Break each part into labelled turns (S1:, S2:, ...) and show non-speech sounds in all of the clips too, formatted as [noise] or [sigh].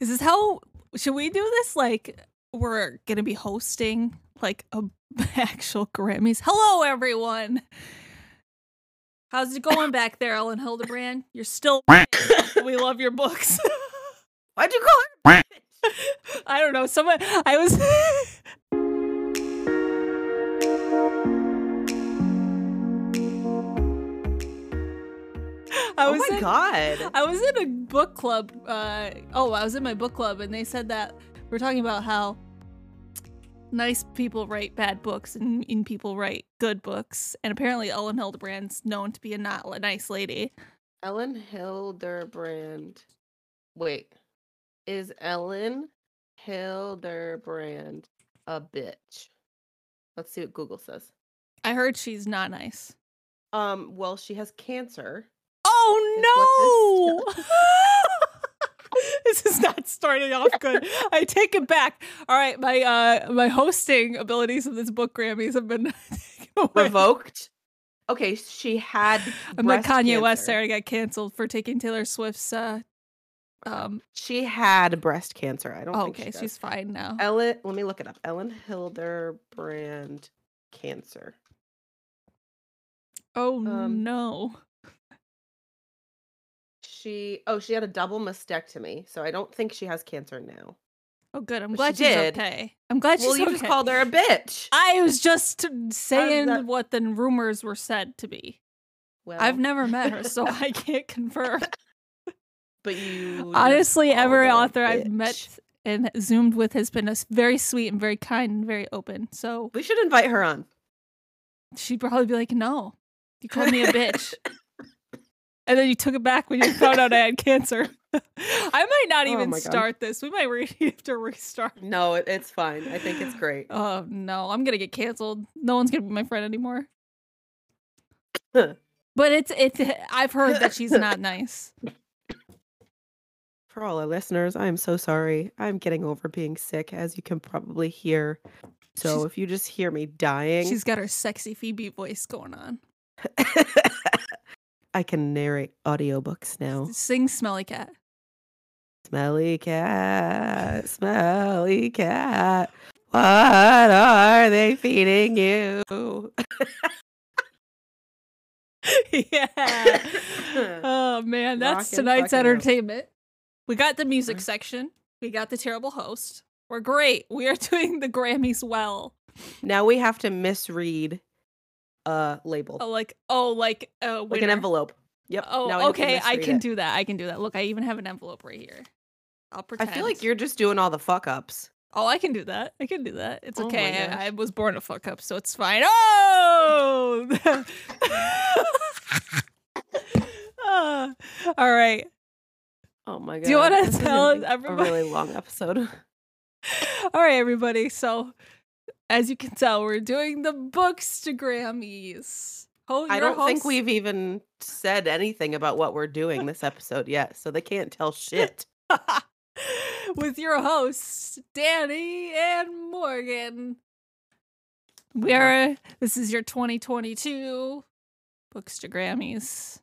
S1: Is this how should we do this? Like we're gonna be hosting like a [laughs] actual Grammys. Hello, everyone. How's it going back there, Ellen Hildebrand? You're still. we love your books. [laughs]
S2: Why'd you call her?
S1: I don't know. Someone. I was. [laughs] I
S2: Oh
S1: was
S2: my
S1: in-
S2: god.
S1: I was in a book club. Uh, oh, I was in my book club, and they said that we're talking about how nice people write bad books and mean people write good books. And apparently, Ellen Hildebrand's known to be a not li- nice lady.
S2: Ellen Hilderbrand. Wait. Is Ellen Hilderbrand a bitch? Let's see what Google says.
S1: I heard she's not nice.
S2: Um, well, she has cancer.
S1: Oh
S2: Is
S1: no! [laughs] this is not starting off good. I take it back. All right, my uh my hosting abilities of this book Grammys have been [laughs] taken away.
S2: Revoked. [laughs] Okay, she [laughs] had
S1: I'm like
S2: breast
S1: Kanye West
S2: cancer.
S1: there. I got canceled for taking Taylor Swift's. uh Um.
S2: She had breast cancer. I Oh, don't
S1: oh,
S2: think she
S1: okay,
S2: does.
S1: she's fine now.
S2: Ellen, let me look it up. Ellen Hilderbrand cancer.
S1: oh
S2: um,
S1: no.
S2: She oh, she had a double mastectomy, so I don't think she has cancer now.
S1: Oh, good. I'm
S2: she
S1: glad she's
S2: did.
S1: okay. I'm glad
S2: Well,
S1: she's
S2: you
S1: okay.
S2: just called her a bitch.
S1: I was just saying
S2: that- Oh.
S1: what the rumors were said to be.
S2: Well,
S1: I've never met her,
S2: [laughs]
S1: so I can't confirm.
S2: But you just
S1: Honestly,
S2: called
S1: every
S2: her a
S1: author I've met
S2: bitch.
S1: and zoomed with has been a s- very sweet and very kind and very open. So
S2: We should invite her on.
S1: she'd probably be like, "No, you called me a bitch," [laughs] and then you took it back when you found out I had cancer. [laughs] I might not
S2: Oh
S1: even
S2: my God.
S1: start this. We might re- [laughs] have to restart.
S2: No, it, it's fine. I think it's great.
S1: Oh no, I'm gonna get canceled. No one's gonna be my friend anymore. [laughs] but it's it's. I've heard that she's not [laughs] nice.
S2: [gasps] For all our listeners, I am so sorry. I'm getting over being sick, as you can probably hear. So
S1: She's-
S2: if you just hear me dying,
S1: She's got her sexy Phoebe voice going on.
S2: [laughs] I can narrate audiobooks now.
S1: Sing Smelly Cat.
S2: Smelly [laughs] cat, smelly cat. What are they feeding
S1: [laughs]
S2: you? [laughs]
S1: yeah. Oh man, that's
S2: Rockin'
S1: tonight's
S2: fucking Uh-huh. out.
S1: entertainment. We got the music
S2: Right.
S1: section. We got the terrible host. We're great. We are [laughs] doing the Grammys well.
S2: Now we have to misread a label,
S1: Oh, like oh, like uh,
S2: like an envelope. Yep. now we
S1: Oh,
S2: have to
S1: okay. I
S2: misread
S1: can
S2: it.
S1: do that. I can do that. Look, I even have an envelope right here. I'll
S2: I
S1: pretend.
S2: feel like you're just doing all the fuck ups.
S1: Oh, I can do that. I can do that. It's
S2: Oh my
S1: okay.
S2: gosh.
S1: I, I was born a fuck up, so it's fine.
S2: [laughs]
S1: Oh. [laughs] Ah, all right.
S2: Oh my god!
S1: Do you wanna
S2: this is
S1: tell
S2: gonna be
S1: everybody-
S2: [laughs] A really long episode.
S1: [laughs] All right, everybody. So, as you can tell, we're doing the books to Grammys. Ho-
S2: I
S1: your
S2: don't think
S1: host-
S2: we've even said anything about what we're doing this episode yet, so they can't [laughs] tell shit.
S1: [laughs] with your hosts Danny and Morgan. We are. This is your 2022 books to Grammys.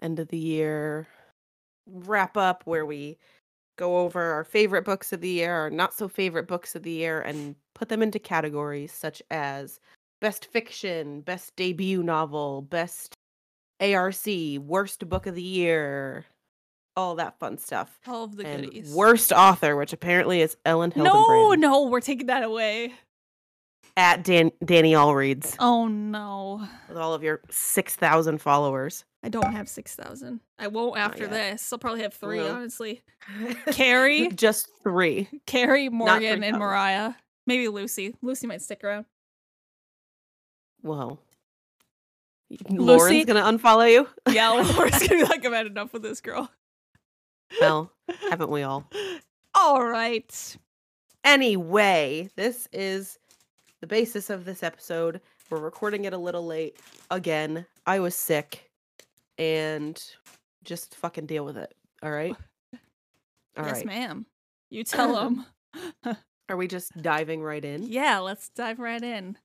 S2: end of the year wrap up where we go over our favorite books of the year, our not so favorite books of the year, and put them into categories such as best fiction, best debut novel, best ARC, worst book of the year, all that fun stuff.
S1: All of the
S2: and
S1: goodies.
S2: worst author, which apparently is Ellen
S1: no,
S2: Hildenbrand
S1: no, we're taking that away.
S2: at Dan- Danny Allreads
S1: Oh no,
S2: with all of your 6,000 followers.
S1: I don't have six thousand. I won't
S2: Not
S1: after
S2: yet.
S1: this. I'll probably have three.
S2: No. [laughs]
S1: Honestly, [laughs] Carrie,
S2: Just three.
S1: Carrie, Morgan, and
S2: 3,000.
S1: Mariah. Maybe Lucy. Lucy might stick
S2: [laughs]
S1: around.
S2: Whoa. Y-
S1: Lucy-
S2: Lauren's gonna unfollow
S1: [laughs]
S2: you?
S1: Yeah, we're just gonna be like, I've had enough with this girl.
S2: Well, haven't we all?
S1: All right.
S2: Anyway, this is the basis of this episode. We're recording it a little late. Again, I was sick and just fucking deal with it.
S1: [laughs]
S2: All right. All right.
S1: yes, ma'am.
S2: [clears throat]
S1: You tell them.
S2: Are we just diving right in?
S1: yeah, let's dive right in.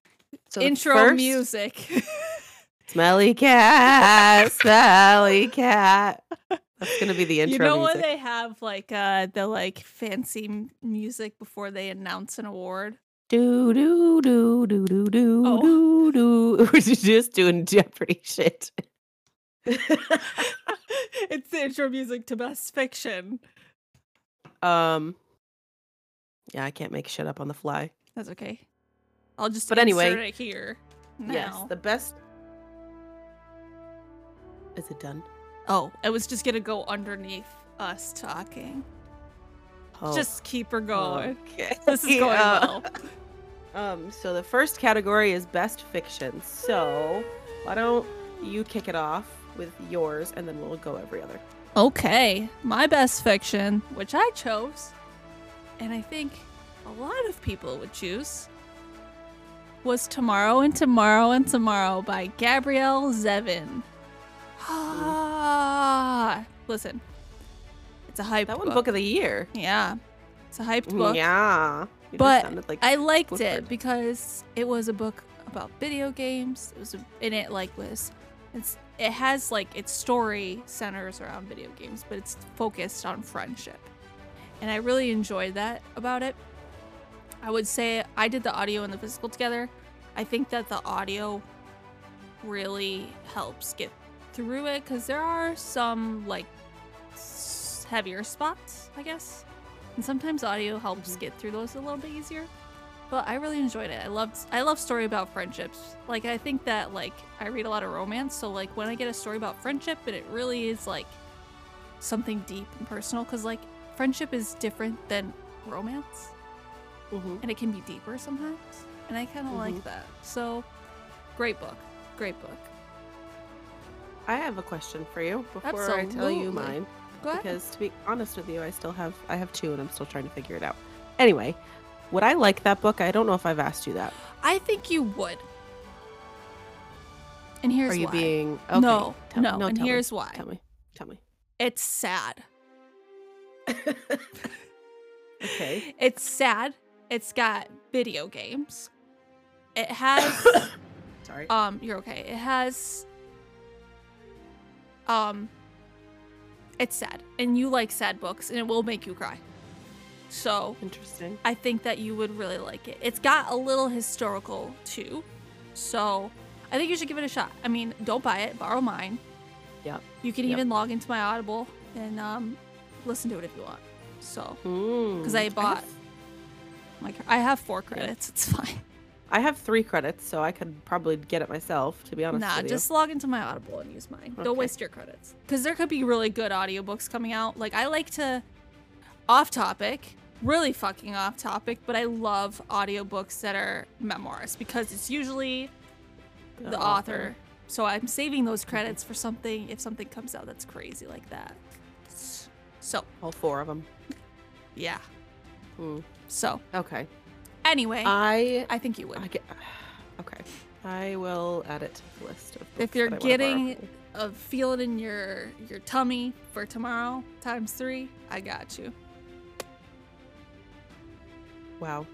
S2: So the
S1: Intro
S2: first-
S1: music. [laughs] [laughs]
S2: Smelly cat, smelly cat. That's gonna be the intro.
S1: you know
S2: music.
S1: when they have like uh the like fancy m- music before they announce an award? [laughs]
S2: Do do do do do do
S1: Oh.
S2: do [laughs] do. We're just doing Jeopardy shit.
S1: it's the intro music to Best Fiction.
S2: um. Yeah, I can't make shit up on the fly.
S1: That's okay. I'll just
S2: But
S1: but
S2: anyway-
S1: anyway, insert it here.
S2: Yes,
S1: now.
S2: the best. Is it done?
S1: Oh, it was just gonna go underneath us talking.
S2: Oh,
S1: Just keep her [laughs] going.
S2: okay.
S1: This is going
S2: Uh,
S1: well.
S2: Um. So the first category is best fiction. So why don't you kick it off with yours, and then we'll go every other.
S1: [laughs] Okay, my best fiction, which I chose, and I think a lot of people would choose, was Tomorrow and Tomorrow and Tomorrow by Gabrielle Zevin. Ah, listen, it's a hyped
S2: That one
S1: book.
S2: book of the year.
S1: Yeah, it's a hyped book.
S2: Yeah. You just
S1: But
S2: sounded like
S1: I liked
S2: Woodward.
S1: it because it was a book about video games. It was a, and it like was it's it has like its story centers around video games, but it's focused on friendship. And I really enjoyed that about it. I would say I did the audio and the physical together. I think that the audio really helps get through it because there are some like s- heavier spots, I guess. And sometimes audio helps get through those a little bit easier. But I really enjoyed it. I loved I love story about friendships. Like I think that like I read a lot of romance, so like when I get a story about friendship and it really is like something deep and personal cuz like friendship is different than romance
S2: Mhm.
S1: and it can be deeper sometimes. And I
S2: Mm-hmm.
S1: kind of like that. So great book. Great book.
S2: I have a question for you before I tell you
S1: Absolutely.
S2: mine.
S1: Go ahead.
S2: Because to be honest with you, I still have I have two and I'm still trying to figure it out. Anyway, would I like that book? I don't know if I've asked you that.
S1: I think you would. And here's
S2: Are you
S1: why.
S2: being okay,
S1: no,
S2: tell-
S1: no, and
S2: tell
S1: here's
S2: me,
S1: why.
S2: Tell me. Tell me.
S1: It's sad.
S2: Okay.
S1: It's sad. It's got video games. It
S2: [coughs]
S1: has
S2: Sorry.
S1: um you're okay. It has um it's sad. And you like sad books and it will make you cry. So,
S2: Interesting.
S1: I think that you would really like it. It's got a little historical too. So, I think you should give it a shot. I mean, don't buy it, borrow mine.
S2: Yep.
S1: You can
S2: Yep.
S1: even log into my Audible and um listen to it if you want. So,
S2: Because
S1: I
S2: Hmm. have-
S1: bought- like I have 4 credits. It's fine.
S2: I have three credits, so I could probably get it myself. To be honest
S1: Nah,
S2: with you.
S1: just log into my Audible and use mine.
S2: Okay.
S1: Don't waste your credits. Because there could be really good audiobooks coming out. Like, I like to, off topic, really fucking off topic, but I love audiobooks that are memoirs because it's usually the, author. So I'm saving
S2: Mm-hmm.
S1: those credits for something if something comes out that's crazy like that. S- So,
S2: All four of them.
S1: yeah.
S2: Hmm.
S1: So,
S2: Okay.
S1: anyway,
S2: I
S1: I think you would.
S2: Uh, I get, [sighs] okay. I will add it to the list of books
S1: If you're
S2: that I wanna borrow
S1: getting
S2: from you.
S1: a feel it in your your tummy for tomorrow times three, I got you.
S2: Wow.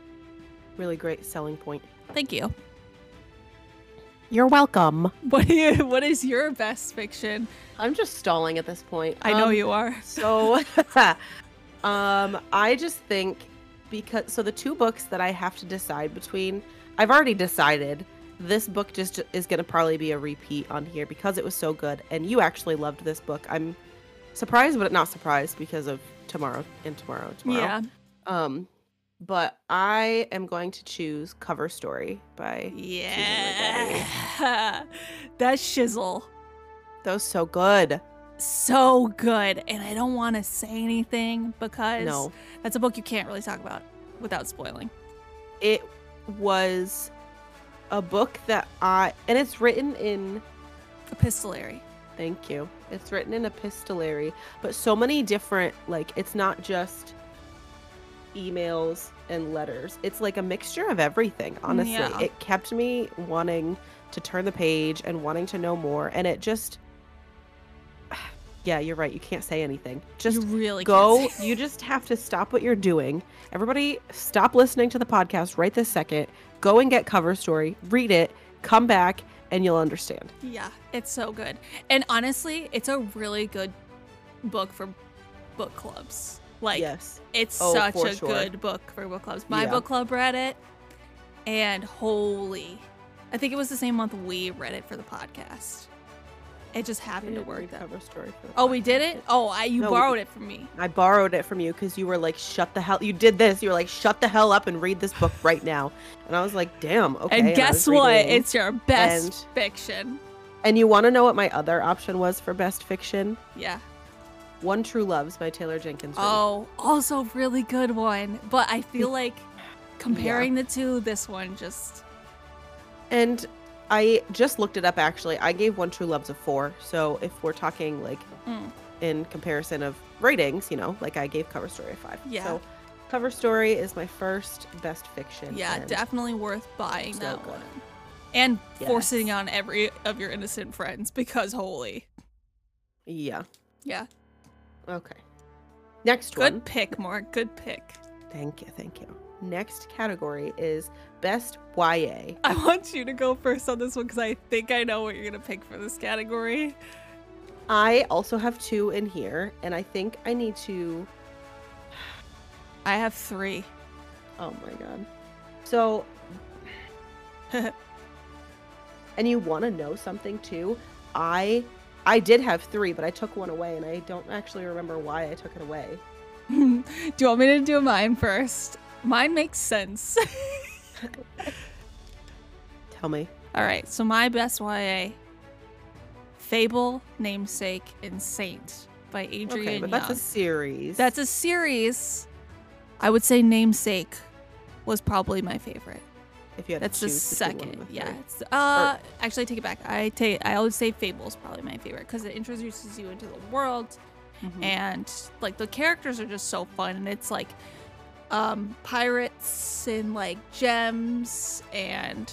S2: Really great selling point.
S1: Thank you.
S2: You're welcome.
S1: What do you, what is your best fiction?
S2: I'm just stalling at this point.
S1: I know
S2: Um,
S1: you are.
S2: So [laughs] um I just think because so the two books that I have to decide between, I've already decided this book just is going to probably be a repeat on here because it was so good and you actually loved this book. I'm surprised but not surprised because of tomorrow and tomorrow and tomorrow.
S1: Yeah.
S2: Um, but I am going to choose Cover Story by
S1: Yeah. [laughs] that shizzle.
S2: that was so good.
S1: So good. And I don't want to say anything because
S2: No,
S1: that's a book you can't really talk about without spoiling.
S2: it was a book that I and it's written in
S1: Epistolary.
S2: thank you. It's written in epistolary, but so many different like it's not just emails and letters. It's like a mixture of everything, honestly.
S1: Yeah.
S2: It kept me wanting to turn the page and wanting to know more and it just [sighs] Yeah, you're right. You can't say anything. Just
S1: you really
S2: go
S1: can't say-
S2: you just have to stop what you're doing everybody stop listening to the podcast right this second go and get cover story read it come back
S1: [laughs]
S2: and you'll understand
S1: Yeah, it's so good. And honestly, it's a really good book for book clubs. Like
S2: yes.
S1: it's
S2: Oh,
S1: such
S2: for
S1: a
S2: sure.
S1: good book for book clubs. My
S2: Yeah.
S1: book club read it, and holy, I think it was the same month we read it for the podcast. It just happened to work that.
S2: cover story. For the
S1: Oh, we did
S2: podcast.
S1: it. Oh, I you
S2: No, we-
S1: borrowed it from me.
S2: I borrowed it from you because you were like, "Shut the hell!" You did this. You were like, "Shut the hell up and read this book right now." And I was like, "Damn, okay."
S1: and
S2: I
S1: guess
S2: was
S1: what?
S2: reading.
S1: It's your best fiction.
S2: and you want to know what my other option was for best fiction?
S1: Yeah.
S2: One True Loves by Taylor Jenkins. Reid.
S1: Oh, also really good one. But
S2: [laughs]
S1: I feel like comparing the two, this one just
S2: And I just looked it up. Actually, I gave One True Loves a four. So if we're talking like
S1: Mm.
S2: in comparison of ratings, you know, like I gave Cover Story a five.
S1: Yeah.
S2: So Cover Story is my first best fiction.
S1: yeah,
S2: and
S1: definitely worth buying
S2: so
S1: that
S2: good.
S1: one. And forcing
S2: Yes.
S1: on every of your innocent friends because holy.
S2: Yeah.
S1: Yeah.
S2: Okay. Next
S1: Good
S2: one.
S1: pick, Mark. Good pick.
S2: Thank you. Thank you. Next category is best YA.
S1: [laughs] I want you to go first on this one because I think I know what you're gonna pick for this category.
S2: I also have two in here, and I think I need to.
S1: I have three.
S2: Oh my god. So. [laughs] and you want to know something too? I. I did have three, but I took one away, and I don't actually remember why I took it away.
S1: do you want me to do mine first? Mine makes sense. [laughs]
S2: Tell me.
S1: All right, so my best YA Fable, Namesake, and Saint by Adrian
S2: Okay, but
S1: Young.
S2: that's a series.
S1: That's a series. I would say Namesake was probably my favorite.
S2: If you had to
S1: That's the
S2: choose between one
S1: second.
S2: of the
S1: Yeah.
S2: three.
S1: it's- uh, actually, I take it back. I take. I always say Fable's probably my favorite because it introduces you into the world
S2: Mhm.
S1: and like the characters are just so fun and it's like um pirates and like gems and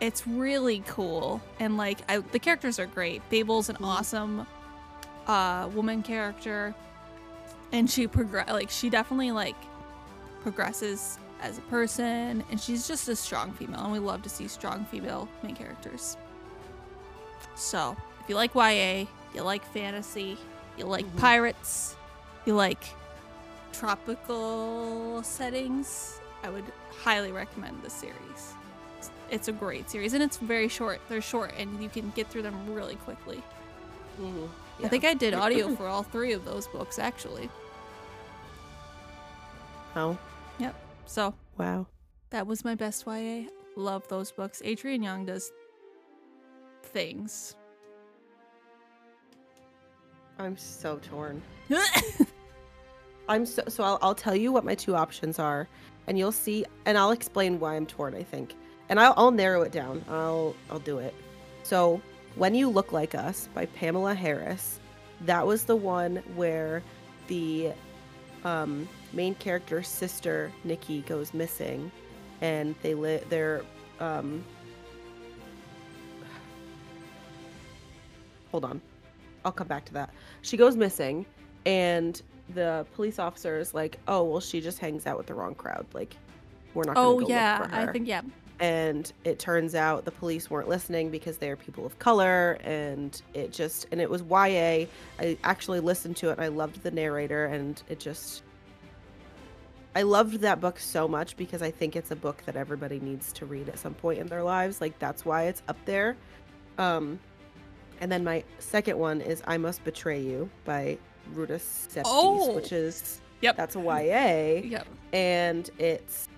S1: it's really cool and like I, the characters are great fable's an
S2: Mhm.
S1: awesome uh woman character and she progress like she definitely like progresses as a person and she's just a strong female and we love to see strong female main characters so if you like ya you like fantasy you like
S2: Mhm.
S1: pirates you like tropical settings i would highly recommend this series it's a great series and it's very short they're short and you can get through them really quickly
S2: Mhm.
S1: i
S2: Yeah.
S1: think i did audio for all three of those books actually
S2: Oh,
S1: so
S2: wow.
S1: that was my best ya love those books adrian young does
S2: [laughs]
S1: things
S2: I'm so torn.
S1: Oh,
S2: I'm so so I'll, I'll tell you what my two options are and you'll see and I'll explain why I'm torn I think and I'll, I'll narrow it down I'll I'll do it so when you look like us by Pamela Harris that was the one where the um, main character's sister Nikki goes missing and they live they're um, hold on I'll come back to that she goes missing and the police officer is like, "Oh, well, she just hangs out with the wrong crowd. Like, we're not." Gonna
S1: oh
S2: go
S1: yeah
S2: look for
S1: i
S2: her."
S1: think yeah
S2: And it turns out the police weren't listening because they are people of color, and it just and it was YA. I actually listened to it. and I loved the narrator, and it just. I loved that book so much because I think it's a book that everybody needs to read at some point in their lives. Like that's why it's up there. Um, and then my second one is "I Must Betray You" by Ruta Septis,
S1: Oh.
S2: which is
S1: Yep.
S2: that's a YA
S1: yep
S2: and it's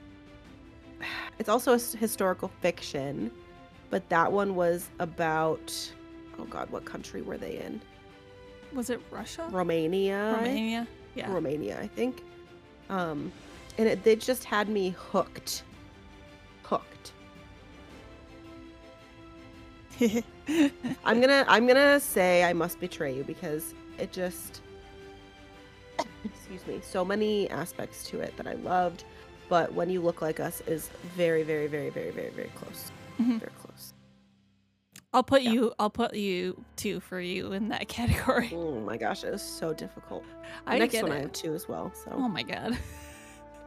S2: [sighs] it's also a s- historical fiction but that one was about oh god what country were they in
S1: was it russia
S2: romania [laughs]
S1: romania yeah
S2: romania i think um and it they just had me hooked hooked i'm gonna i'm gonna say i must betray you because it just [coughs] excuse me so many aspects to it that i loved but when you look like us is very very very very very very close
S1: Mhm.
S2: very close
S1: I'll put
S2: Yeah.
S1: you. I'll put you two for you in that [laughs] category.
S2: oh my gosh it was so difficult
S1: I
S2: next
S1: get
S2: one
S1: it.
S2: i have two as well so
S1: Oh my god,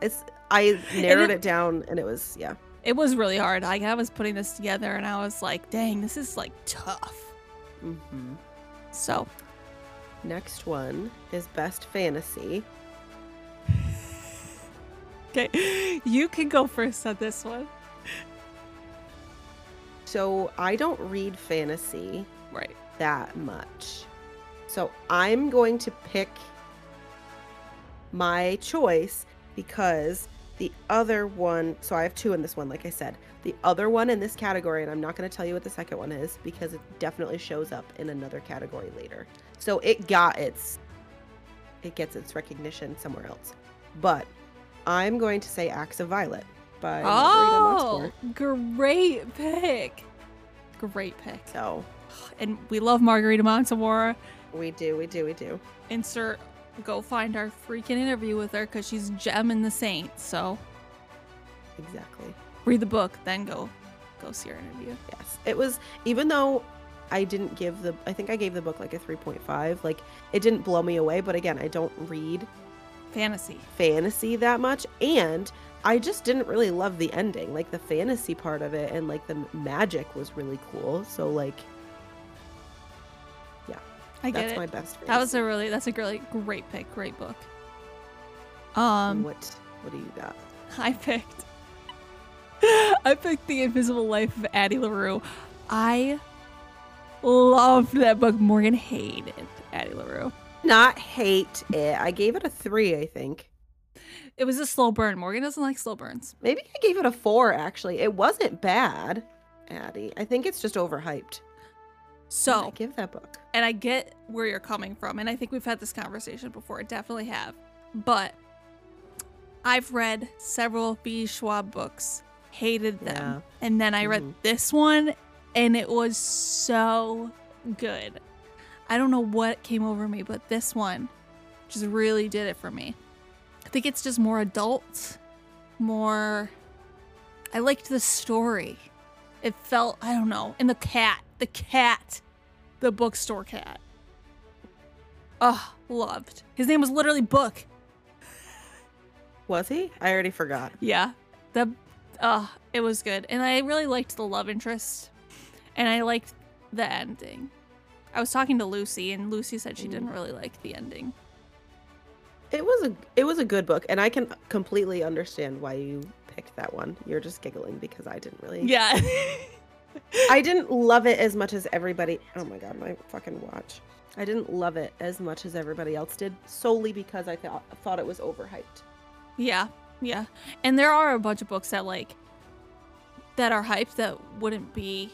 S2: it's i narrowed
S1: it-
S2: it, down and it was yeah
S1: it was really hard. Like I was putting this together, and I was like, "Dang, this is like tough."
S2: mm-hmm.
S1: So
S2: Next one is Best Fantasy.
S1: Okay, [laughs] you can go first on this one.
S2: So I don't read fantasy
S1: Right.
S2: that much. So I'm going to pick my choice because the other one, so I have two in this one, like I said. The other one in this category, and I'm not going to tell you what the second one is because it definitely shows up in another category later. So it got its, it gets its recognition somewhere else. But I'm going to say Acts of Violet by Margarita
S1: Oh,
S2: Monsport.
S1: great pick. Great pick.
S2: So
S1: And we love Margarita Montemora.
S2: we do, we do, we do.
S1: Insert go find our freaking interview with her because she's gem in the saint. So
S2: Exactly.
S1: read the book, then go go see her interview.
S2: Yes. It was even though I didn't give the I think I gave the book like a 3.5, like it didn't blow me away, but again, I don't read
S1: Fantasy.
S2: fantasy that much and I just didn't really love the ending. Like the fantasy part of it and like the magic was really cool. So like
S1: I get
S2: that's
S1: it.
S2: my best.
S1: that was
S2: fantasy.
S1: a really that's a really great pick. Great book. Um,
S2: what what do you got?
S1: [laughs] I picked. [laughs] I picked The Invisible Life of Addie LaRue. I loved that book. Morgan hated Addie LaRue.
S2: Not hate it. I gave it a 3, I think.
S1: It was a slow burn. Morgan doesn't like slow burns.
S2: Maybe I gave it a 4 actually. It wasn't bad. Addie, I think it's just overhyped. What did
S1: So,
S2: I give that book.
S1: and I get where you're coming from, and I think we've had this conversation before. I definitely have. But I've read several B. Schwab books, hated them.
S2: Yeah.
S1: And then I read
S2: Mhm.
S1: this one, and it was so good. I don't know what came over me, but this one just really did it for me. I think it's just more adult, more. I liked the story. It felt, I don't know, and the cat, the cat, the bookstore cat. Oh, loved. His name was literally Book.
S2: Was he? I already forgot.
S1: Yeah. The uh it was good. And I really liked the love interest. And I liked the ending. I was talking to Lucy and Lucy said she didn't really like the ending.
S2: It was a it was a good book, and I can completely understand why you picked that one. You're just giggling because I didn't really.
S1: Yeah. [laughs]
S2: I didn't love it as much as everybody. Oh my god, my fucking watch. I didn't love it as much as everybody else did, solely because I thought thought it was overhyped.
S1: yeah. Yeah. And there are a bunch of books that like that are hyped that wouldn't be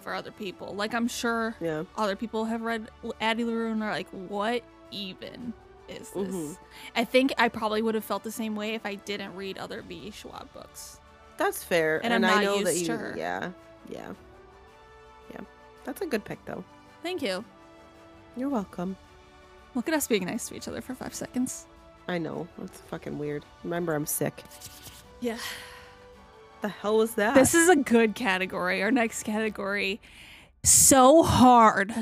S1: for other people. Like I'm sure
S2: Yeah.
S1: other people have read Addie LaRue and are like, what even is this?
S2: Mhm.
S1: I think I probably would have felt the same way if I didn't read other B. Schwab books.
S2: That's fair.
S1: And I'm
S2: I
S1: not
S2: know that
S1: used
S2: you
S1: to her.
S2: Yeah. Yeah. Yeah. That's a good pick though.
S1: Thank you.
S2: You're welcome.
S1: Look at us being nice to each other for five seconds.
S2: I know. It's fucking weird. Remember I'm sick.
S1: Yeah.
S2: The hell was that?
S1: This is a good category. Our next category. So hard.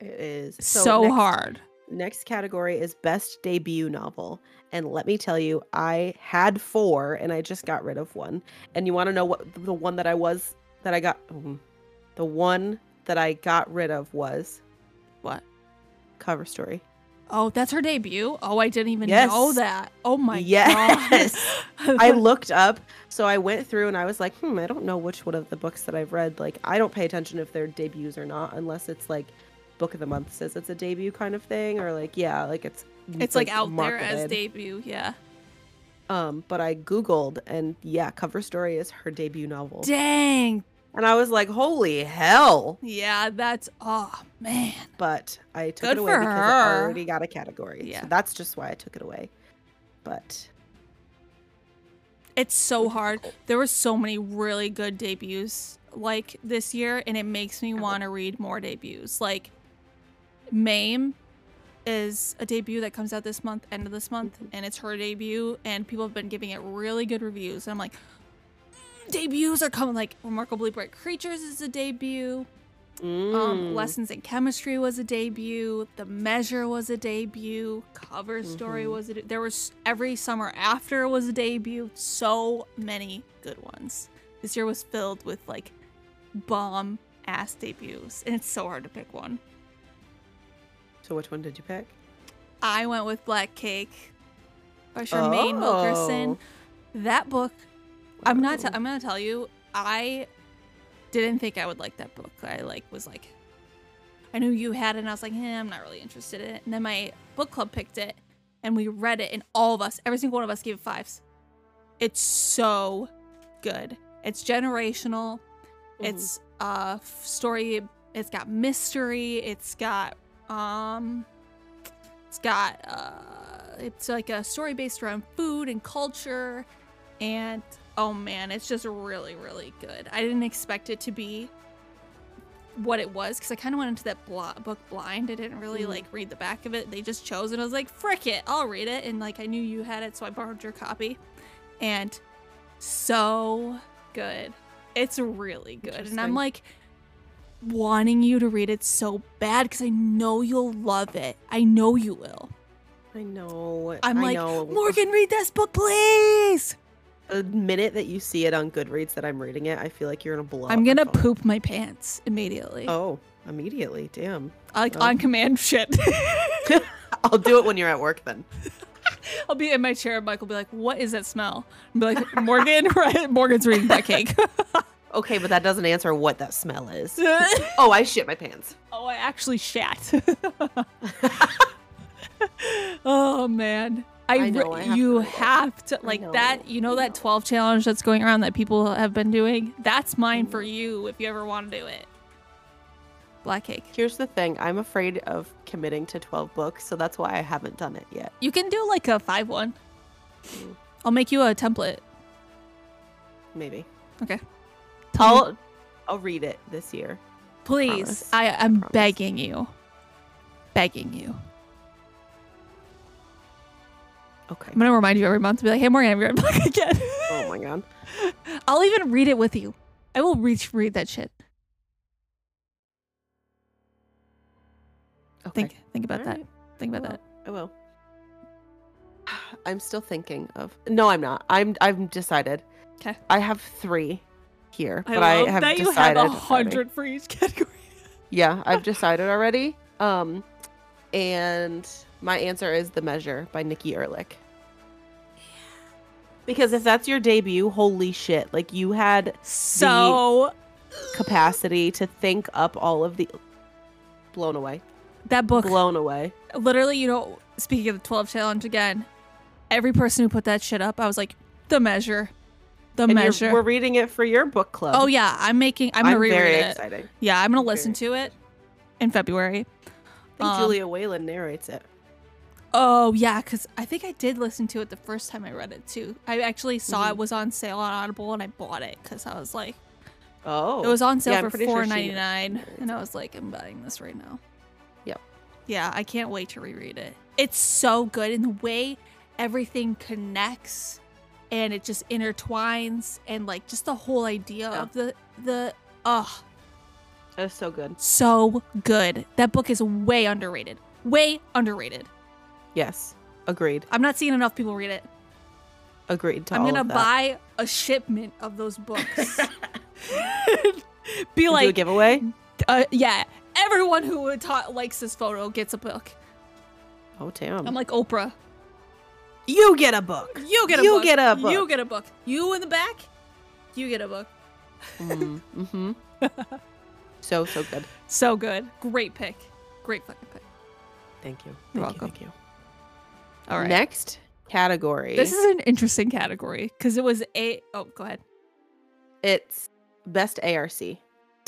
S2: it is
S1: So,
S2: next-
S1: hard.
S2: Next category is best debut novel. And let me tell you, I had four and I just got rid of one. And you want to know what the one that I was, that I got, mm, the one that I got rid of was
S1: What?
S2: cover story.
S1: Oh, that's her debut? Oh, I didn't even
S2: Yes.
S1: know that. Oh my
S2: Yes.
S1: god.
S2: [laughs] I looked up, so I went through and I was like, hmm, I don't know which one of the books that I've read. Like, I don't pay attention if they're debuts or not, unless it's like book of the month says it's a debut kind of thing, or like, yeah, like it's.
S1: it's like out there as
S2: marketed.
S1: debut, yeah.
S2: Um, but I Googled and yeah, Cover Story is her debut novel.
S1: Dang.
S2: and I was like, holy hell.
S1: Yeah, that's oh man.
S2: But I took
S1: Good
S2: it away
S1: for
S2: because
S1: her.
S2: I already got a category.
S1: Yeah.
S2: So that's just why I took it away. But
S1: It's so hard. There were so many really good debuts like this year, and it makes me
S2: Oh.
S1: want to read more debuts. Like Mame is a debut that comes out this month, end of this month, and it's her debut, and people have been giving it really good reviews. And I'm like, "Mm, debuts are coming. Like Remarkably Bright Creatures is a debut. Um,
S2: Mm,
S1: Lessons in Chemistry was a debut. The Measure was a debut. Cover Story
S2: Mhm.
S1: was a. De- there was every summer after was a debut. So many good ones. This year was filled with like bomb ass debuts, and it's so hard to pick one.
S2: So which one did you pick?
S1: I went with Black Cake by Charmaine Wilkerson. That book, I'm not. T-
S2: Wow.
S1: I'm gonna tell you, I didn't think I would like that book. I like was like, I knew you had it, and I was like, eh, I'm not really interested in it. And then my book club picked it, and we read it, and all of us, every single one of us, gave it fives. It's so good. It's generational. It's a f- story. It's got mystery. It's got um. It's got uh. It's like a story based around food and culture, and oh man, it's just really really good. I didn't expect it to be what it was because I kind of went into that blo- book blind. I didn't really
S2: Mm.
S1: like read the back of it. They just chose, and I was like, frick it, I'll read it. And like I knew you had it, so I borrowed your copy, and so good. It's really good. And I'm
S2: Interesting.
S1: like wanting you to read it so bad because I know you'll love it. I know you will.
S2: I know.
S1: I'm
S2: I
S1: like,
S2: know.
S1: Morgan, read this book, please.
S2: The minute that you see it on Goodreads that I'm reading it, I feel like you're gonna blow.
S1: I'm
S2: up your
S1: gonna
S2: phone.
S1: poop my pants immediately.
S2: Oh, immediately! Damn.
S1: like
S2: oh.
S1: on command [laughs] shit.
S2: I'll do it when you're at work then.
S1: I'll be in my chair and Mike will be like, what is that smell? I'll be like, Morgan, [laughs] right? Morgan's reading that
S2: [laughs]
S1: cake.
S2: Okay, but that doesn't answer what that smell is.
S1: [laughs] oh,
S2: Oh, I shit my pants.
S1: I actually shat. [laughs] oh man. I,
S2: I know,
S1: re-
S2: I have to
S1: you
S2: read it.
S1: have to like that.
S2: know,
S1: You know
S2: I
S1: that
S2: know.
S1: 12 challenge that's going around that people have been doing. That's mine for you if you ever want to do it. Black cake.
S2: Here's the thing: I'm afraid of committing to 12 books, so that's why I haven't done it yet.
S1: You can do like a five one. I'll make you a template.
S2: Maybe
S1: Tell me-
S2: I'll I'll read it this year.
S1: please.
S2: promise.
S1: I I'm
S2: Promise.
S1: begging you, begging you.
S2: Okay.
S1: I'm gonna remind you every month to be like, hey Morgan, I'm reading a book again. [laughs]
S2: Oh my god.
S1: I'll even read it with you. I will reach read that shit.
S2: Okay.
S1: Think think about
S2: All
S1: that.
S2: right.
S1: Think about
S2: I will.
S1: that.
S2: I will. [sighs] I'm still thinking of. No, I'm not. I'm. I've decided.
S1: 'Kay.
S2: I have three here, but I, have
S1: that you have
S2: decided.
S1: a
S2: already.
S1: hundred for each [laughs] category.
S2: Yeah, I've decided already. Um, and my answer is "The Measure" by Nikki Ehrlich. Because if that's your debut, holy shit! Like you had
S1: So
S2: capacity to think up all of the. Blown away.
S1: that book
S2: Blown away.
S1: literally, you know, speaking of the 12 challenge again, every person who put that shit up, I was like, the measure, the
S2: And you're- We're
S1: measure.
S2: reading it for your book club.
S1: Oh yeah, I'm making. I'm gonna
S2: I'm
S1: reread
S2: very
S1: it.
S2: excited.
S1: Yeah, I'm gonna
S2: I'm
S1: listen to
S2: very
S1: it in February.
S2: I think
S1: Um,
S2: Julia Whalen narrates it.
S1: Oh yeah, because I think I did listen to it the first time I read it too. I actually saw
S2: Mhm.
S1: it was on sale on Audible and I bought it because I was like,
S2: Oh,
S1: it was on sale
S2: yeah, I'm
S1: for
S2: pretty sure
S1: four
S2: she
S1: ninety nine,
S2: knows.
S1: and I was like, I'm buying this right now.
S2: Yep.
S1: Yeah, I can't wait to reread it. It's so good, and the way everything connects, and it just intertwines, and like just the whole idea
S2: Yeah.
S1: of the the oh,
S2: It was so good.
S1: so good. That book is way underrated. Way underrated.
S2: Yes, agreed.
S1: I'm not seeing enough people read it.
S2: Agreed to
S1: I'm
S2: all
S1: gonna
S2: of that.
S1: buy a shipment of those
S2: [laughs]
S1: books. Be
S2: We'll do a
S1: like,
S2: giveaway.
S1: uh, yeah, everyone who would ta- likes this photo gets a book.
S2: Oh damn!
S1: I'm like Oprah.
S2: you get a book.
S1: You get a
S2: You
S1: book.
S2: get a book.
S1: You get a book. You in the back. You get a book.
S2: mm-hmm. so so good.
S1: So good. Great pick. Great fucking pick.
S2: Thank you. Thank
S1: You're
S2: you.
S1: welcome.
S2: Thank you.
S1: All right.
S2: Next category.
S1: This is an interesting category because it was a. Oh, go ahead.
S2: it's best ARC.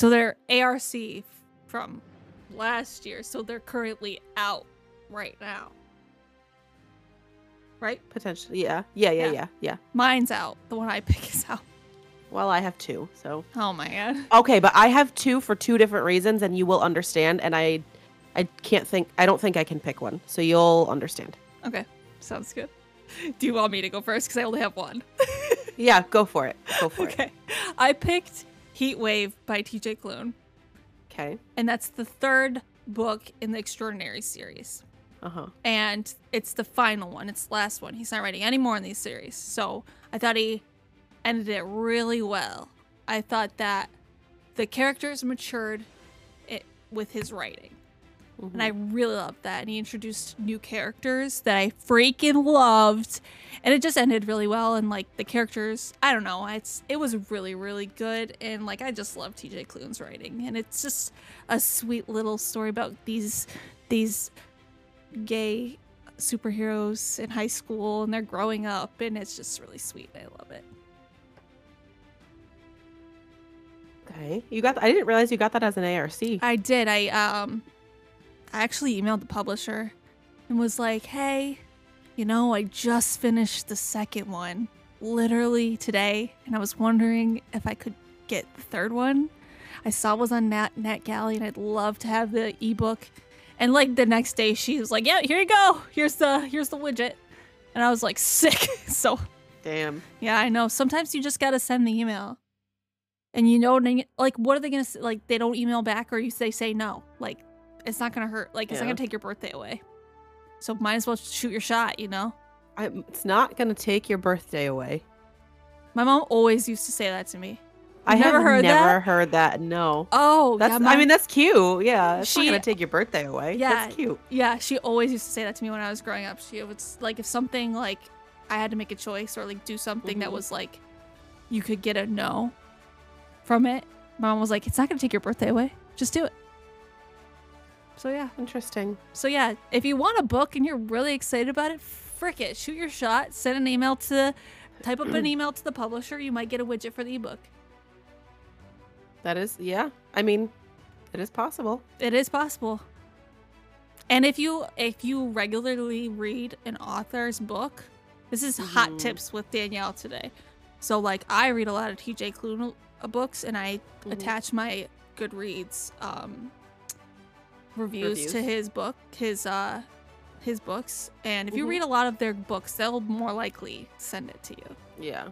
S1: So they're ARC from last year. So they're currently out right now. Right?
S2: Potentially, yeah, yeah, yeah,
S1: Yeah.
S2: yeah, yeah.
S1: Mine's out. The one I pick is out.
S2: Well, I have two, so
S1: Oh my god.
S2: okay, but I have two for two different reasons, and you will understand. And I, I can't think. I don't think I can pick one, so you'll
S1: [laughs]
S2: understand.
S1: Okay. Sounds good. [laughs] Do you want me to go first? Because I only have one.
S2: Yeah, go for it. Go for it.
S1: Okay. [laughs] I picked Heat Wave by TJ Klune,
S2: Okay.
S1: and that's the third book in the Extraordinary series.
S2: Uh huh.
S1: And it's the final one, it's the last one. He's not writing any more in these series. So I thought he ended it really well. I thought that the characters matured it with his writing.
S2: Mm-hmm.
S1: and I really loved that. And he introduced new characters that I freaking loved, and it just ended really well. And like the characters, I don't know, it's it was really really good. And like I just love T.J. Klune's writing, and it's just a sweet little story about these these gay superheroes in high school and they're growing up and it's just really sweet and I love it.
S2: Okay. You got I didn't realize you got that as an ARC.
S1: I did. I um I actually emailed the publisher and was like, "Hey, you know, I just finished the second one literally today and I was wondering if I could get the third one. I saw it was on Nat NetGalley and I'd love to have the ebook." And like the next day she was like, "Yeah, here you go. Here's the here's the widget." And I was like, [laughs] "Sick." so
S2: Damn.
S1: yeah, I know. Sometimes you just gotta send the email, and you know, neg- like, what are they gonna say? like? They don't email back, or you say say no. Like, it's not gonna hurt. Like, it's not
S2: Yeah.
S1: gonna take your birthday away. So might as well shoot your shot. You know,
S2: I, it's not gonna take your birthday away.
S1: my mom always used to say that to me.
S2: I
S1: Never
S2: have
S1: heard
S2: never
S1: that?
S2: heard that. No.
S1: Oh,
S2: That's
S1: yeah,
S2: I
S1: my-
S2: mean that's cute. Yeah. It's
S1: She-
S2: not gonna take your birthday away.
S1: Yeah.
S2: That's cute.
S1: Yeah, she always used to say that to me when I was growing up. She would s- like if something like I had to make a choice or like do something that
S2: Mhm.
S1: was like you could get a no from it. My Mom was like, "It's not going to take your birthday away. Just do it." So yeah.
S2: Interesting.
S1: So yeah, if you want a book and you're really excited about it, frick it, shoot your shot, send an email to type up an email to the publisher, you might get a widget for the ebook.
S2: That is yeah. I mean, it is possible.
S1: It is possible. And if you if you regularly read an author's book, this is hot
S2: Mhm.
S1: tips with Danielle today. So like I read a lot of TJ Klune uh, books and I
S2: Mhm.
S1: attach my Goodreads um reviews, to
S2: Reviews.
S1: his book, his uh his books. And if you read a lot of their books, they'll more likely send it to you.
S2: Yeah.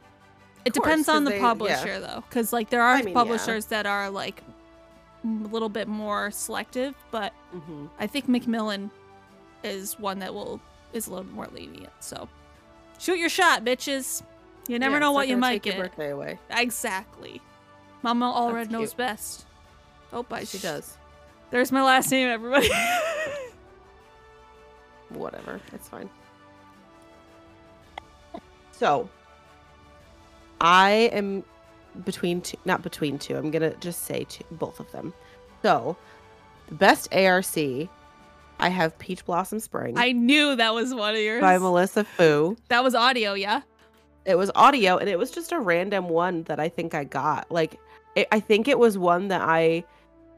S1: It
S2: course,
S1: depends
S2: 'cause
S1: on the
S2: they- yeah.
S1: publisher though, cuz like there are
S2: I mean, yeah.
S1: publishers that are like a little bit more selective, but
S2: Mm-hmm.
S1: I think Macmillan is one that will is a little more lenient. So shoot your shot, bitches. You never know what you might
S2: take
S1: get.
S2: Your birthday away.
S1: Exactly. Mama Allred
S2: That's
S1: knows
S2: cute.
S1: best. Oh, by
S2: she
S1: sh-
S2: does.
S1: There's my last name, everybody. [laughs]
S2: Whatever. It's fine. So, I am between two, not between two. I'm gonna just say two, both of them. So, the best ARC, I have Peach Blossom Spring
S1: I knew that was one of yours.
S2: by Melissa Fu.
S1: that was audio, yeah.
S2: it was audio and it was just a random one that i think i got like it, i think it was one that i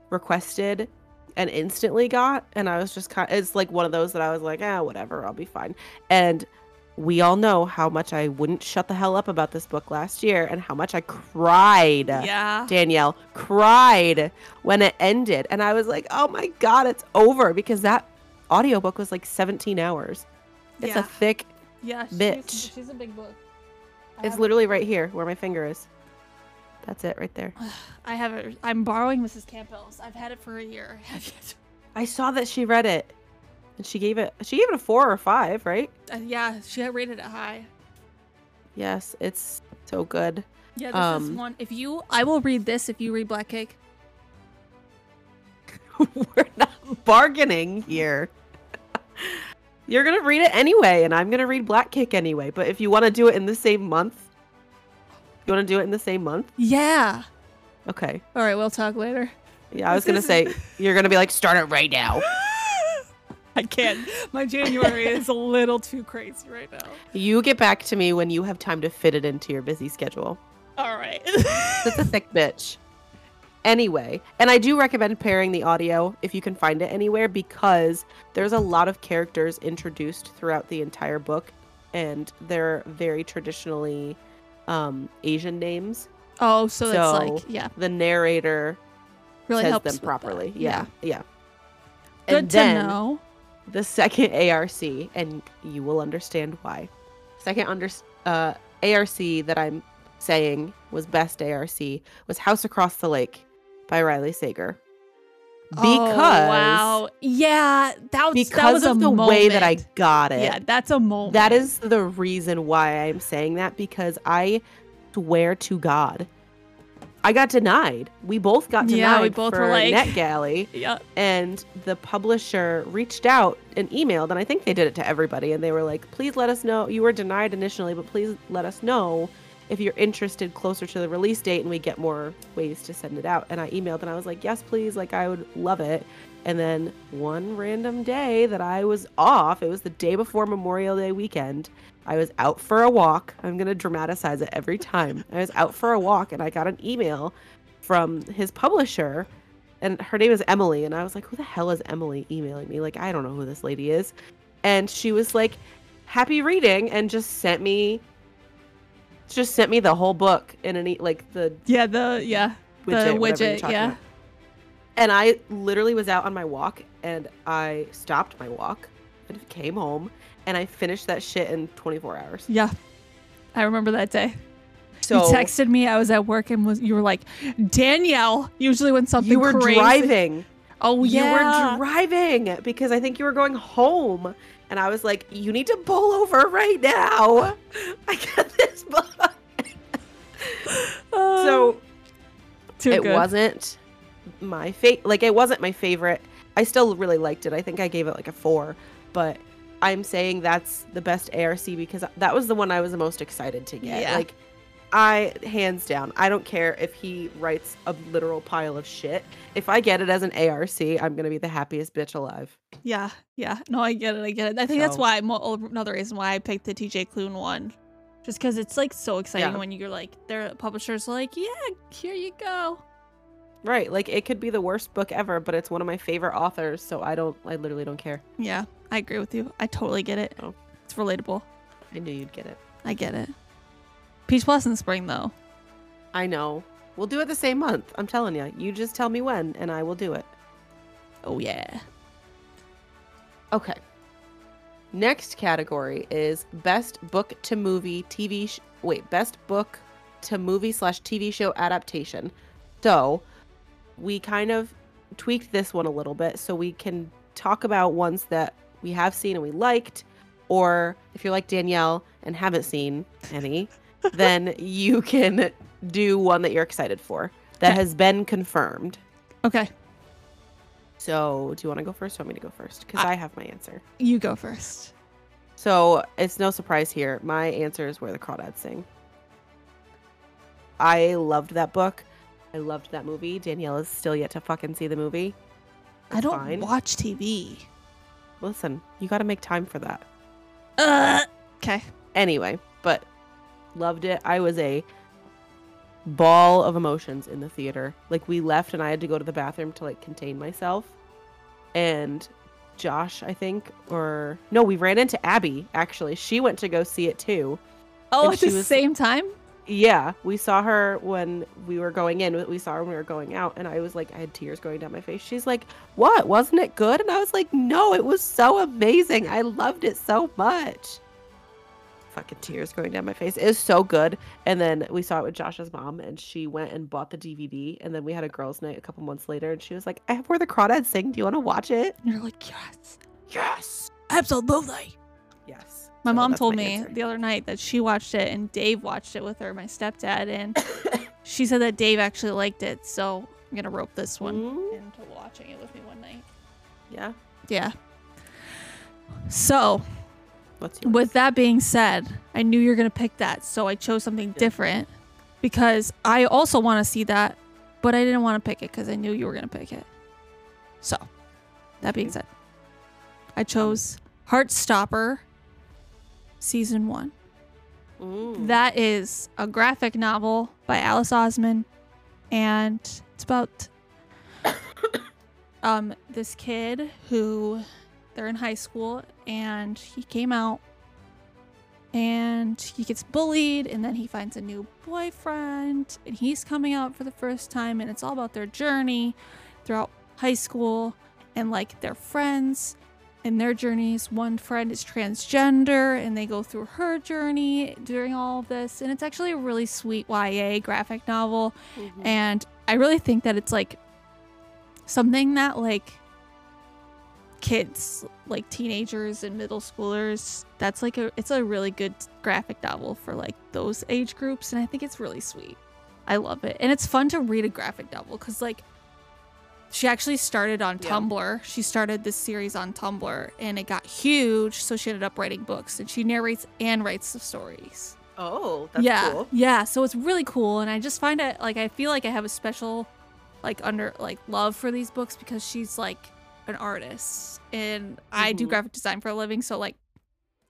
S2: requested and instantly got and i was just kind it's like one of those that i was like ah whatever i'll be fine and we all know how much i wouldn't shut the hell up about this book last year and how much i cried
S1: Yeah.
S2: danielle cried when it ended and i was like oh my god it's over because that audiobook was like 17 hours it's
S1: yeah.
S2: a thick
S1: yeah, she's,
S2: bitch.
S1: She's a big book. I
S2: it's
S1: have-
S2: literally right here where my finger is. That's it right there.
S1: I have it. I'm borrowing Mrs. Campbell's. I've had it for a year.
S2: [sighs]
S1: [laughs]
S2: I saw that she read it. And she gave it she gave it a 4 or 5, right?
S1: Uh, yeah, she had rated it high.
S2: Yes, it's so good. [laughs]
S1: Yeah, this is
S2: Um,
S1: one. If you, I will read this if you read Black Cake.
S2: We're not bargaining here. [laughs] You're going to read it anyway and I'm going to read Black Kick anyway, but if you want to do it in the same month, you want to do it in the same month?
S1: Yeah.
S2: Okay.
S1: All right, we'll talk later. [laughs]
S2: Yeah, I was
S1: This
S2: going to
S1: is-
S2: say [laughs] you're going to be like start it right now.
S1: I can't. My
S2: [laughs]
S1: January is a little too crazy right now.
S2: You get back to me when you have time to fit it into your busy schedule.
S1: All right.
S2: That's a thick bitch. Anyway, and I do recommend pairing the audio if you can find it anywhere because there's a lot of characters introduced throughout the entire book and they're very traditionally um, Asian names.
S1: oh, so, that's
S2: So,
S1: like, yeah,
S2: The narrator
S1: really
S2: says
S1: helps
S2: them
S1: with that.
S2: properly. Yeah, yeah.
S1: Good
S2: and
S1: to
S2: then
S1: know.
S2: the second [laughs] ARC, and you will understand why. Second under uh, ARC that I'm saying was best ARC was House Across the Lake by Riley Sager. Because
S1: oh, wow, yeah, that was that
S2: because
S1: was a
S2: of the way that I
S1: moment.
S2: got it.
S1: Yeah, that's a moment.
S2: That is the reason why I'm saying that because I swear to God, I got denied. We both got denied
S1: Yeah, we both
S2: for
S1: were like-
S2: NetGalley,
S1: Yeah.
S2: and the publisher reached out and emailed, and I think they did it to everybody, and they were like, "Please let us know. You were denied initially, but please let us know if you're interested closer to the release date, and we get more ways to send it out." And I emailed, and I was like, "Yes, please. Like, I would love it." And then one random day that I was off, it was the day before Memorial Day weekend. I was out for a walk. I'm going to dramatize it every time. I was out for a walk and I got an email from his publisher and her name is Emily and I was like, "Who the hell is Emily emailing me? Like, I don't know who this lady is." And she was like, "Happy reading" and just sent me just sent me the whole book in an e- like the
S1: Yeah. The yeah.
S2: widget,
S1: The
S2: whatever you're
S1: widget,
S2: talking
S1: yeah.
S2: about. And I literally was out on my walk and I stopped my walk and came home and I finished that shit in 24 hours.
S1: Yeah. I remember that day.
S2: So
S1: you texted me. I was at work and was you were like Danielle. Usually when something
S2: you were
S1: crazy-
S2: driving.
S1: Oh yeah.
S2: You were driving because I think you were going home. And I was like, you need to pull over right now. [laughs] I got this [laughs] book.
S1: Oh,
S2: So
S1: too
S2: it
S1: good.
S2: wasn't my favorite. Like it wasn't my favorite. I still really liked it. I think I gave it like a four, but I'm saying that's the best ARC because that was the one I was the most excited to get.
S1: Yeah.
S2: Like I hands down, I don't care if he writes a literal pile of shit. If I get it as an ARC, I'm gonna be the happiest bitch alive.
S1: Yeah, yeah. No, I get it. I get it. I think that's
S2: So-
S1: why mo- oh, another reason why I picked the TJ Klune one, just because it's like so exciting
S2: Yeah.
S1: when you're like their publishers are like, yeah, here you go.
S2: Right. Like it could be the worst book ever, but it's one of my favorite authors, so I don't I literally don't care.
S1: Yeah, I agree with you. I totally get it.
S2: Oh.
S1: It's relatable.
S2: I knew you'd get it.
S1: I get it. Peach Blossom Spring though.
S2: I know. We'll do it the same month. I'm telling you. You just tell me when and I will do it.
S1: Oh yeah.
S2: Okay. Next category is best book to movie TV. Sh- wait, best book to movie slash TV show adaptation. So we kind of tweaked this one a little bit so we can talk about ones that we have seen and we liked, or if you're like Danielle and haven't seen any, then you can do one that you're excited for that
S1: Okay.
S2: has been confirmed.
S1: Okay,
S2: So, do you want to go first? Or want me to go first? Because I have my answer.
S1: you go first.
S2: So it's no surprise here. My answer is Where the Crawdads Sing. I loved that book. I loved that movie. Danielle is still yet to fucking see the movie.
S1: I
S2: It's
S1: don't
S2: fine.
S1: watch TV.
S2: Listen, you got to make time for that.
S1: Uh. Okay.
S2: Anyway, but loved it. I was a ball of emotions in the theater. Like we left and I had to go to the bathroom to like contain myself. And Josh, I think, or no, we ran into Abby actually. She went to go see it too.
S1: Oh,
S2: And
S1: at the
S2: she was-
S1: same time.
S2: Yeah, we saw her when we were going in. We saw her when we were going out, and I was like, I had tears going down my face. She's like, "What? Wasn't it good?" And I was like, "No, it was so amazing. I loved it so much." Fucking tears going down my face. It was so good. And then we saw it with Josh's mom, and she went and bought the DVD. And then we had a girls' night a couple months later, and she was like, "I have where the crawdads sing. Do you want to watch it?"
S1: And you're like, yes,
S2: Yes,
S1: absolutely.
S2: yes.
S1: My
S2: So
S1: mom
S2: Oh, that's
S1: told
S2: my
S1: me
S2: answer.
S1: the other night that she watched it and Dave watched it with her, my stepdad, and she said that Dave actually liked it. So I'm gonna rope this one
S2: Mhm.
S1: into watching it with me one night.
S2: Yeah.
S1: Yeah. So
S2: What's yours?
S1: with that being said, I knew you were gonna pick that, so I chose something different because I also want to see that, but I didn't want to pick it because I knew you were gonna pick it. So that being
S2: Okay.
S1: said, I chose Heartstopper, season one.
S2: Mm.
S1: That is a graphic novel by Alice Osman, and it's about [coughs] um this kid who they're in high school and he came out and he gets bullied and then he finds a new boyfriend and he's coming out for the first time and it's all about their journey throughout high school and like their friends and their journeys one friend is transgender and they go through her journey during all of this and it's actually a really sweet YA graphic novel
S2: Mhm.
S1: and I really think that it's like something that like kids, like teenagers and middle schoolers, that's like a it's a really good graphic novel for like those age groups and I think it's really sweet. I love it. And it's fun to read a graphic novel because, like, she actually started on
S2: Yeah.
S1: Tumblr. She started this series on Tumblr and it got huge. So she ended up writing books and she narrates and writes the stories.
S2: Oh, that's
S1: yeah.
S2: cool.
S1: Yeah. So it's really cool. And I just find it, like, I feel like I have a special, like, under, like, love for these books because she's, like, an artist and I do
S2: Mhm.
S1: graphic design for a living. So, like,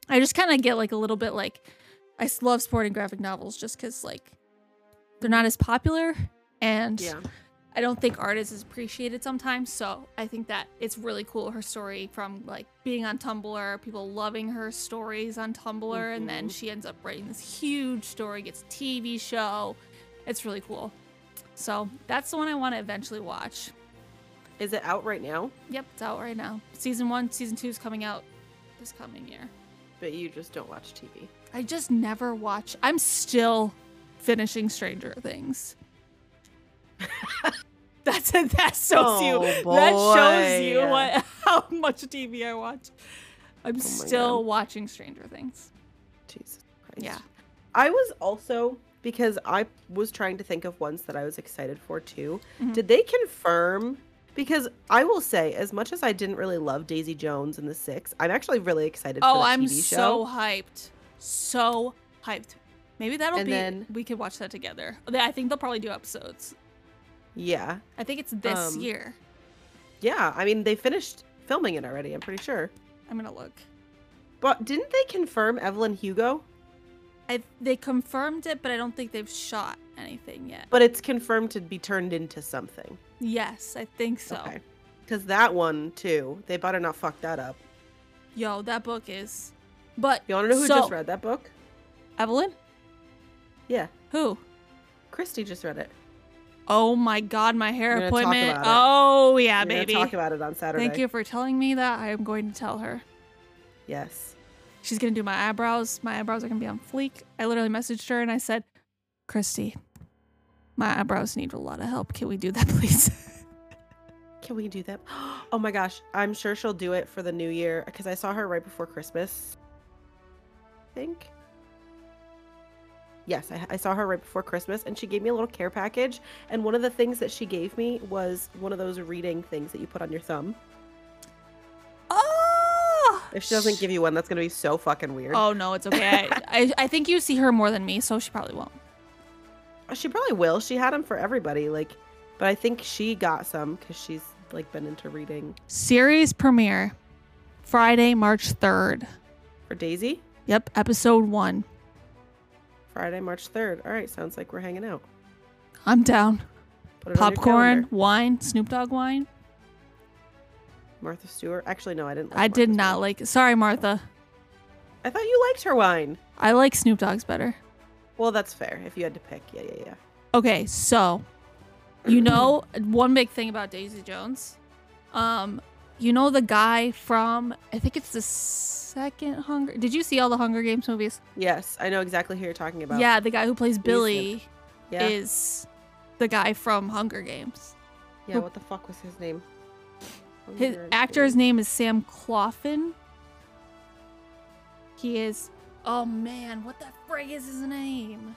S1: I just kind of get, like, a little bit, like, I s- love sporting graphic novels just because, like, they're not as popular. And
S2: Yeah.
S1: I don't think art is as appreciated sometimes. So I think that it's really cool her story from like being on Tumblr, people loving her stories on Tumblr, and then
S2: Mhm.
S1: she ends up writing this huge story, gets a TV show. It's really cool. So that's the one I want to eventually watch.
S2: Is it out right now?
S1: Yep, it's out right now. Season one, season two is coming out this coming year.
S2: But you just don't watch TV.
S1: I just never watch. I'm still finishing Stranger Things. [laughs] that's that's so you.
S2: Oh,
S1: That shows you
S2: boy.
S1: what [laughs] how much TV I watch. I'm still
S2: Oh God.
S1: watching Stranger Things.
S2: Jesus Christ.
S1: Yeah.
S2: I was also because I was trying to think of ones that I was excited for too.
S1: Mhm.
S2: Did they confirm? Because I will say, as much as I didn't really love Daisy Jones and the Six, I'm actually really excited for
S1: Oh,
S2: the
S1: I'm
S2: TV show.
S1: so hyped. So hyped. Maybe that'll
S2: And
S1: be
S2: then-
S1: we could watch that together. I think they'll probably do episodes.
S2: Yeah,
S1: I think it's this
S2: Um,
S1: year.
S2: yeah. I mean, they finished filming it already. I'm pretty sure.
S1: I'm gonna look.
S2: But didn't they confirm Evelyn Hugo?
S1: I they confirmed it, but I don't think they've shot anything yet.
S2: But it's confirmed to be turned into something.
S1: Yes, I think so.
S2: Okay. Because that one too, they better not fuck that up.
S1: Yo, that book is. But
S2: You want to know who
S1: so-
S2: just read that book?
S1: Evelyn?
S2: Yeah,
S1: Who?
S2: Christy just read it.
S1: Oh my God, my hair
S2: We're gonna talk
S1: appointment.
S2: about it.
S1: Oh yeah,
S2: We're gonna
S1: baby.
S2: Talk about it on Saturday.
S1: Thank you for telling me that. I am going to tell her.
S2: Yes.
S1: She's gonna do my eyebrows. My eyebrows are gonna be on fleek. I literally messaged her and I said, "Christy, my eyebrows need a lot of help. Can we do that, [laughs] please?"
S2: Can we do that? [gasps] Oh my gosh, I'm sure she'll do it for the new year because I saw her right before Christmas. I think. Yes, I, I saw her right before Christmas and she gave me a little care package. And one of the things that she gave me was one of those reading things that you put on your thumb.
S1: oh!
S2: If she doesn't give you one, that's going to be so fucking weird.
S1: Oh no, it's okay. I, I, I think you see her more than me, so she probably won't.
S2: She probably will. She had them for everybody. Like, but I think she got some because she's like been into reading
S1: Series premiere, Friday, March third.
S2: for Daisy.
S1: Yep, episode one.
S2: Friday, March 3rd. All right, sounds like we're hanging out.
S1: I'm down.
S2: Put it on your
S1: Popcorn,
S2: calendar.
S1: wine, Snoop Dogg wine.
S2: Martha Stewart. Actually, no, I didn't. Like
S1: I did
S2: Martha's
S1: not
S2: wine.
S1: like. Sorry, Martha.
S2: I thought you liked her wine.
S1: I like Snoop Dogg's better.
S2: Well, that's fair. If you had to pick, yeah, yeah, yeah.
S1: Okay, so
S2: [clears throat]
S1: you know one big thing about Daisy Jones. Um, you know the guy from I think it's the second Hunger. Did you see all the Hunger Games movies?
S2: Yes, I know exactly who you're talking about.
S1: yeah, the guy who plays Billy
S2: yeah,
S1: is the guy from Hunger Games.
S2: yeah. What the fuck was his name?
S1: His
S2: Hunger
S1: actor's
S2: Games.
S1: name is Sam Claflin. He is. Oh man, what the frig is his
S2: [laughs]
S1: name?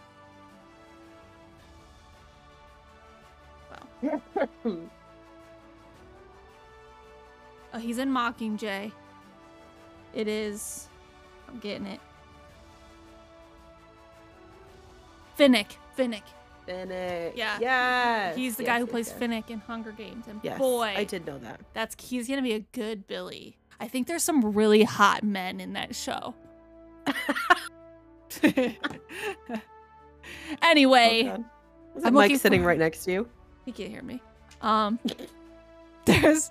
S1: Oh, he's in Mockingjay. It is. I'm getting it. Finnick. Finnick.
S2: Finnick.
S1: Yeah.
S2: Yes.
S1: He's the
S2: yes,
S1: guy who
S2: yes,
S1: plays
S2: yes.
S1: Finnick in Hunger Games. And
S2: Yes,
S1: boy,
S2: I did
S1: [laughs]
S2: know that.
S1: that's he's gonna be a good Billy. I think there's some really hot men in that show. anyway,
S2: Well done. Is
S1: I'm
S2: it Mike
S1: looking
S2: sitting
S1: for-
S2: right next to you?
S1: he can't hear me. Um, [laughs] there's,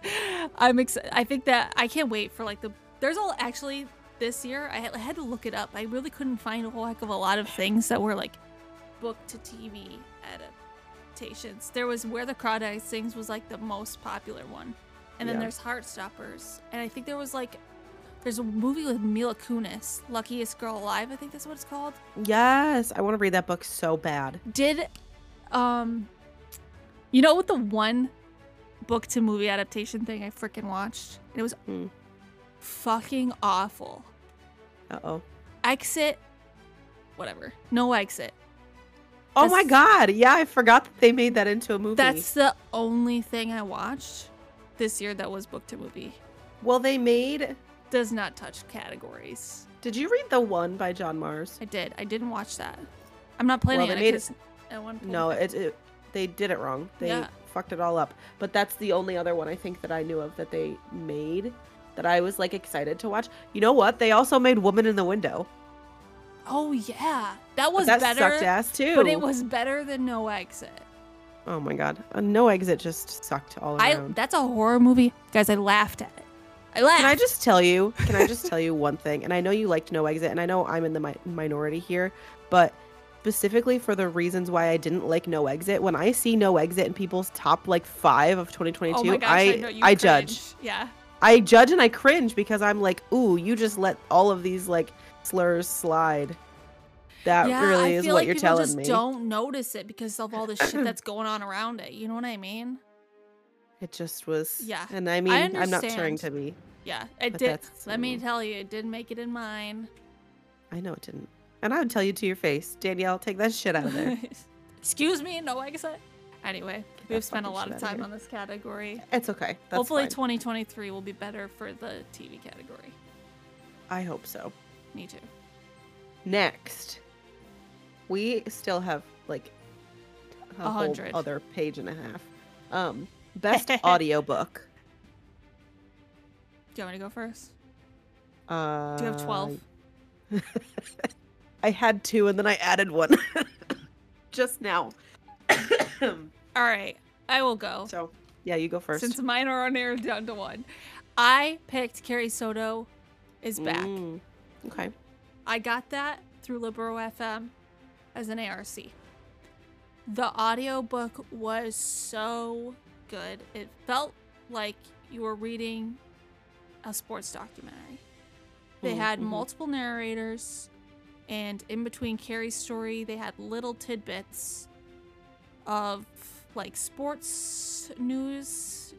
S1: I'm excited. I think that I can't wait for like the. There's all actually this year. I had, I had to look it up. I really couldn't find a whole heck of a lot of things that were like book to TV adaptations. There was Where the Crawdads Sings was like the most popular one, and then
S2: Yeah.
S1: there's Heartstoppers, and I think there was like. There's a movie with Mila Kunis, Luckiest Girl Alive, I think that's what it's called
S2: Yes, I want to read that book so bad.
S1: did um you know what the one book to movie adaptation thing i freaking watched it was
S2: Hmm.
S1: fucking awful
S2: Uh oh.
S1: exit whatever no exit
S2: Oh my
S1: That's-
S2: god! Yeah, I forgot that they made that into a movie.
S1: That's the only thing I watched this year that was book to movie.
S2: well, they made.
S1: Does not touch categories.
S2: Did you read the one by John Mars?
S1: I did. I didn't watch that. I'm not planning
S2: Well,
S1: on
S2: they made
S1: it. 'cause At one point,
S2: No, it, it they did it wrong. They
S1: Yeah.
S2: fucked it all up. But that's the only other one I think that I knew of that they made that I was like excited to watch. You know what? They also made Woman in the Window.
S1: Oh yeah, that
S2: But
S1: was
S2: that
S1: better.
S2: sucked ass too.
S1: But it was better than No Exit.
S2: Oh my god. Uh, no Exit just sucked all
S1: I
S2: around.
S1: that's a horror movie, guys. I laughed at it. I laughed.
S2: Can I just tell you? Can I just tell you one thing? And I know you liked No Exit, and I know I'm in the mi- minority here, but specifically for the reasons why I didn't like No Exit, when I see No Exit in people's top like five of 2022,
S1: oh my gosh, I, know you
S2: I judge.
S1: cringe. Yeah,
S2: I judge and I cringe because I'm like, ooh, you just let all of these like slurs slide. That
S1: yeah.
S2: really
S1: I
S2: is
S1: feel
S2: what
S1: like
S2: you're
S1: people
S2: telling
S1: just
S2: me.
S1: Don't notice it because of all the
S2: [coughs]
S1: shit that's going on around it. You know what I mean?
S2: It just was.
S1: Yeah,
S2: And I mean, I'm not
S1: understand.
S2: trying to be.
S1: Yeah, mm. it
S2: But
S1: did.
S2: that's,
S1: Let me
S2: um,
S1: tell you, it did make it in mine.
S2: I know it didn't. And I would tell you to your face, Danielle, take that shit out
S1: [laughs]
S2: of there.
S1: Excuse me, no exit. Anyway,
S2: Get that
S1: we've spent a
S2: fucking
S1: lot of
S2: shit outta
S1: time
S2: here.
S1: on this category.
S2: it's okay. That's
S1: Hopefully,
S2: fine.
S1: 2023 will be better for the TV category.
S2: I hope so.
S1: Me too.
S2: Next, we still have like a
S1: A
S2: whole
S1: hundred.
S2: other page and a half.
S1: [laughs]
S2: Um, best audiobook.
S1: Do you want me to go first?
S2: Uh,
S1: Do you have 12?
S2: [laughs] I had two and then I added one [laughs] just now. [coughs]
S1: All right, I will go.
S2: so, yeah, you go first.
S1: Since mine are on air down to one, I picked Carrie Soto is back.
S2: Mm, Okay.
S1: I got that through Libero FM as an ARC. The audiobook was so good. It felt like you were reading a sports documentary. They
S2: Mm,
S1: had
S2: mhm.
S1: multiple narrators, and in between Carrie's story, they had little tidbits of like sports news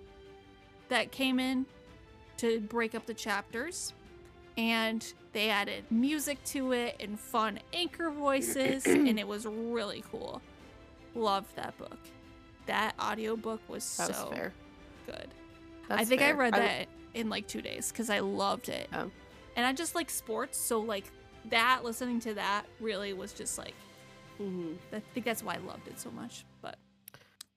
S1: that came in to break up the chapters. And they added music to it and fun anchor voices,
S2: [clears throat]
S1: and it was really cool. Loved that book. That audiobook was
S2: That was
S1: so
S2: fair.
S1: good. I
S2: That's
S1: think I
S2: fair.
S1: read that in like two days because I loved it.
S2: Oh.
S1: And I just like sports, so like that, listening to that really was just like,
S2: Mhm.
S1: I think that's why I loved it so much. But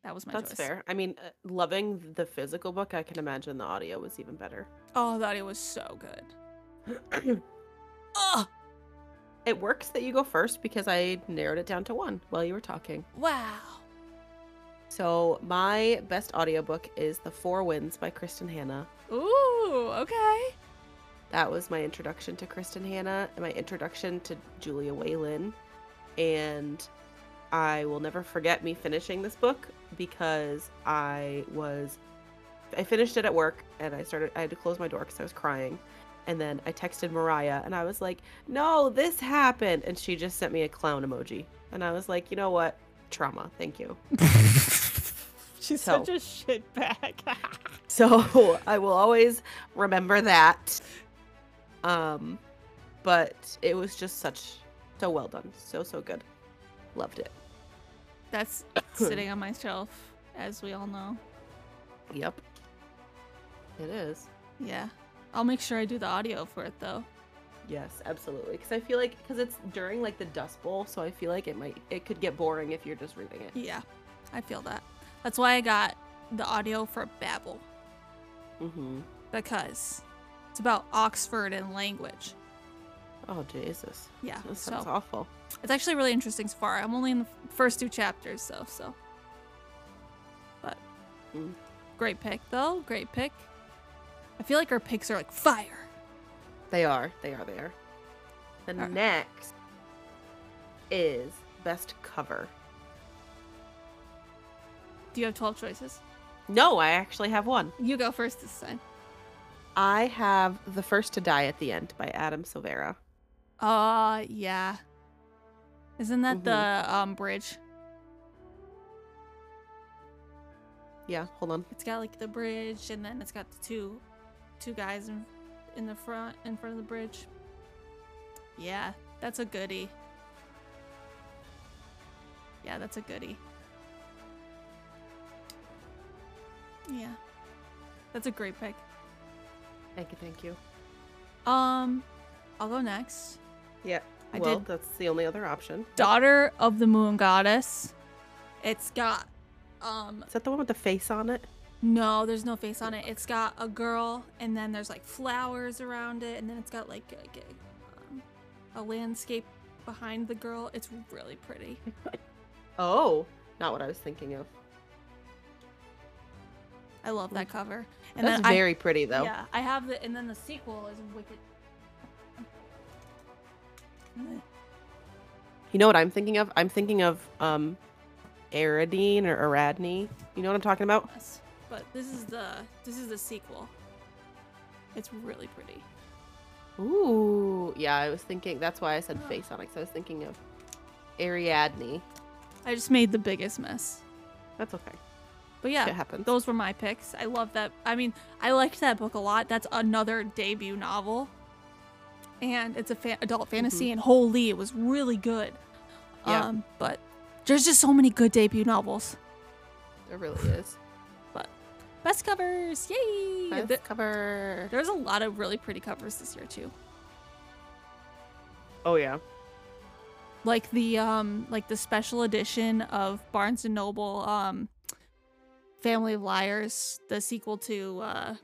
S1: that was my
S2: That's
S1: choice.
S2: fair. I mean, uh, loving the physical book, I can imagine the audio was even better.
S1: Oh, that it was so good.
S2: [clears throat]
S1: oh,
S2: It works that you go first because I narrowed it down to one while you were talking.
S1: wow.
S2: So, my best audiobook is The Four Winds by Kristen Hanna.
S1: Ooh, okay.
S2: That was my introduction to Kristen Hanna and my introduction to Julia Whalen. And I will never forget me finishing this book because I was I finished it at work and I started I had to close my door because I was crying. And then I texted Mariah and I was like, No, this happened and she just sent me a clown emoji. And I was like, you know what? Trauma, thank you.
S1: She's
S2: So-
S1: such a shitbag.
S2: [laughs] So [laughs] I will always remember that. Um, but it was just such so well done, so so good. Loved it. [coughs]
S1: That's sitting on my shelf, as we all know.
S2: Yep. It is.
S1: Yeah. I'll make sure I do the audio for it though.
S2: Yes, absolutely. Because I feel like because it's during like the Dust Bowl, so I feel like it might it could get boring if you're just reading it.
S1: Yeah, I feel that. That's why I got the audio for Babel
S2: Mm-hmm.
S1: because it's about Oxford and language.
S2: Oh Jesus,
S1: Yeah,
S2: that sounds
S1: so
S2: awful.
S1: it's actually really interesting so far. I'm only in the f- first two chapters, so so. But
S2: Mm.
S1: great pick though, great pick. I feel like our picks are like fire.
S2: They are. They are. They are. The
S1: Alright.
S2: next is best cover.
S1: Do you have 12 choices?
S2: No, I actually have one.
S1: You go first this time.
S2: I have The First to Die at the End by Adam Silvera.
S1: Uh, yeah. Isn't that
S2: Mhm.
S1: the um bridge?
S2: Yeah, hold on.
S1: It's got like the bridge, and then it's got the two, two guys in, in the front, in front of the bridge. Yeah, that's a goodie. Yeah, that's a goodie. Yeah. That's a great pick.
S2: Thank you, thank you.
S1: Um, I'll go next.
S2: Yeah.
S1: I
S2: well,
S1: did-
S2: that's the only other option.
S1: Daughter of the Moon Goddess. It's got um
S2: Is that the one with the face on it?
S1: no, there's no face on it. It's got a girl, and then there's like flowers around it, and then it's got like a, a- um, a landscape behind the girl. It's really pretty.
S2: Oh, not what I was thinking of.
S1: I love that cover. And
S2: that's
S1: then
S2: very pretty,
S1: I,
S2: though.
S1: yeah, I have the and then the sequel is wicked.
S2: You know what I'm thinking of? I'm thinking of um, Aradine or Aradne. You know what I'm talking about?
S1: Yes, But this is the this is the sequel. It's really pretty.
S2: Ooh, yeah. I was thinking. That's why I said
S1: Oh.
S2: face on it. 'cause I was thinking of Ariadne.
S1: I just made the biggest mess.
S2: That's okay.
S1: But yeah,
S2: It happens.
S1: those were my picks. I love that. I mean, I liked that book a lot. That's another debut novel, and it's a fa- adult fantasy. And holy, it was really good.
S2: Yeah.
S1: Um, but there's just so many good debut novels.
S2: It really is.
S1: Best covers, yay!
S2: Nice
S1: Th-
S2: cover.
S1: there's a lot of really pretty covers this year too.
S2: Oh yeah.
S1: like the um like the special edition of Barnes and Noble um Family of Liars, the sequel to uh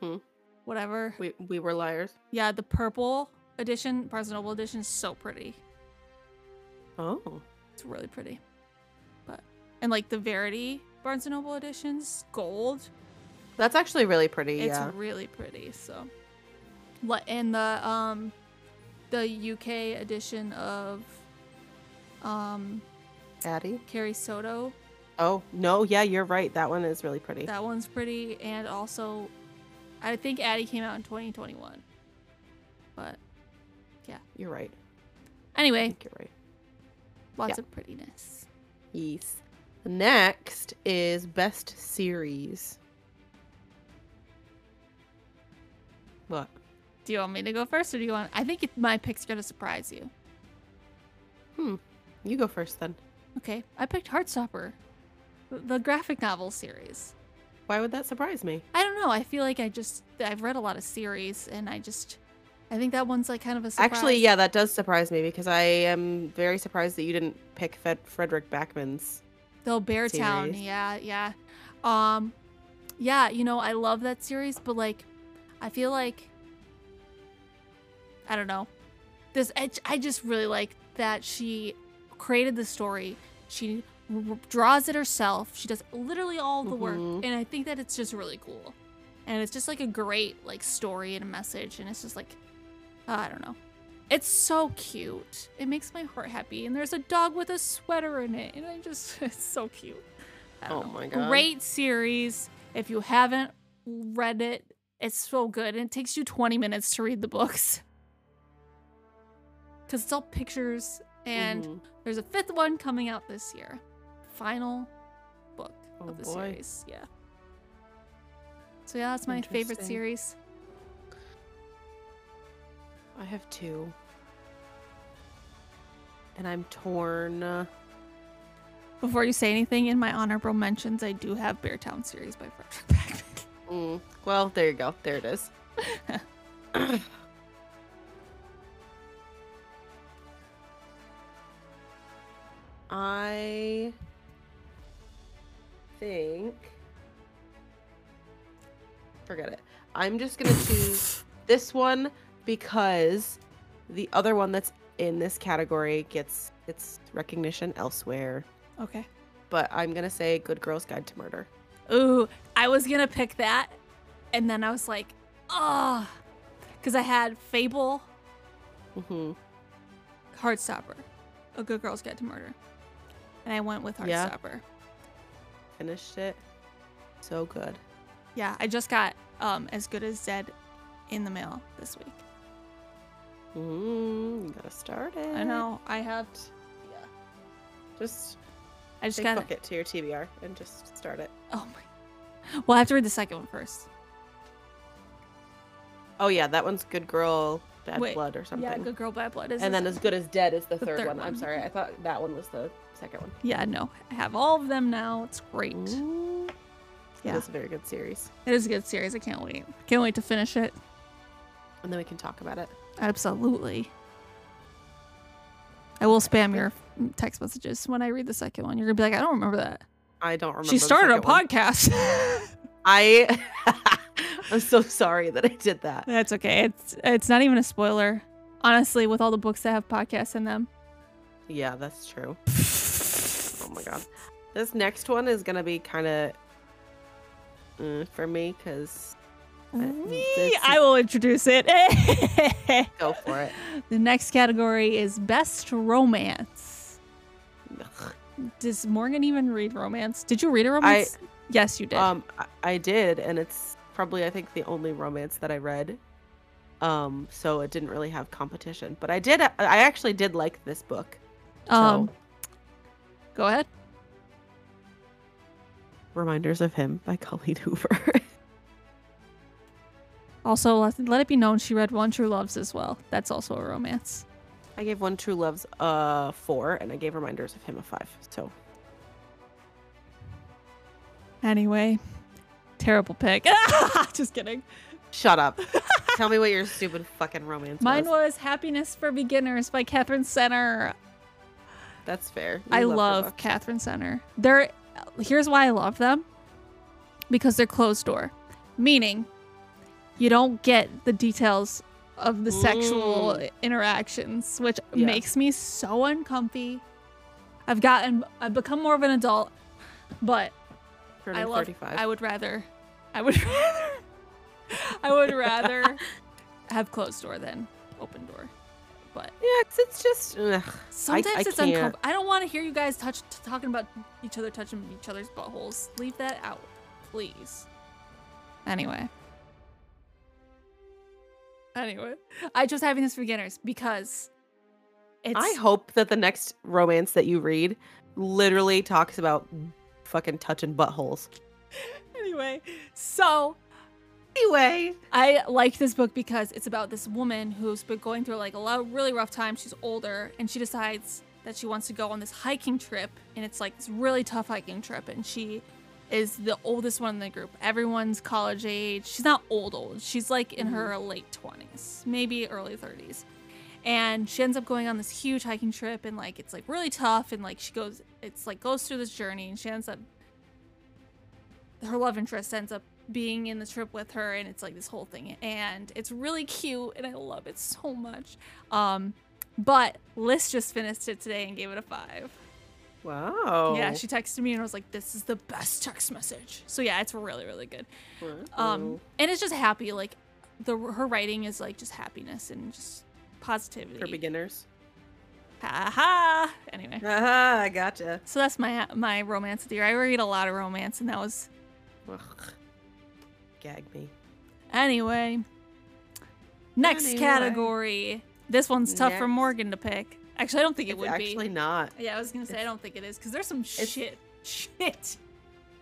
S2: hmm
S1: whatever.
S2: We we were liars.
S1: Yeah, the purple edition, Barnes and Noble edition is so pretty.
S2: Oh.
S1: It's really pretty. But and like the Verity Barnes and Noble editions, gold.
S2: That's actually really pretty. yeah.
S1: It's really pretty, so Li- and the um the UK edition of um
S2: Addie.
S1: Carrie Soto
S2: Oh no. Yeah, you're right. That one is really pretty.
S1: That one's pretty, and also, I think Addie came out in 2021. But
S2: You're right. I
S1: anyway,
S2: think you're right.
S1: lots
S2: Yeah.
S1: of prettiness.
S2: Yes. Next is best series. What?
S1: Do you want me to go first, or do you want? I think it, my pick's gonna surprise you.
S2: You go first then.
S1: Okay, I picked Heartstopper, the- the graphic novel series.
S2: Why would that surprise me?
S1: I don't know. I feel like I just I've read a lot of series, and I just I think that one's like kind of a surprise.
S2: Actually, yeah, that does surprise me because I am very surprised that you didn't pick Fed- Frederick Backman's.
S1: The Bear Town,
S2: series.
S1: yeah, yeah. Um yeah, you know, I love that series, but like I feel like I don't know. This I, j- I just really like that she created the story. She r- r- draws it herself. She does literally all the work,
S2: Mhm.
S1: and I think that it's just really cool. And it's just like a great like story and a message and it's just like uh, I don't know. It's so cute. It makes my heart happy. And there's a dog with a sweater in it. And I just, [laughs] it's so cute. I don't
S2: Oh
S1: know.
S2: my God.
S1: Great series. If you haven't read it, it's so good. And it takes you 20 minutes to read the books. [laughs] Because it's all pictures. And
S2: Mhm.
S1: there's a fifth one coming out this year. Final book
S2: Oh
S1: of the
S2: boy.
S1: series. Yeah. So, yeah, that's my favorite
S2: Interesting.
S1: series.
S2: I have two. And I'm torn.
S1: Before you say anything, in my honorable mentions, I do have Beartown series by Frederick [laughs] Backman.
S2: Mm, Well, there you go. There it is. [coughs] I think. Forget it. I'm just going to choose this one because the other one that's in this category gets its recognition elsewhere.
S1: Okay.
S2: But I'm going to say Good Girl's Guide to Murder.
S1: Ooh, I was gonna pick that, and then I was like, ah, because I had Fable,
S2: hmm
S1: Heartstopper, A Good Girl's Guide to Murder, and I went with Heartstopper.
S2: Yeah.
S1: Yeah,
S2: Finished it. So good.
S1: I just got um as good as dead in the mail this week.
S2: Mm, you gotta start it.
S1: I know I have.
S2: Just,
S1: I just
S2: say
S1: got.
S2: fuck it to your TBR and just start it.
S1: Oh my. Well, I have to read the second one first.
S2: Oh yeah, that one's good girl Bad
S1: Wait,
S2: Blood or something.
S1: Yeah, Good Girl Bad Blood is.
S2: and
S1: the
S2: then As
S1: second-
S2: Good as Dead is the,
S1: the
S2: third,
S1: third
S2: one. I'm
S1: one.
S2: sorry, I thought that one was the second one.
S1: yeah, no, I have all of them now. It's great.
S2: Ooh,
S1: Yeah,
S2: It is a very good series.
S1: it is a good series. I can't wait. Can't wait to finish it.
S2: And then we can talk about it.
S1: Absolutely. I will spam your text messages when I read the second one. You're gonna be like, I don't remember that.
S2: I don't remember.
S1: She
S2: the
S1: started a
S2: second one.
S1: podcast. [laughs]
S2: I [laughs] I'm so sorry that I did that.
S1: That's okay. It's it's not even a spoiler. Honestly, with all the books that have podcasts in them.
S2: Yeah, that's true. Oh my god. This next one is gonna be kind of mm, for me mm, because
S1: Wee! I will introduce it. [laughs]
S2: go for [laughs] it.
S1: the next category is best romance.
S2: Ugh.
S1: Does Morgan even read romance? Did you read a romance? yes, you did.
S2: Um, I, I did, and it's probably I think the only romance that I read. Um, so it didn't really have competition, but I did. I actually did like this book.
S1: Um, go ahead.
S2: Reminders of Him by [laughs] Colleen Hoover.
S1: Also, let, let it be known she read One True Loves as well. That's also a romance.
S2: I gave One True Love's a four, and I gave Reminders of Him a five. So
S1: Anyway, terrible pick. [laughs] Just kidding.
S2: shut [laughs] up. Tell me what your stupid fucking romance
S1: Mine
S2: was.
S1: was Happiness for Beginners by Catherine Center.
S2: That's fair. You
S1: I
S2: her
S1: love
S2: book.
S1: Catherine Center. They're here's why I love them. Because they're closed door. Meaning you don't get the details of the sexual
S2: Mm.
S1: interactions, which
S2: Yeah.
S1: makes me so uncomfy. I've gotten I've become more of an adult, but
S2: Turning
S1: I love-
S2: 35.
S1: I would rather I would [laughs] rather I would
S2: [laughs]
S1: rather have closed door than open door. But
S2: yeah, 'cause it's just. Ugh.
S1: Sometimes
S2: I
S1: it's
S2: can't.
S1: uncomfortable. I don't want to hear you guys touch t- talking about each other touching each other's buttholes. Leave that out, please. Anyway. Anyway, I chose having this for beginners because it's
S2: I hope that the next romance that you read literally talks about fucking touching buttholes.
S1: anyway. So
S2: Anyway,
S1: I like this book because it's about this woman who's been going through like a lot really rough time. She's older and she decides that she wants to go on this hiking trip and it's like this really tough hiking trip and she is the oldest one in the group. Everyone's college age. She's not old old. She's like in her late 20s, maybe early 30s. And she ends up going on this huge hiking trip and like it's like really tough and like she goes it's like goes through this journey and she ends up her love interest ends up being in the trip with her and it's like this whole thing and it's really cute and I love it so much. Um but Liz just finished it today and gave it a 5.
S2: wow.
S1: Yeah, she texted me and I was like this is the best text message. So yeah, it's really really good. Um and it's just happy like the her writing is like just happiness and just positivity.
S2: for beginners.
S1: Ha ha. Anyway.
S2: Ah, I gotcha.
S1: So that's my my romance of the year. I read a lot of romance and that was
S2: Ugh. Gag me.
S1: Anyway, next
S2: Anyway.
S1: category. This one's tough for
S2: Next.
S1: Morgan to pick. Actually, I don't think it
S2: it's
S1: would
S2: actually not.
S1: be. Yeah, I was gonna say I
S2: it's-
S1: don't think it is because there's some shit, shit.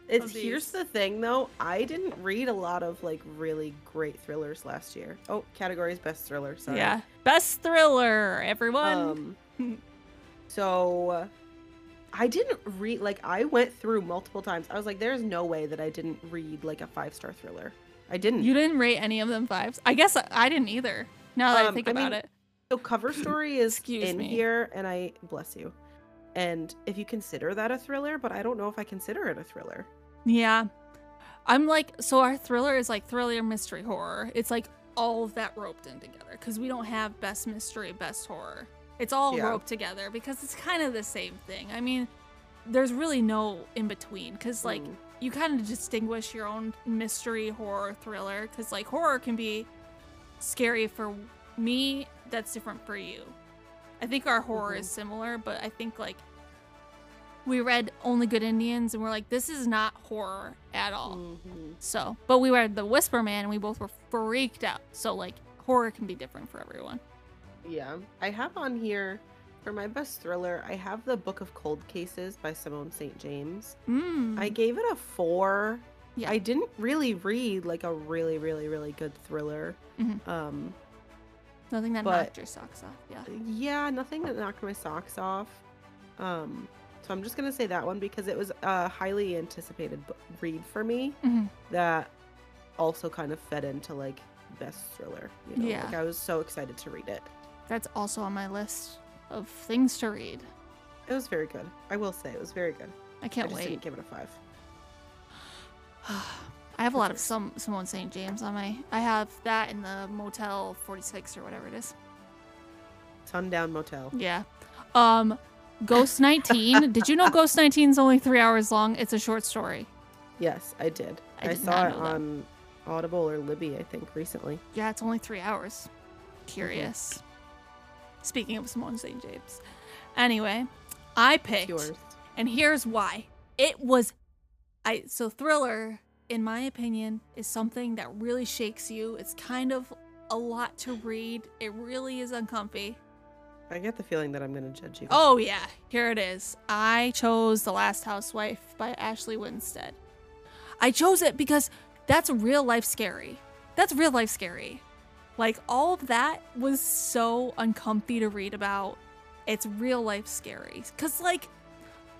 S2: It's
S1: of
S2: here's
S1: these.
S2: the thing though. I didn't read a lot of like really great thrillers last year. Oh, categories best thriller. Sorry.
S1: Yeah, best thriller, everyone.
S2: Um, [laughs] so I didn't read like I went through multiple times. I was like, there's no way that I didn't read like a five star thriller. I didn't.
S1: you didn't rate any of them fives. I guess I, I didn't either. Now that I
S2: Um,
S1: think
S2: I
S1: about
S2: mean-
S1: it, [laughs]
S2: so cover story is
S1: Excuse
S2: in
S1: me.
S2: here, and I bless you. And if you consider that a thriller, but I don't know if I consider it a thriller.
S1: yeah. I'm like, so our thriller is like thriller, mystery, horror. It's like all of that roped in together because we don't have best mystery, best horror. It's all
S2: Yeah.
S1: roped together because it's kind of the same thing. I mean, there's really no in between because like
S2: Mm.
S1: you kind of distinguish your own mystery horror thriller because like horror can be scary for me that's different for you i think our horror is similar but i think like we read only good indians and we're like this is not horror at all
S2: Mm.
S1: so but we read the whisper man and we both were freaked out so like horror can be different for everyone
S2: Yeah, I have on here for my best thriller. I have the Book of Cold Cases by Simone St. James.
S1: mm.
S2: I gave it a four.
S1: Yeah.
S2: I
S1: Mm-hmm.
S2: didn't really read like a really, really, really good thriller.
S1: Mhm.
S2: Um,
S1: Nothing that
S2: But-
S1: knocked your socks off. Yeah.
S2: Yeah, nothing that knocked my socks off. Um, so I'm just gonna say that one because it was a highly anticipated bu- read for me.
S1: Mhm.
S2: That also kind of fed into like best thriller. You know?
S1: Yeah.
S2: Like I was so excited to read it.
S1: That's also on my list of things to read.
S2: It was very good. I will say it was very good.
S1: I
S2: I
S1: can't
S2: just
S1: wait.
S2: didn't give it a five.
S1: I have a lot of some Simone St. James on my. I have that in the Motel 46 or whatever it is.
S2: Sundown Motel.
S1: Yeah. Um, Ghost [laughs] 19. Did you know Ghost 19 is only three hours long? It's a short story.
S2: Yes, I did.
S1: I did
S2: saw
S1: not
S2: it
S1: know that.
S2: on Audible or Libby, I think, recently.
S1: Yeah, it's only three hours. Curious. Speaking of Simone St. James. Anyway, I
S2: It's
S1: [laughs] picked.
S2: yours.
S1: And here's why. It was I so thriller in my opinion is something that really shakes you. It's kind of a lot to read. It really is uncomfy.
S2: I get the feeling that I'm gonna judge you.
S1: Oh yeah, here it is. I chose The Last Housewife by Ashley Winstead. I chose it because that's real life scary. That's real life scary. Like all of that was so uncomfy to read about. It's real life scary. Cause like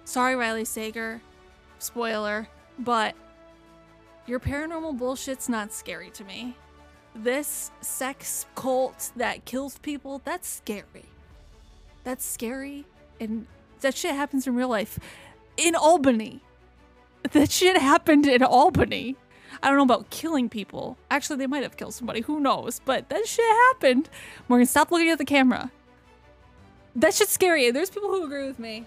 S1: sorry Riley Sager, spoiler, but your paranormal bullshit's not scary to me. This sex cult that kills people, that's scary. That's scary. And that shit happens in real life. In Albany. That shit happened in Albany. I don't know about killing people. Actually, they might have killed somebody. Who knows? But that shit happened. Morgan, stop looking at the camera. That shit's scary. There's people who agree with me.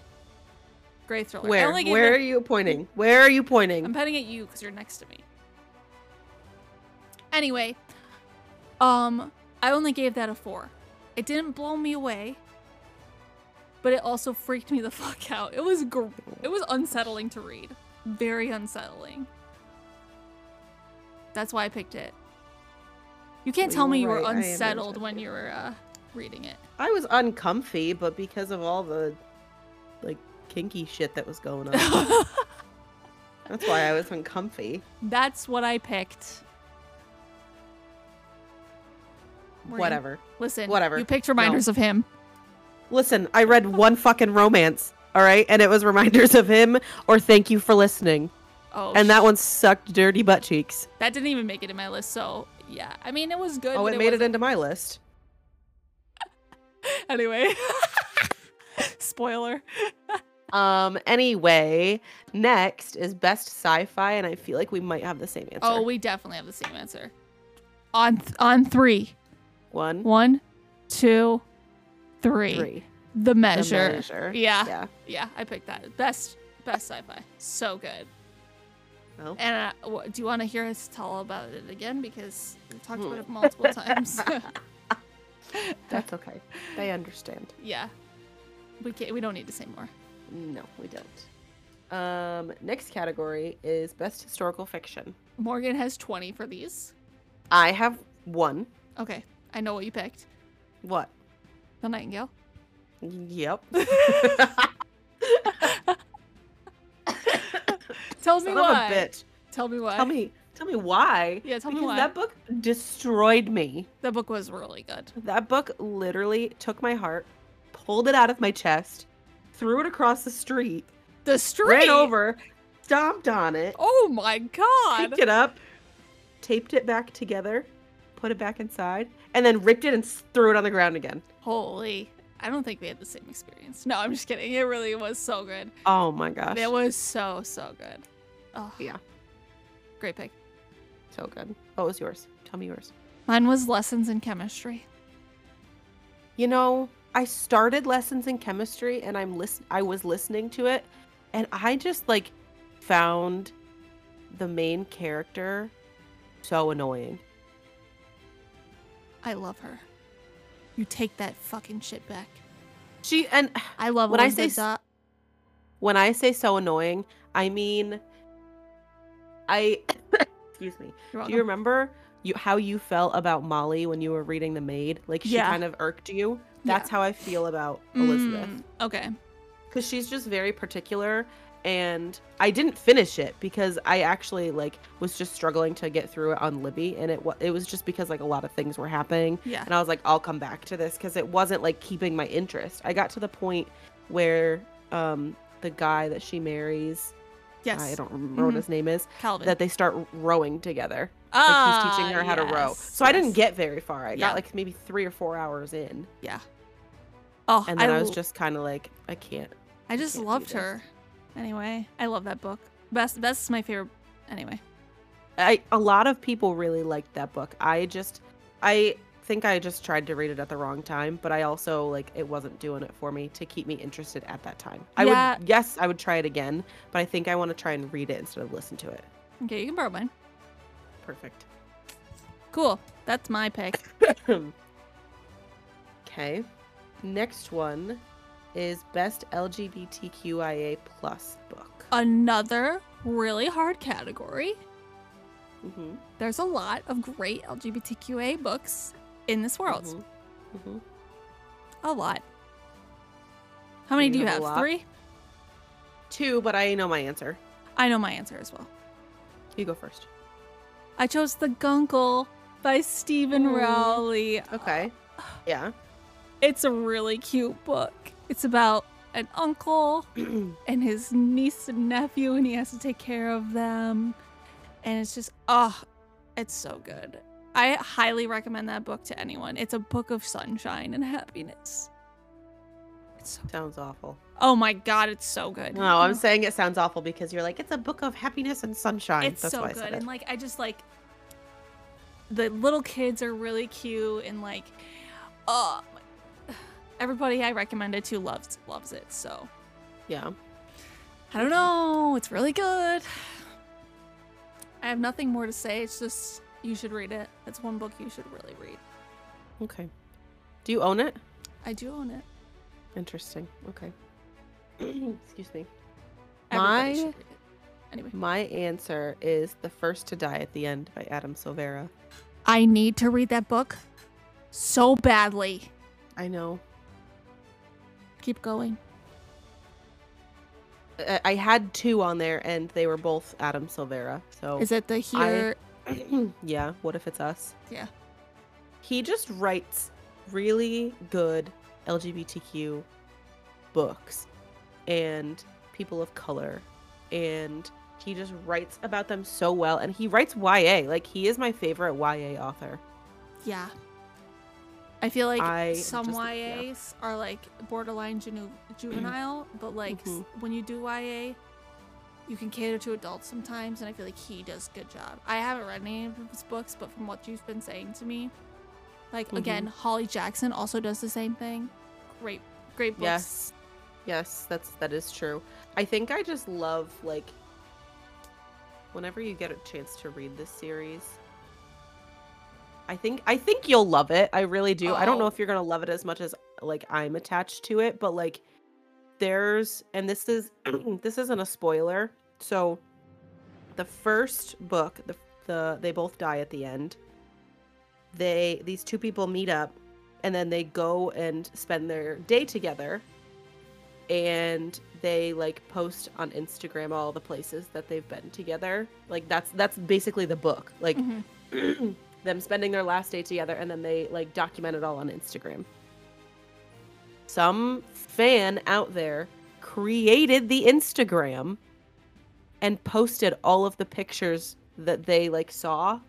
S1: Great thriller. I
S2: Where?
S1: only gave
S2: Where
S1: it-
S2: are you pointing? Where are you pointing?
S1: I'm petting at you because you're next to me. Anyway, um, I only gave that a four. It didn't blow me away, but it also freaked me the [laughs] fuck out. It was gr- it was unsettling to read, very unsettling. That's why I picked it. You can't
S2: Well, you
S1: tell
S2: were
S1: me you were
S2: right. I am
S1: unsettled when
S2: unsettled.
S1: you were uh, reading it.
S2: I was uncomfy, but because of all the like kinky shit that was going on,
S1: [laughs]
S2: that's why I was uncomfy.
S1: That's what I picked. Morgan,
S2: Whatever.
S1: Listen,
S2: Whatever.
S1: You picked reminders of him.
S2: Listen, I read one fucking romance, all right, and it was reminders of him or thank you for listening,
S1: Oh,
S2: and that
S1: sh-
S2: one sucked dirty butt cheeks.
S1: that didn't even make it in my list. So yeah, I mean it was good.
S2: Oh,
S1: but
S2: it made it
S1: wasn't-
S2: into my list.
S1: [laughs] anyway. Spoiler.
S2: Um. Anyway, next is best sci-fi, and I feel like we might have the same answer.
S1: Oh, we definitely have the same answer. On th- on three,
S2: one,
S1: one, two, three.
S2: three.
S1: The
S2: The
S1: measure.
S2: measure.
S1: Yeah, yeah,
S2: Yeah.
S1: I picked that. Best best sci-fi. So good.
S2: Well,
S1: And uh, wh- do you want to hear us tell about it again? Because we talked about
S2: Hmm.
S1: it
S2: [laughs]
S1: multiple times. [laughs]
S2: that's okay. They understand.
S1: yeah, we can't, we don't need to say more.
S2: No, we don't. Um, next category is best historical fiction.
S1: Morgan has twenty for these.
S2: I have one.
S1: Okay, I know what you picked.
S2: What?
S1: The Nightingale.
S2: [laughs] Yep.
S1: Tell me
S2: Son
S1: why.
S2: of a bitch.
S1: Tell me why.
S2: Tell me, tell me why.
S1: Yeah, tell me
S2: because
S1: why.
S2: that book destroyed me.
S1: The book was really good.
S2: That book literally took my heart, pulled it out of my chest, threw it across the street,
S1: The street.
S2: ran over, stomped on it,
S1: Oh my god.
S2: picked it up, taped it back together, put it back inside, and then ripped it and s- threw it on the ground again.
S1: Holy. I don't think we had the same experience. No, I'm just kidding. It really was so good.
S2: Oh my gosh.
S1: It was so so good. Oh
S2: Yeah.
S1: Great pick.
S2: So good. What was yours? Tell me yours.
S1: Mine was lessons in chemistry.
S2: You know, I started lessons in chemistry and I'm listen I was listening to it and I just like found the main character so annoying.
S1: I love her. You take that fucking shit back.
S2: She and
S1: I love
S2: When I
S1: Elizabeth
S2: say
S1: Dot.
S2: when I say so annoying, I mean I [coughs] excuse me.
S1: You're
S2: Do
S1: welcome.
S2: you remember you how you felt about Molly when you were reading The Maid? Like she
S1: Yeah.
S2: kind of irked you.
S1: Yeah.
S2: That's how I feel about Elizabeth.
S1: Mm, okay.
S2: because she's just very particular and I didn't finish it because I actually like was just struggling to get through it on Libby, and it wa- it was just because like a lot of things were happening,
S1: Yeah.
S2: and I was like, I'll come back to this because it wasn't like keeping my interest. I got to the point where um the guy that she marries,
S1: Yes.
S2: I don't remember what
S1: Mhm.
S2: his name is,
S1: Calvin.
S2: that they start rowing together. Like he's teaching
S1: Ah,
S2: her how to row.
S1: yes,
S2: So I didn't
S1: yes.
S2: get very far. I
S1: Yeah.
S2: got like maybe three or four hours in,
S1: Oh,
S2: and then I, was
S1: l-
S2: just kind of like, I can't.
S1: I just
S2: can't do
S1: loved
S2: this.
S1: her. Anyway, I love that book. Best. That's my favorite. Anyway.
S2: I a lot of people really liked that book. I just I think I just tried to read it at the wrong time, but I also like it wasn't doing it for me to keep me interested at that time. I
S1: Yeah.
S2: would yes, I would try it again, but I think I want to try and read it instead of listen to it.
S1: Okay, you can borrow mine.
S2: Perfect. [clears throat]
S1: Cool. That's my pick.
S2: okay. Next one is best LGBTQIA plus book.
S1: Another really hard category.
S2: Mhm,
S1: There's a lot of great LGBTQA books in this world.
S2: mhm, mhm.
S1: A lot. How many
S2: You
S1: do you
S2: have
S1: have?
S2: a lot.
S1: Three?
S2: Two, but I know my answer.
S1: I know my answer as well.
S2: You go first.
S1: I chose The Gunkle by Stephen
S2: Ooh.
S1: Rowley. [sighs]
S2: Okay. Yeah.
S1: It's a really cute book. It's about an
S2: [clears throat]
S1: uncle and his niece and nephew, and he has to take care of them. And it's just, oh, it's so good. I highly recommend that book to anyone. It's a book of sunshine and happiness. It's so,
S2: Sounds awful.
S1: oh my god, it's so good.
S2: No, I'm saying it sounds awful because you're like, it's a book of happiness and sunshine.
S1: it's
S2: That's
S1: so
S2: why I
S1: good
S2: said it.
S1: and like i just like the little kids are really cute and like oh my- [sighs] everybody i recommend it to loves loves it so
S2: yeah.
S1: i don't know it's really good i have nothing more to say it's just you should read it it's one book you should really read
S2: Okay. Do you own it?
S1: i do own it
S2: Interesting. Okay. [clears throat] Excuse me.
S1: Everybody
S2: My-
S1: should read it. anyway
S2: My answer is The First to Die at the End by Adam Silvera.
S1: i need to read that book so badly
S2: I know.
S1: keep going
S2: I, I had two on there and they were both Adam Silvera. So
S1: is it the
S2: Oh. I-
S1: here
S2: [clears throat] yeah, what if it's us?
S1: Yeah.
S2: He just writes really good LGBTQ books and people of color and he just writes about them so well and he writes YA. Like he is my favorite YA author.
S1: Yeah. I feel like
S2: I am
S1: some
S2: just- yeah.
S1: YAs are like borderline genu- juvenile, [clears throat] but like s-
S2: Mm-hmm.
S1: when you do YA, you can cater to adults sometimes, and I feel like he does a good job. I haven't read any of his books, but from what you've been saying to me, like
S2: Mhm.
S1: again, Holly Jackson also does the same thing. Great, great books.
S2: Yes. Yes, that's that is true. I think I just love like whenever you get a chance to read this series. I think I think you'll love it. I really do. I don't know
S1: Oh.
S2: if you're going to love it as much as like I'm attached to it, but like there's and this is [clears throat] this isn't a spoiler. So the first book, the the they both die at the end. They these two people meet up and then they go and spend their day together and they like post on Instagram all the places that they've been together. Like that's that's basically the book. Like
S1: Mhm.
S2: [clears throat] them spending their last day together and then they like document it all on Instagram. Some fan out there created the Instagram and posted all of the pictures that they like saw.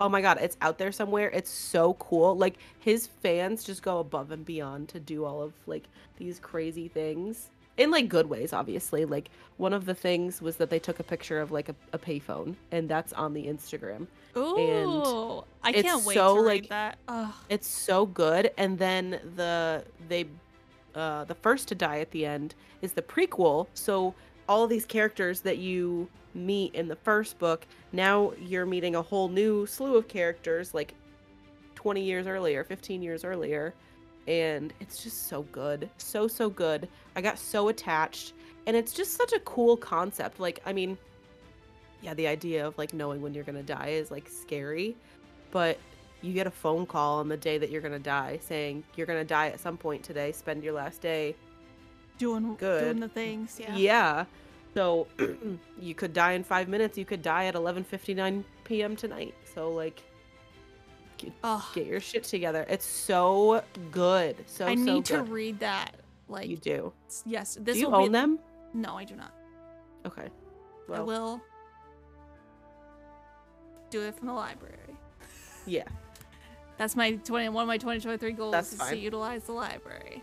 S2: Oh my god, it's out there somewhere. It's so cool. Like his fans just go above and beyond to do all of like these crazy things in like good ways obviously. Like one of the things was that they took a picture of like a, a payphone and that's on the Instagram.
S1: Ooh, I
S2: it's
S1: can't wait
S2: so,
S1: to
S2: like-
S1: read that. Ugh.
S2: It's so good. And then the they uh, the first to die at the end is the prequel. So all these characters that you meet in the first book, now you're meeting a whole new slew of characters like 20 years earlier, 15 years earlier. And it's just so good. So, so good. I got so attached. And it's just such a cool concept. Like, I mean, yeah, the idea of like knowing when you're going to die is like scary. But you get a phone call on the day that you're going to die saying, you're going to die at some point today. Spend your last day
S1: doing
S2: good.
S1: doing the things. Yeah.
S2: yeah. So [clears throat] you could die in five minutes. You could die at 11:59 p.m. tonight. So like,
S1: Oh,
S2: get your shit together. It's so good. So
S1: I
S2: so
S1: need to
S2: good.
S1: read that. Like
S2: you do.
S1: s- yes, this
S2: do you
S1: will
S2: own
S1: be.
S2: them?
S1: No, I do not.
S2: Okay.
S1: I
S2: Well,
S1: will do it from the library.
S2: yeah.
S1: That's my twenty one of my twenty twenty three goals
S2: That's
S1: is to
S2: fine.
S1: utilize the library.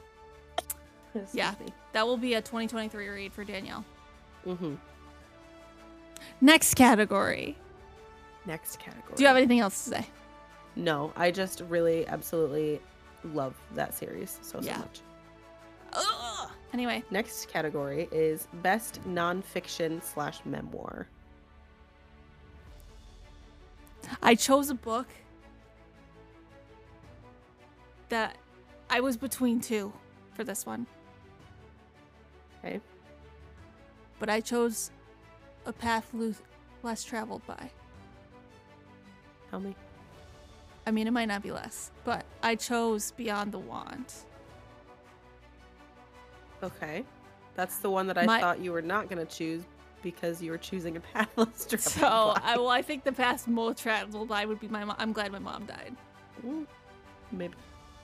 S2: Excuse
S1: Yeah.
S2: me.
S1: That will be a twenty twenty three read for Danielle.
S2: Mhm.
S1: Next category.
S2: Next category.
S1: Do you have anything else to say?
S2: No, I just really absolutely love that series so
S1: Yeah.
S2: so much.
S1: Ugh. Anyway,
S2: Next category is best nonfiction slash memoir.
S1: I chose a book that I was between two for this one.
S2: Okay.
S1: But I chose a path lo- less traveled by.
S2: Tell me.
S1: I mean, it might not be less, but I chose Beyond the Wand.
S2: Okay. That's the one that I
S1: My-
S2: thought you were not going to choose because you were choosing a
S1: [laughs]
S2: pathless [laughs] travel.
S1: So, I, well, I think the path most traveled by would be my mom. I'm glad my mom died.
S2: Maybe.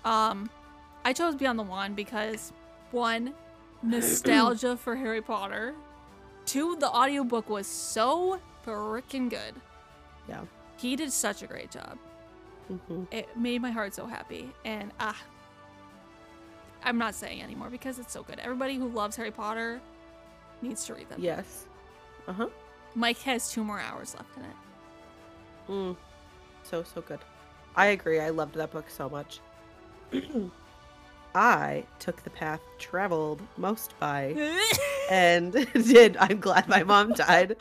S1: Um, I chose Beyond the Wand because one, nostalgia for Harry Potter. Two, the audiobook was so freaking good.
S2: Yeah.
S1: He did such a great job.
S2: hmm
S1: It made my heart so happy. And ah, I'm not saying anymore because it's so good. Everybody who loves Harry Potter needs to read them.
S2: Yes. Uh huh.
S1: Mike has two more hours left in it.
S2: Mm. So, so good. I agree. I loved that book so much. [clears throat] I took the path traveled most
S1: [laughs]
S2: by and [laughs] did I'm Glad My Mom Died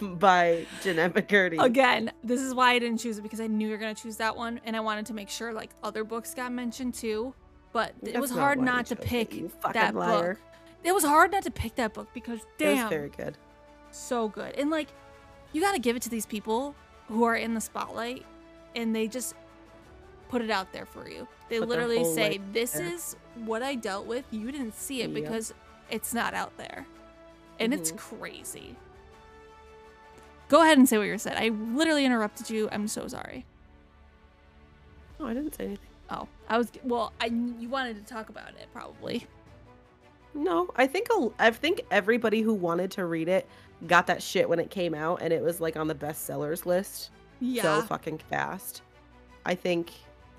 S2: by Jeanette McCurdy.
S1: [laughs] Again, this is why I didn't choose it because I knew you were gonna choose that one, and I wanted to make sure like other books got mentioned too. But th- it
S2: That's
S1: was
S2: not
S1: hard
S2: why I
S1: not to
S2: chose it,
S1: pick
S2: you fucking
S1: that
S2: liar.
S1: book. It was hard not to pick that book because
S2: It
S1: damn,
S2: was very good.
S1: so good. And like, you gotta give it to these people who are in the spotlight, and they just put it out there for you. They
S2: Put their
S1: literally
S2: whole
S1: say,
S2: life
S1: "This
S2: there."
S1: is what I dealt with. You didn't see it
S2: Yep.
S1: because it's not out there," and it's
S2: Mm-hmm.
S1: crazy. Go ahead and say what you said. I literally interrupted you. I'm so sorry.
S2: No, I didn't say anything.
S1: Oh, I was well. I you wanted to talk about it probably.
S2: No, I think a, I think everybody who wanted to read it got that shit when it came out, and it was like on the bestsellers list
S1: Yeah.
S2: so fucking fast. I think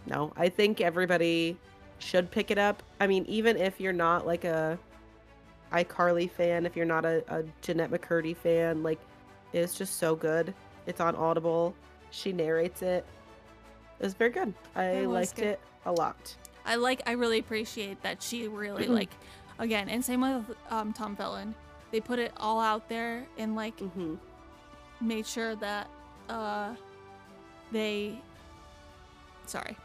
S2: no, I think everybody should pick it up. I mean, even if you're not like a iCarly fan, if you're not a, a Jeanette McCurdy fan, like it's just so good. It's on Audible. She narrates it. It was very good. I
S1: It was
S2: liked
S1: good.
S2: it a lot.
S1: I like I really appreciate that she really like again and same with um, Tom Felton. They put it all out there and like
S2: Mm-hmm.
S1: made sure that uh they sorry.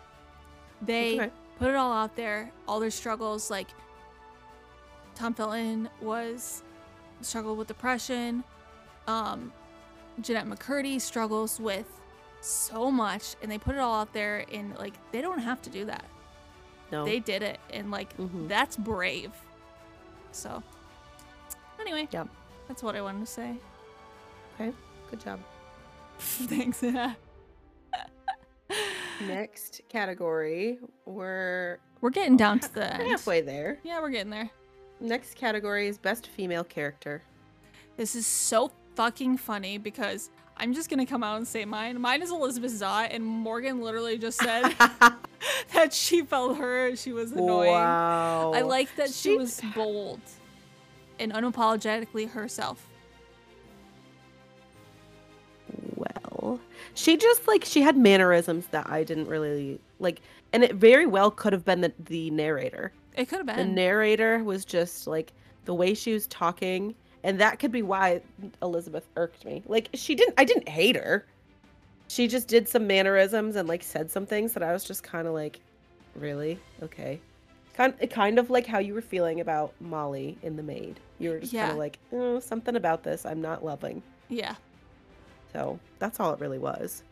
S1: They
S2: okay.
S1: put it all out there, all their struggles like Tom Felton was struggled with depression. Um Jeanette McCurdy struggles with so much and they put it all out there and like they don't have to do that
S2: No.
S1: they did it and like
S2: Mhm.
S1: that's brave so anyway
S2: Yep.
S1: that's what i wanted to say [laughs]
S2: Good job.
S1: thanks [laughs]
S2: Next category, we're
S1: we're getting down to
S2: [laughs]
S1: the end
S2: halfway there.
S1: yeah we're getting there
S2: Next category is best female character.
S1: this is so fucking funny because i'm just gonna come out and say mine mine is elizabeth zott and morgan literally just
S2: [laughs]
S1: said that she felt her she was annoying
S2: wow.
S1: i like that she
S2: She-
S1: was bold and unapologetically herself
S2: Well, she just like she had mannerisms that I didn't really like, and it very well could have been the, the narrator.
S1: it could have
S2: The
S1: been
S2: narrator was just like the way she was talking, and that could be why Elizabeth irked me. Like she didn't, I didn't hate her. She just did some mannerisms and like said some things that I was just kind of like, really, okay. Kind, kind of like how you were feeling about Molly in The Maid. You were just kind
S1: Yeah.
S2: of like, oh, something about this I'm not loving.
S1: yeah
S2: So that's all it really was.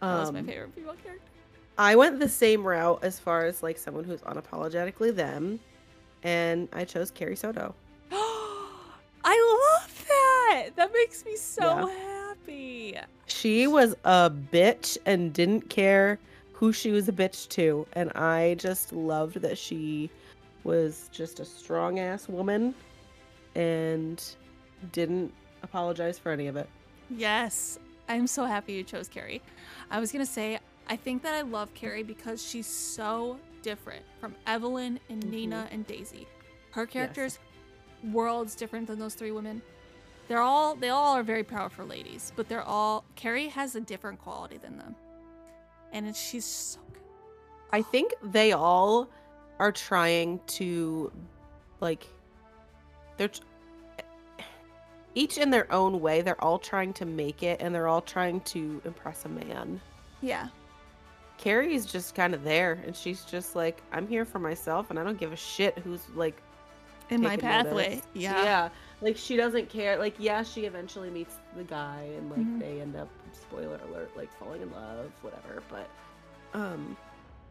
S1: that was my
S2: Um,
S1: favorite female character
S2: I went the same route as far as like someone who's unapologetically them, and I chose Carrie Soto.
S1: [gasps] I that. That makes me so happy.
S2: She was a bitch and didn't care who she was a bitch to. And I just loved that she was just a strong ass woman and didn't apologize for any of it.
S1: Yes. I'm so happy you chose Carrie. I was going to say, I think that I love Carrie because she's so different from Evelyn and
S2: Mhm.
S1: Nina and Daisy. Her characters, worlds different than those three women. They're all, they all are very powerful ladies, but they're all, Carrie has a different quality than them. And it's, she's so good.
S2: I think they all are trying to, like, they're tr- each in their own way. They're all trying to make it, and they're all trying to impress a man.
S1: Yeah.
S2: Carrie's just kind of there, and she's just like, "I'm here for myself, and I don't give a shit who's like
S1: In my
S2: taking notice."
S1: pathway. Yeah.
S2: yeah. Like she doesn't care. Like yeah, she eventually meets the guy, and like
S1: Mhm.
S2: they end up spoiler alert, like falling in love, whatever. But um,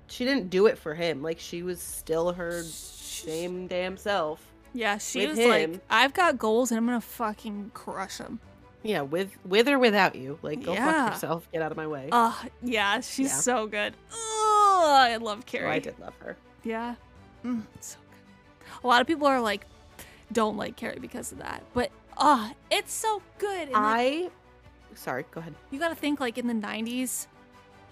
S2: she didn't do it for him. Like she was still her same damn self.
S1: Yeah, she
S2: with
S1: was
S2: him.
S1: like, I've got goals and I'm gonna fucking crush them.
S2: Yeah, with with or without you. Like go
S1: Yeah.
S2: fuck yourself. Get out of my way. Oh,
S1: Uh, yeah, she's
S2: Yeah.
S1: so good. Oh, I love
S2: So
S1: Carrie.
S2: I did love her.
S1: Yeah, Mm, so good. A lot of people are like, don't like Carrie because of that, but ah, it's so good. And, like,
S2: I. Sorry. Go ahead.
S1: you got to think like in the '90s,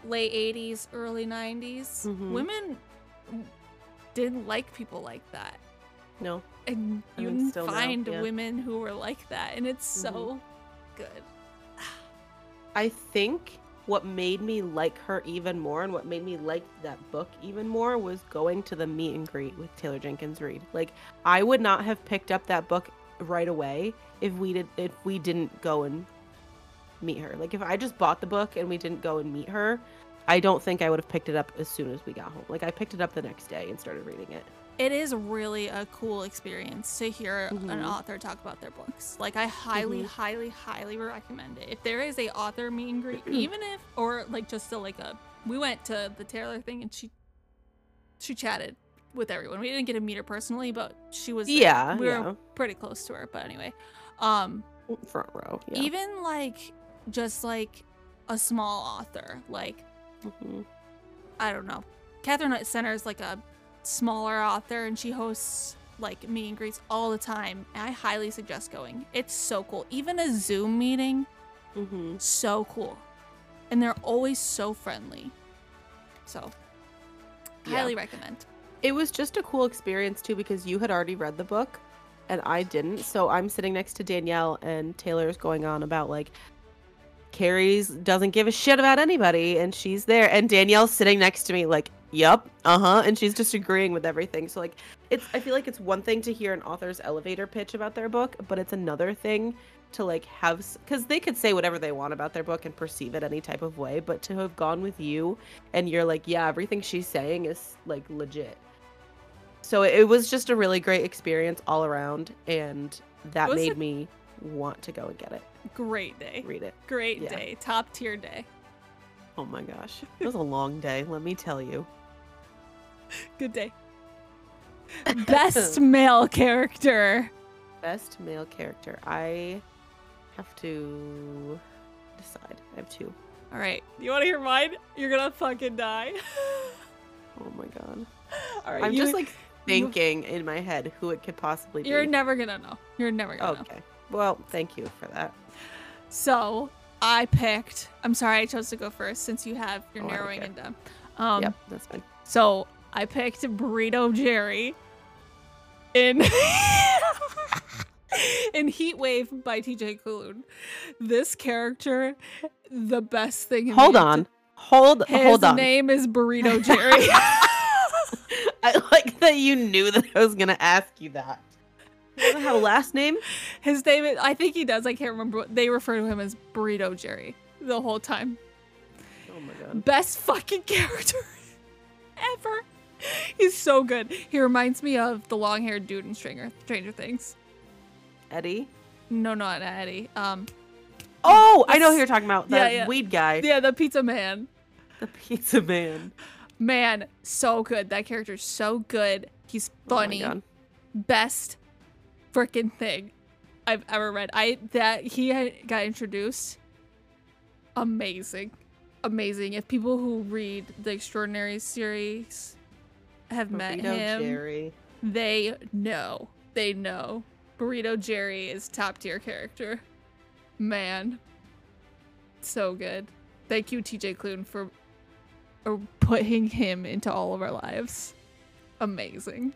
S1: late '80s, early '90s,
S2: Mhm.
S1: women didn't like people like that,
S2: No.
S1: and you
S2: Women
S1: didn't
S2: still now,
S1: find
S2: yeah. Mm-hmm.
S1: women who were like that, and it's so good.
S2: I think what made me like her even more and what made me like that book even more was going to the meet and greet with Taylor Jenkins Reid. Like I would not have picked up that book right away if we did if we didn't go and meet her. Like if I just bought the book and we didn't go and meet her, I don't think I would have picked it up as soon as we got home. Like I picked it up the next day and started reading it.
S1: it is really a cool experience to hear an
S2: Mhm.
S1: author talk about their books. Like I highly,
S2: Mhm.
S1: highly, highly recommend it. If there is a author meet and
S2: [clears throat]
S1: greet, even if or like just still like a we went to the Taylor thing and she she chatted with everyone. We didn't get to meet her personally, but she was there.
S2: Yeah,
S1: We
S2: yeah.
S1: were pretty close to her, but anyway. Um
S2: Front row. Yeah.
S1: even like just like a small author, like
S2: Mhm.
S1: I don't know. Catherine Center is like a smaller author and she hosts like meet and greets all the time. And I highly suggest going. It's so cool. Even a Zoom meeting,
S2: Mhm.
S1: so cool. And they're always so friendly. So
S2: Yeah.
S1: highly recommend.
S2: It was just a cool experience too because you had already read the book and I didn't. So I'm sitting next to Danielle and Taylor's going on about like Carrie's doesn't give a shit about anybody and she's there and Danielle's sitting next to me like, "Yup, uh-huh." And she's just agreeing with everything. So like it's I feel like it's one thing to hear an author's elevator pitch about their book, but it's another thing to like have cuz they could say whatever they want about their book and perceive it any type of way, but to have gone with you and you're like, "Yeah, everything she's saying is like legit." So it was just a really great experience all around, and that
S1: Was
S2: made
S1: it-
S2: me want to go and get it,
S1: Great day.
S2: read it.
S1: Great
S2: Yeah.
S1: day. Top tier day.
S2: Oh my gosh, [laughs] it was a long day. Let me tell you.
S1: Good
S2: [laughs]
S1: day. Best male character.
S2: Best male character. I have to decide. I have two.
S1: All right. You want to hear mine? You're going to fucking die. [laughs]
S2: Oh my god.
S1: All right.
S2: I'm
S1: you-
S2: just [laughs] like thinking in my head who it could possibly be.
S1: You're never gonna know. You're never gonna know.
S2: okay. Well, thank you for that.
S1: So I picked. I'm sorry, I chose to go first since you have you're
S2: Oh, I don't
S1: narrowing
S2: care.
S1: it down. Um,
S2: yep, that's fine.
S1: So I picked Burrito Jerry in [laughs] in Heat Wave by T.J. Kulun. This character, the best thing. in the
S2: Hold
S1: enti-
S2: on. Hold
S1: His
S2: hold on.
S1: name is Burrito Jerry.
S2: [laughs] I like that you knew that I was gonna ask you that. You don't have a last [laughs] name?
S1: His name is, I think he does. I can't remember. What, they refer to him as Burrito Jerry the whole time.
S2: Oh my god.
S1: best fucking [laughs] character ever. He's so good. He reminds me of the long-haired dude in Stranger Stranger Things.
S2: Eddie.
S1: No, not Eddie. Um,
S2: Oh, I know
S1: This-
S2: who you're talking about. The
S1: yeah, yeah.
S2: weed guy.
S1: yeah, the pizza man.
S2: The pizza man.
S1: Man, so good. That character's so good. He's
S2: Oh my
S1: funny.
S2: God.
S1: Best freaking thing. I've ever read. I that he had got introduced. Amazing, amazing. If people who read the Extraordinary series have met
S2: Burrito
S1: him,
S2: Jerry.
S1: they know. They know. Burrito Jerry is top tier character. Man. So good. Thank you, TJ Clune, for uh, putting him into all of our lives. Amazing.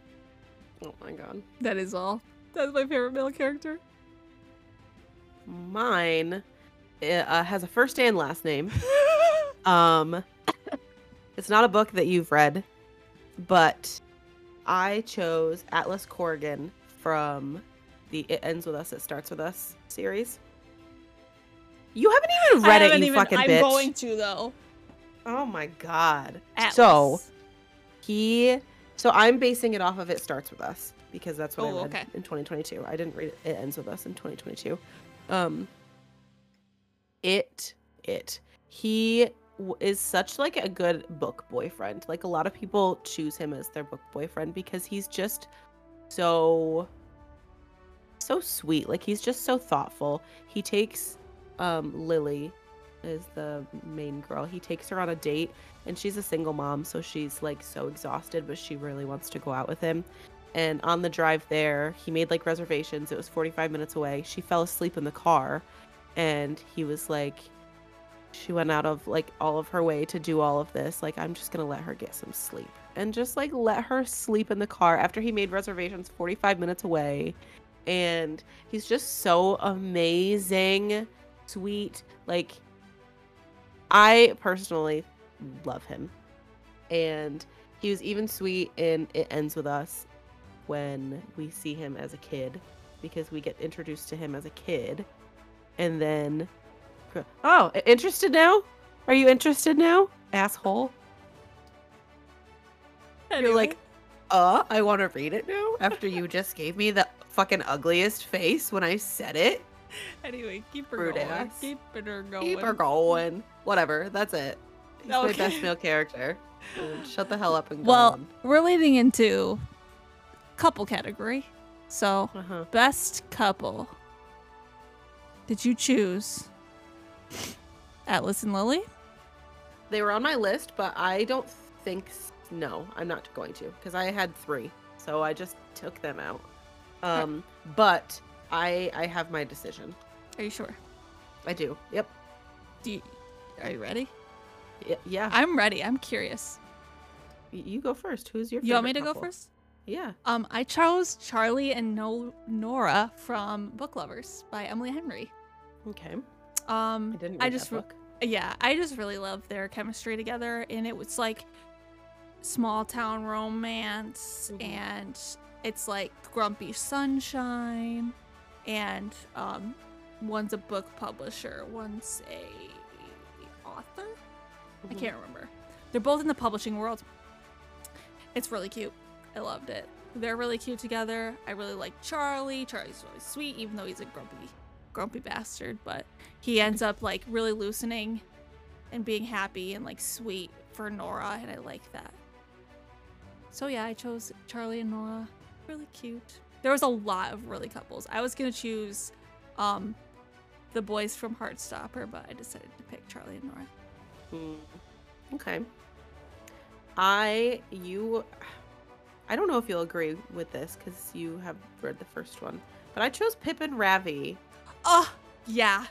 S2: Oh my god.
S1: That is all. That's my favorite male character.
S2: Mine i- uh, has a first and
S1: [laughs]
S2: last name. Um, it's not a book that you've read, but I chose Atlas Corrigan from the "It Ends with Us, It Starts with Us" series. You haven't even read
S1: I
S2: it,
S1: haven't
S2: you
S1: even-
S2: fucking
S1: I'm
S2: bitch!
S1: going to though.
S2: Oh my god.
S1: Atlas.
S2: So he, so I'm basing it off of "It Starts with Us" because that's what
S1: Oh,
S2: I read
S1: okay.
S2: in 2022. I didn't read it, "It Ends with Us" in 2022. Um, it it he w- is such like a good book boyfriend like a lot of people choose him as their book boyfriend because he's just so so sweet like he's just so thoughtful he takes um lily is the main girl he takes her on a date and she's a single mom so she's like so exhausted but she really wants to go out with him and on the drive there he made like reservations it was 45 minutes away she fell asleep in the car and he was like she went out of like all of her way to do all of this like i'm just gonna let her get some sleep and just like let her sleep in the car after he made reservations 45 minutes away and he's just so amazing sweet like i personally love him and he was even sweet in it ends with us when we see him as a kid because we get introduced to him as a kid and then oh i- interested now are you interested now asshole
S1: Anyway.
S2: like, uh i want to read it now [laughs] after you just gave me the fucking ugliest face when i said it
S1: anyway, keep her
S2: rude
S1: going.
S2: ass.
S1: Keep her going.
S2: keep her going whatever that's it he's my
S1: Okay.
S2: best male character And shut the hell up and go
S1: Well,
S2: on.
S1: we're leading into couple category. So
S2: Uh-huh.
S1: Best couple. Did you choose Atlas and Lily?
S2: they were on my list but i don't think s- no i'm not going to because i had three so i just took them out um but i i have my decision
S1: Are you sure?
S2: i do yep
S1: Do you, are you ready?
S2: Y- yeah
S1: I'm ready. I'm curious.
S2: Y- You go first. Who's your?
S1: You want me to
S2: favorite
S1: go
S2: couple?
S1: first?
S2: Yeah.
S1: Um, I chose Charlie and no- Nora from Book Lovers by Emily Henry.
S2: Okay. I
S1: Um,
S2: didn't.
S1: I
S2: read that
S1: just re-
S2: book.
S1: yeah, I just really love their chemistry together, and it was like small town romance,
S2: Mhm.
S1: and it's like grumpy sunshine, and um, one's a book publisher, one's a author. I
S2: Mhm.
S1: can't remember. They're both in the publishing world. It's really cute. I loved it. They're really cute together. I really like Charlie. Charlie's really sweet, even though he's a grumpy, grumpy bastard. But he ends up like really loosening and being happy and like sweet for Nora, and I like that. So yeah, I chose Charlie and Nora. Really cute. There was a lot of really couples. I was gonna choose um the boys from Heartstopper, but I decided to pick Charlie and Nora.
S2: Mm. Okay. I you. I don't know if you'll agree with this because you have read the first one, but I chose Pip and Ravi.
S1: Oh, yeah.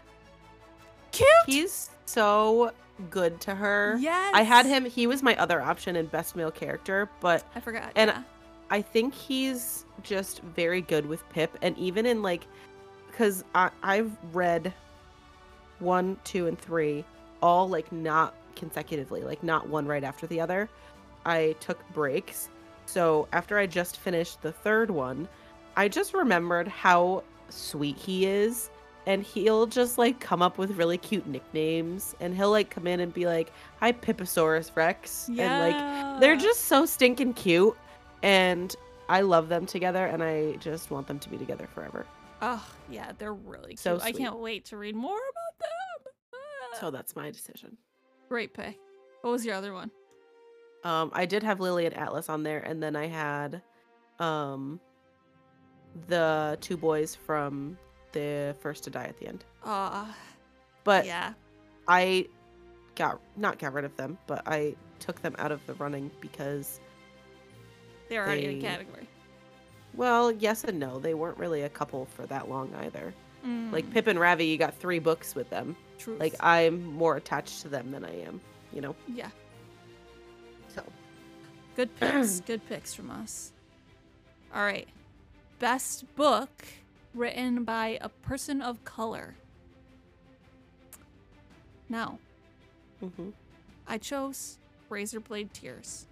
S1: Cute.
S2: He's so good to her.
S1: Yes.
S2: I had him. He was my other option in best male character, but
S1: I forgot.
S2: and
S1: yeah.
S2: I think he's just very good with Pip, and even in like, because I've read one, two, and three all like not consecutively, like not one right after the other. I took breaks, so after I just finished the third one, I just remembered how sweet he is, and he'll just like come up with really cute nicknames, and he'll like come in and be like, "Hi, Pipisaurus Rex," and like they're
S1: Yeah.
S2: just so stinking cute, and I love them together, and I just want them to be together forever.
S1: Oh, yeah, they're really cute.
S2: So
S1: I can't wait to read more about them. Ah,
S2: So that's my decision.
S1: great pick. What was your other one?
S2: Um, I did have Lily and Atlas on there, and then I had, um, the two boys from the first to die at the end.
S1: Uh,
S2: But
S1: yeah.
S2: I got not got rid of them, but I took them out of the running because
S1: They're already in a
S2: they-
S1: category.
S2: well, yes and no, they weren't really a couple for that long either. Like
S1: Mm,
S2: Pip and Ravi, you got three books with them.
S1: truth.
S2: Like I'm more attached to them than I am, you know.
S1: yeah.
S2: So
S1: Good
S2: [clears throat]
S1: picks. good picks from us. All right. Best book written by a person of color. Now,
S2: hmm
S1: I chose Razorblade Tears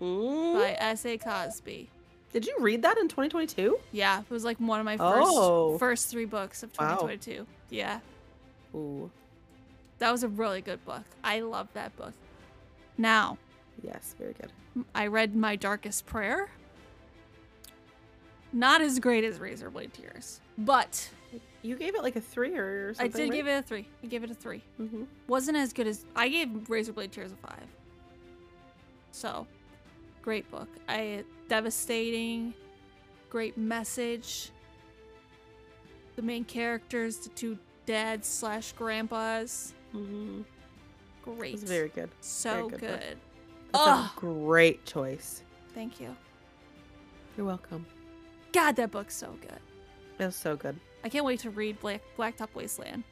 S2: Mm-hmm.
S1: by S.A. Cosby.
S2: Did you read that in 2022?
S1: Yeah, it was like one of my first
S2: Oh.
S1: first three books of
S2: Wow.
S1: 2022. Yeah.
S2: Ooh,
S1: That was a really good book. I love that book. Now,
S2: yes, very good.
S1: I read My Darkest Prayer. Not as great as Razorblade Tears, but
S2: You gave it like a three or
S1: I
S2: something.
S1: did give it a three. I gave it a three.
S2: hmm
S1: Wasn't as good as I gave Razorblade Tears a five. So, great book. I devastating, great message. The main characters, the two dads slash grandpas,
S2: hmm
S1: great.
S2: It's very good.
S1: so
S2: good
S1: good.
S2: book. That's
S1: Oh,
S2: a great choice.
S1: thank you.
S2: You're welcome.
S1: God, that book's so good.
S2: It was so good.
S1: I can't wait to read Black Blacktop Wasteland.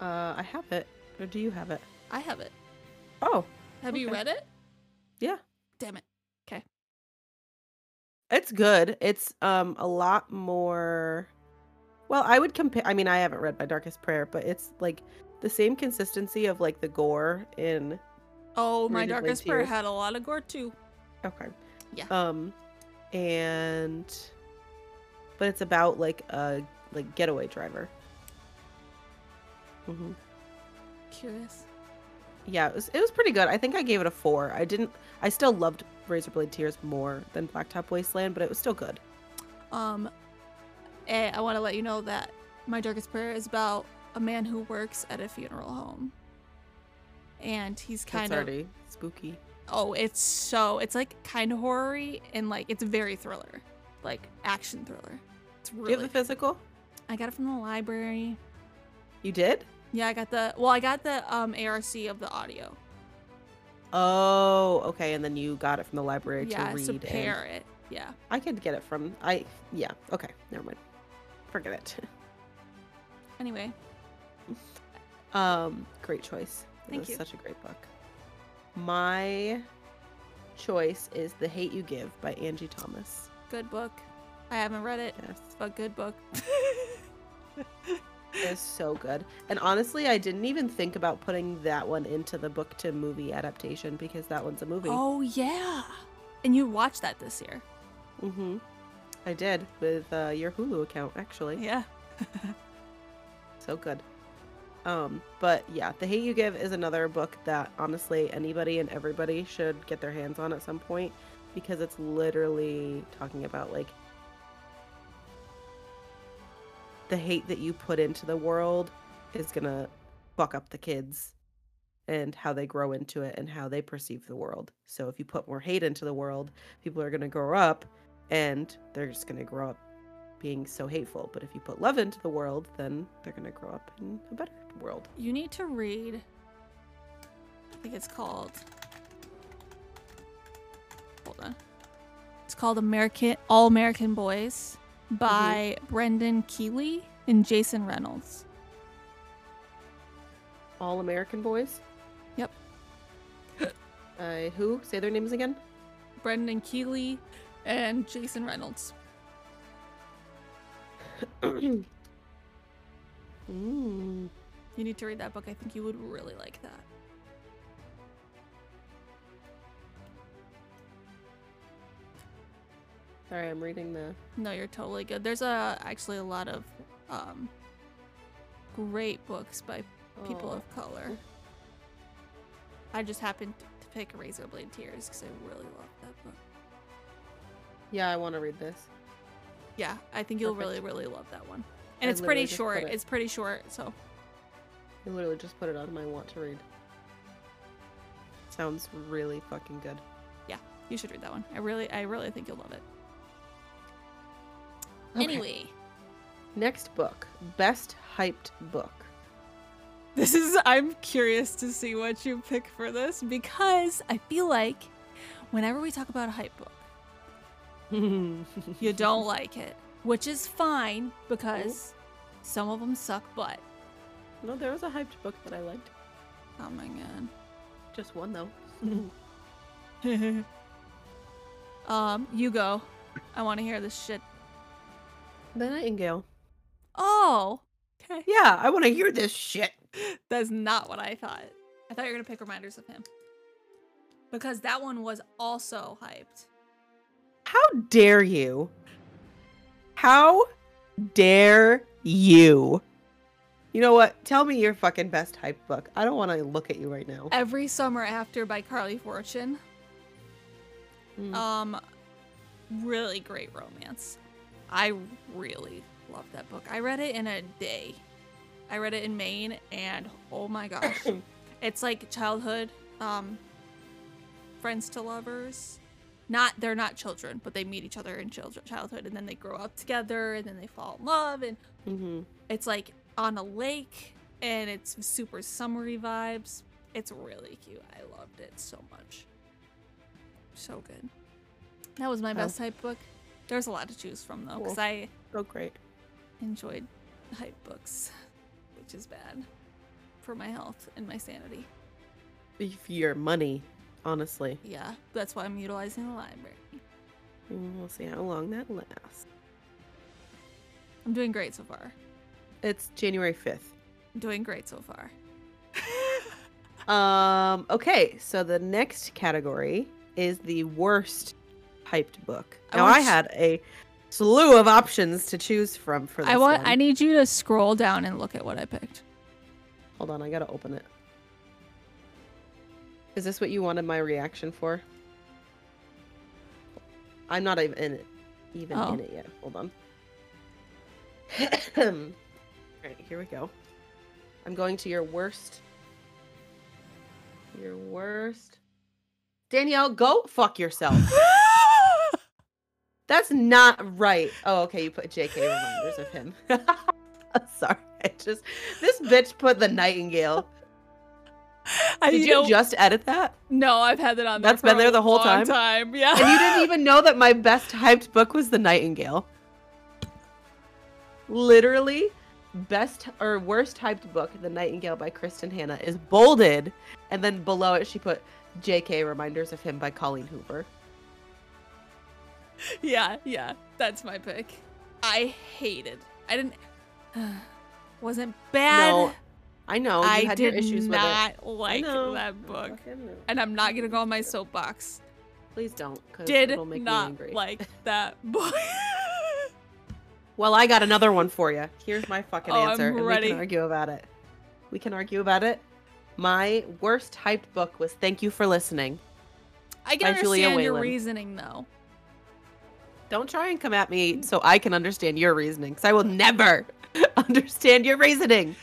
S2: Uh, I have it. Or do you have it?
S1: I have it.
S2: Oh,
S1: Have you
S2: Okay.
S1: read it?
S2: Yeah.
S1: Damn it.
S2: it's good. It's um a lot more. Well, I would compare. I mean, I haven't read My Darkest Prayer, but it's like the same consistency of like the gore in.
S1: Oh, my
S2: Razorblade
S1: darkest prayer
S2: Tears.
S1: had a lot of gore too.
S2: Okay.
S1: Yeah.
S2: Um, and but it's about like a like getaway driver. hmm
S1: Curious.
S2: Yeah, it was it was pretty good. I think I gave it a four. I didn't. I still loved Razorblade Tears more than Blacktop Wasteland, but it was still good.
S1: Um, eh, I want to let you know that my darkest prayer is about a man who works at a funeral home, and he's kind
S2: It's
S1: of
S2: already spooky.
S1: oh, it's so it's like kind of horror-y and like it's very thriller, like action thriller. It's
S2: Do you
S1: really.
S2: have the physical?
S1: I got it from the library.
S2: You did?
S1: Yeah, I got the well, I got the um ARC of the audio.
S2: Oh, okay. And then you got it from the library
S1: yeah,
S2: to read.
S1: so
S2: and-
S1: pair it. Yeah.
S2: I could get it from I. Yeah. Okay. Never mind. Forget it.
S1: Anyway,
S2: Um, great choice. It
S1: Thank
S2: was
S1: you.
S2: Such a great book. My choice is "The Hate You Give" by Angie Thomas.
S1: good book. I haven't read it,
S2: Yes.
S1: but good
S2: [laughs]
S1: book.
S2: is so good. And honestly, I didn't even think about putting that one into the book to movie adaptation because that one's a movie.
S1: oh yeah. And you watched that this year.
S2: hmm I did with uh, your Hulu account actually.
S1: Yeah.
S2: So good. Um, but yeah, The Hate You Give is another book that honestly anybody and everybody should get their hands on at some point because it's literally talking about like the hate that you put into the world is gonna fuck up the kids and how they grow into it and how they perceive the world. So if you put more hate into the world, people are gonna grow up and they're just gonna grow up being so hateful. But if you put love into the world, then they're gonna grow up in a better world.
S1: You need to read I think it's called Hold on. It's called American All American Boys by Brendan Keeley and Jason Reynolds.
S2: All American boys. [gasps]
S1: Yep.
S2: Uh, who say their names again?
S1: Brendan Keeley and Jason Reynolds.
S2: Mm.
S1: You need to read that book. I think you would really like that.
S2: Sorry, I'm reading the.
S1: No, you're totally good. There's a, actually a lot of um, great books by people
S2: Oh.
S1: of color. I just happened to pick Razorblade Tears because I really love that book.
S2: Yeah, I want to read this.
S1: Yeah, I think you'll
S2: Perfect.
S1: really, really love that one. And
S2: I
S1: it's pretty
S2: literally just put
S1: short.
S2: it-
S1: It's pretty short, so
S2: I literally just put it on my want to read. Sounds really fucking good.
S1: you should read that one. I really, I really think you'll love it.
S2: Okay.
S1: Anyway,
S2: Next book, best hyped
S1: [laughs]
S2: book.
S1: This is I'm curious to see what you pick for this because I feel like whenever we talk about a hype book,
S2: [laughs]
S1: you don't like it, which is fine because
S2: Oh.
S1: some of them suck butt.
S2: no, there was a hyped book that I liked.
S1: Oh my god.
S2: Just one though.
S1: [laughs] um, you go. I want to hear this shit.
S2: The Nightingale.
S1: Oh, okay. [laughs]
S2: Yeah, I want to hear this shit.
S1: That's not what I thought. I thought you were gonna pick reminders of him because that one was also hyped.
S2: How dare you? How dare you? You know what? Tell me your fucking best hype book. I don't want to look at you right now.
S1: Every Summer After by Carly Fortune.
S2: Mm.
S1: Um, really great romance. I really love that book. I read it in a day. I read it in Maine, and oh my gosh, it's like childhood um, friends to lovers. Not they're not children, but they meet each other in children, childhood, and then they grow up together, and then they fall in love, and
S2: Mhm.
S1: it's like on a lake, and it's super summery vibes. It's really cute. I loved it so much. So good. That was my best hype book. There's a lot to choose from though, because
S2: Oh. Cool.
S1: I
S2: So great.
S1: enjoyed hype books, which is bad for my health and my sanity.
S2: If Your money, honestly.
S1: Yeah, that's why I'm utilizing the library.
S2: Mm, We'll see how long that lasts.
S1: I'm doing great so far.
S2: It's January 5th.
S1: I'm doing great so far.
S2: Um, okay, so the next category is the worst hyped book.
S1: I
S2: Now
S1: want
S2: I
S1: sh-
S2: had a slew of options to choose from for this
S1: I want.
S2: one.
S1: I need you to scroll down and look at what I picked.
S2: Hold on, I gotta open it. Is this what you wanted my reaction for? I'm not even in it, even
S1: Oh.
S2: in it yet. Hold on. [coughs] All right, here we go. I'm going to your worst. Your worst. Danielle, go fuck yourself. [laughs] That's not right. Oh, okay. You put JK reminders of him. [laughs] Sorry. I just this bitch put the nightingale.
S1: I
S2: Did you
S1: don't-
S2: just edit that?
S1: No, I've had that on. there
S2: That's been
S1: for
S2: there
S1: a
S2: the whole
S1: long
S2: time?
S1: Yeah.
S2: And you didn't even know that my best hyped book was The Nightingale. Literally, best or worst hyped book, The Nightingale by Kristen Hanna, is bolded. And then below it, she put JK Reminders of Him by Colleen Hoover.
S1: yeah, yeah. That's my pick. I hated. I didn't. [sighs] wasn't bad.
S2: no, I know. You
S1: I
S2: had
S1: did
S2: your issues with it.
S1: not like
S2: know,
S1: that book,
S2: I fucking know.
S1: and I'm not gonna go on my soapbox.
S2: Please don't, because
S1: Did
S2: it'll make me
S1: not
S2: angry.
S1: like that book. [laughs]
S2: Well, I got another one for you. Here's my fucking
S1: Oh, I'm
S2: answer. and
S1: ready.
S2: we can argue about it. We can argue about it. My worst hyped book was Thank You for Listening.
S1: I can
S2: By Julia
S1: understand your
S2: Whalen.
S1: reasoning though.
S2: Don't try and come at me so I can understand your reasoning, because I will never [laughs] understand your reasoning.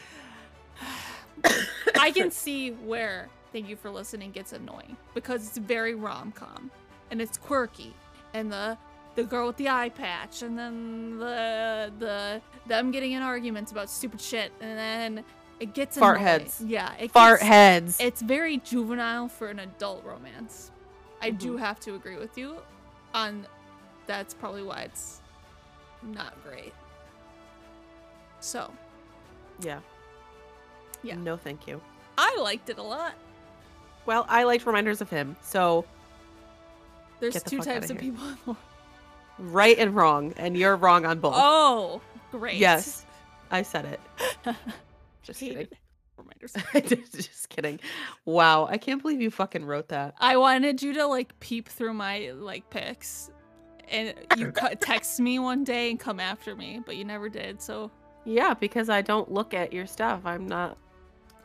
S1: I can see where Thank You for Listening gets annoying because it's very rom com and it's quirky and the the girl with the eye patch and then the the them getting in arguments about stupid shit and then it gets
S2: Fart
S1: annoying.
S2: heads.
S1: Yeah, it
S2: Fart
S1: gets-
S2: heads.
S1: It's very juvenile for an adult romance. I do
S2: Mhm.
S1: have to agree with you on that's probably why it's not great. So,
S2: yeah.
S1: Yeah.
S2: No, thank you.
S1: I liked it a lot.
S2: Well, I liked reminders of him, so
S1: There's
S2: Get the
S1: two
S2: fuck outta
S1: types of
S2: here.
S1: people in the world.
S2: right and wrong, and you're wrong on both.
S1: Oh, great.
S2: Yes, I said it.
S1: [laughs]
S2: Just kidding.
S1: Hated reminders.
S2: Just kidding. [laughs] Wow, I can't believe you fucking wrote that.
S1: I wanted you to like peep through my like pics, and
S2: [laughs]
S1: you cu- text me one day and come after me, but you never did. So
S2: Yeah, because I don't look at your stuff. I'm not.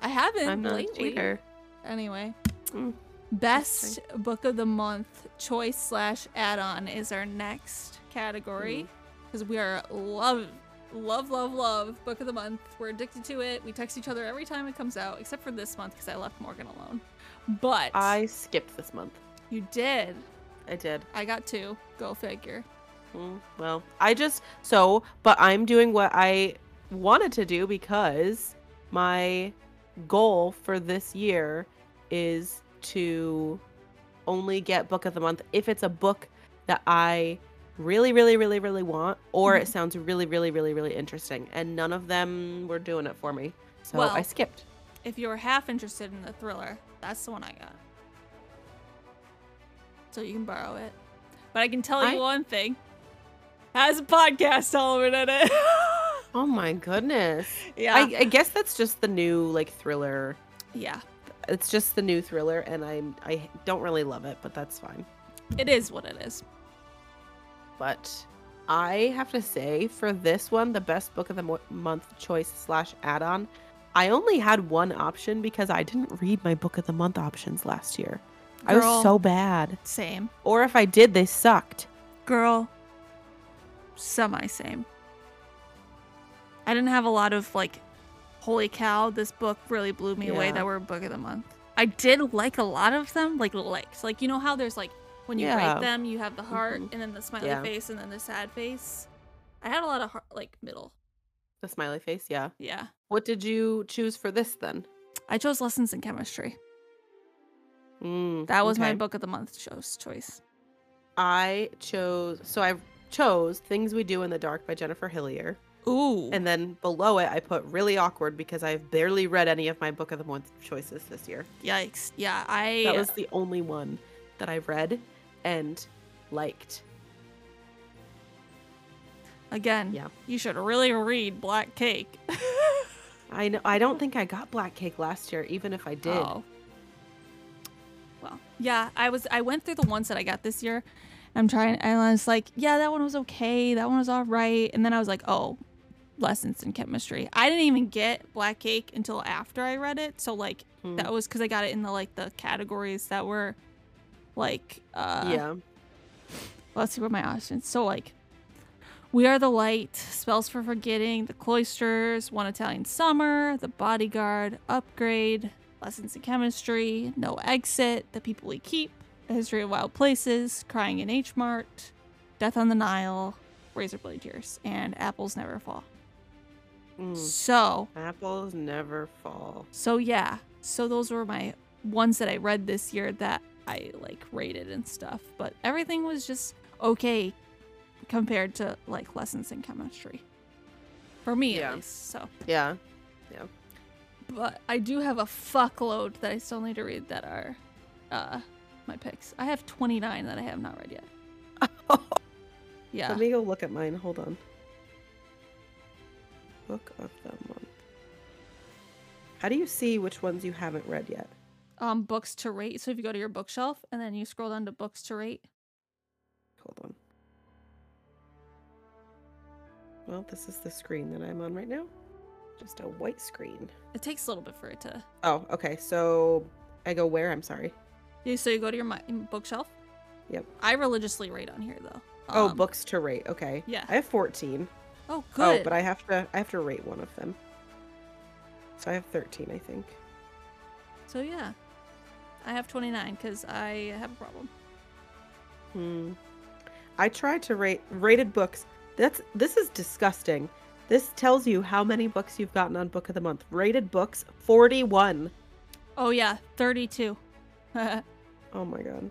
S1: I haven't
S2: I'm not a
S1: lately.
S2: cheater.
S1: Anyway,
S2: Mm,
S1: best book of the month choice slash add on is our next category
S2: Mm.
S1: because we are love. Love, love, love, book of the month. We're addicted to it. We text each other every time it comes out, except for this month because I left Morgan alone. But
S2: I skipped this month.
S1: you did.
S2: I did.
S1: I got two. Go figure.
S2: Mm, well, I just so, but I'm doing what I wanted to do because my goal for this year is to only get book of the month if it's a book that I really, really, really, really want, or
S1: Mhm.
S2: it sounds really, really, really, really interesting. And none of them were doing it for me, so I
S1: Well,
S2: skipped.
S1: If you were half interested in the thriller, that's the one I got. So you can borrow it. But I can tell
S2: I-
S1: you one thing. Has a podcast element in it. [laughs]
S2: Oh my goodness!
S1: yeah.
S2: I, I guess that's just the new like thriller.
S1: yeah.
S2: It's just the new thriller, and I'm I don't really love it, but that's fine.
S1: It is what it is.
S2: but I have to say for this one, the best book of the mo- month choice slash add on, I only had one option because I didn't read my book of the month options last year. I
S1: Girl.
S2: was so bad.
S1: Same.
S2: Or if I did, they sucked.
S1: Girl. Semi same. I didn't have a lot of like holy cow, this book really blew me away
S2: Yeah.
S1: that were book of the month. I did like a lot of them, like liked. Like you know how there's like when you
S2: Yeah.
S1: rate them, you have the heart
S2: Mhm.
S1: and then the smiley
S2: Yeah.
S1: face and then the sad face. I had a lot of heart, like middle.
S2: The smiley face, yeah.
S1: Yeah.
S2: What did you choose for this then?
S1: I chose lessons in chemistry.
S2: Mm,
S1: That was my
S2: okay.
S1: book of the month chose choice.
S2: I chose, so I chose Things We Do in the Dark by Jennifer Hillier.
S1: Ooh.
S2: And then below it, I put Really Awkward because I've barely read any of my book of the month choices this year.
S1: yikes. Yeah, I
S2: That was the only one that I read and liked.
S1: again.
S2: Yeah.
S1: You should really read Black Cake.
S2: I know I don't think I got black cake last year, even if I did.
S1: Oh. Well, yeah, I was I went through the ones that I got this year. I'm trying and I was like, yeah, that one was okay. That one was all right. And then I was like, oh, lessons in chemistry. I didn't even get black cake until after I read it. So like
S2: Hmm.
S1: that was cuz I got it in the like the categories that were like uh
S2: yeah.
S1: let's see what my options. So like, we are the light, spells for forgetting, the cloisters, one Italian summer, the bodyguard, upgrade, lessons in chemistry, no exit, the people we keep, a history of wild places, crying in H Mart, death on the Nile, razor blade tears, and apples never fall.
S2: Mm.
S1: So
S2: Apples never fall.
S1: so yeah, so those were my ones that I read this year that I like rated and stuff, but everything was just okay compared to like lessons in chemistry. For me
S2: Yeah.
S1: at least. So,
S2: Yeah.
S1: but I do have a fuckload that I still need to read that are uh my picks. I have 29 that I have not
S2: [laughs]
S1: read yet. Yeah.
S2: Let me go look at mine. Hold on. Book of the month. How do you see which ones you haven't read yet?
S1: Um books to rate. So if you go to your bookshelf and then you scroll down to books to rate.
S2: Hold on. Well, this is the screen that I'm on right now. Just a white screen.
S1: It takes a little bit for it to.
S2: Oh, okay. So I go where? I'm sorry.
S1: Yeah, so you go to your mi- mm, bookshelf.
S2: Yep.
S1: I religiously rate on here though.
S2: oh,
S1: Um,
S2: books to rate. Okay.
S1: yeah.
S2: I have 14.
S1: Oh,
S2: Oh,
S1: good.
S2: but I have to I have to rate one of them. So I have 13, I think.
S1: So yeah, I have 29 because I have a problem.
S2: Hmm. I tried to rate rated books. That's this is disgusting. This tells you how many books you've gotten on book of the month. Rated books 41.
S1: Oh yeah, 32.
S2: Oh my god.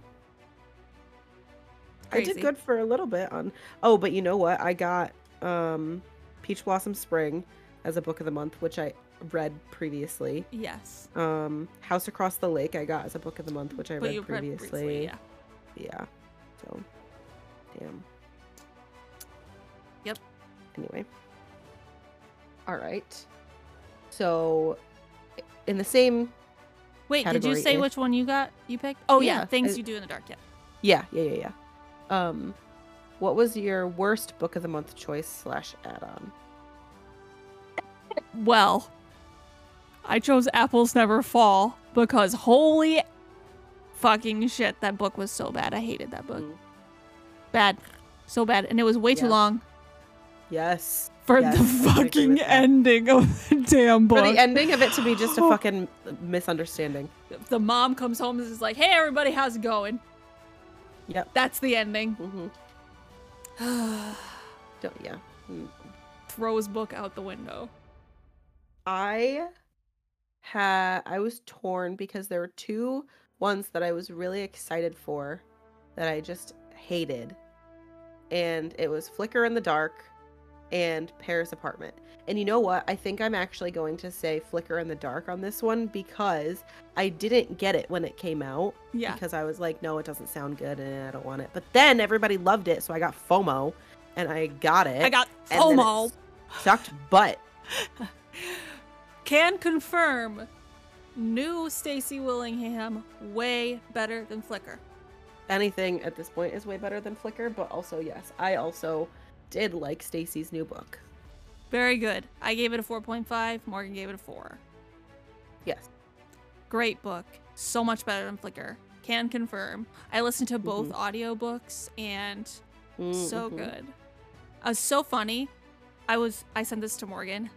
S2: I
S1: Crazy.
S2: did good for a little bit on Oh, but you know what? I got um Peach Blossom Spring as a book of the month, which I read previously.
S1: [laughs] yes.
S2: um house across the lake i got as a book of the month which i
S1: but you
S2: read previously
S1: briefly, yeah.
S2: yeah so damn
S1: Yep.
S2: anyway all right so in the same
S1: Wait, did you
S2: Category
S1: say
S2: is-
S1: which one you got? You picked? Oh yeah,
S2: Yeah,
S1: things
S2: I-
S1: you do in the dark. Yeah.
S2: yeah yeah yeah yeah um what was your worst book of the month choice slash add-on
S1: Well, I chose Apples Never Fall because holy fucking shit, that book was so bad. I hated that book.
S2: Mm.
S1: Bad, so bad, and it was way too
S2: Yeah.
S1: long
S2: yes
S1: for
S2: Yes,
S1: the
S2: I can agree with
S1: fucking
S2: that.
S1: ending of the damn book.
S2: for the ending of it to be
S1: [gasps]
S2: just a fucking misunderstanding
S1: the mom comes home and is like, "Hey, everybody, how's it going?"
S2: Yep.
S1: That's the ending. [sighs]
S2: mm-hmm. Don't, yeah. Mm.
S1: Throws book out the window.
S2: I had I was torn because there were two ones that I was really excited for that I just hated. And it was Flicker in the Dark and Paris Apartment. And you know what? I think I'm actually going to say Flicker in the Dark on this one because I didn't get it when it came out
S1: Yeah.
S2: because I was like, no, it doesn't sound good and I don't want it. But then everybody loved it, so I got FOMO and I got it.
S1: I got
S2: and then it
S1: FOMO.
S2: Sucked butt.
S1: Can confirm new Stacy Willingham way better than Flicker.
S2: Anything at this point is way better than Flickr, but also yes, I also did like Stacy's new book.
S1: Very good. I gave it a 4.5. Morgan gave it a 4.
S2: Yes.
S1: Great book. So much better than Flicker. Can confirm. I listened to both
S2: Mm-hmm.
S1: audiobooks and so
S2: Mhm.
S1: good. Uh, so funny. I was I sent this to Morgan.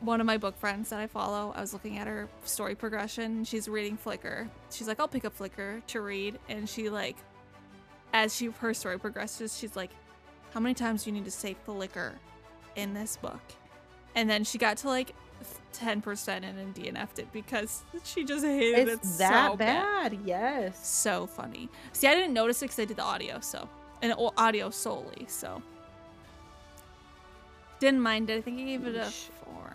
S1: One of my book friends that I follow, I was looking at her story progression. She's reading Flickr. She's like, I'll pick up Flickr to read, and she like, as she her story progresses, she's like, How many times do you need to say Flickr in this book? And then she got to like ten percent and then DNF'd it because [laughs] she just hated
S2: It's
S1: it
S2: that
S1: so bad
S2: bad. Yes.
S1: so funny. See, I didn't notice it because I did the audio, so and o- audio solely, so didn't mind it. I think I gave it a
S2: Yeesh.
S1: four.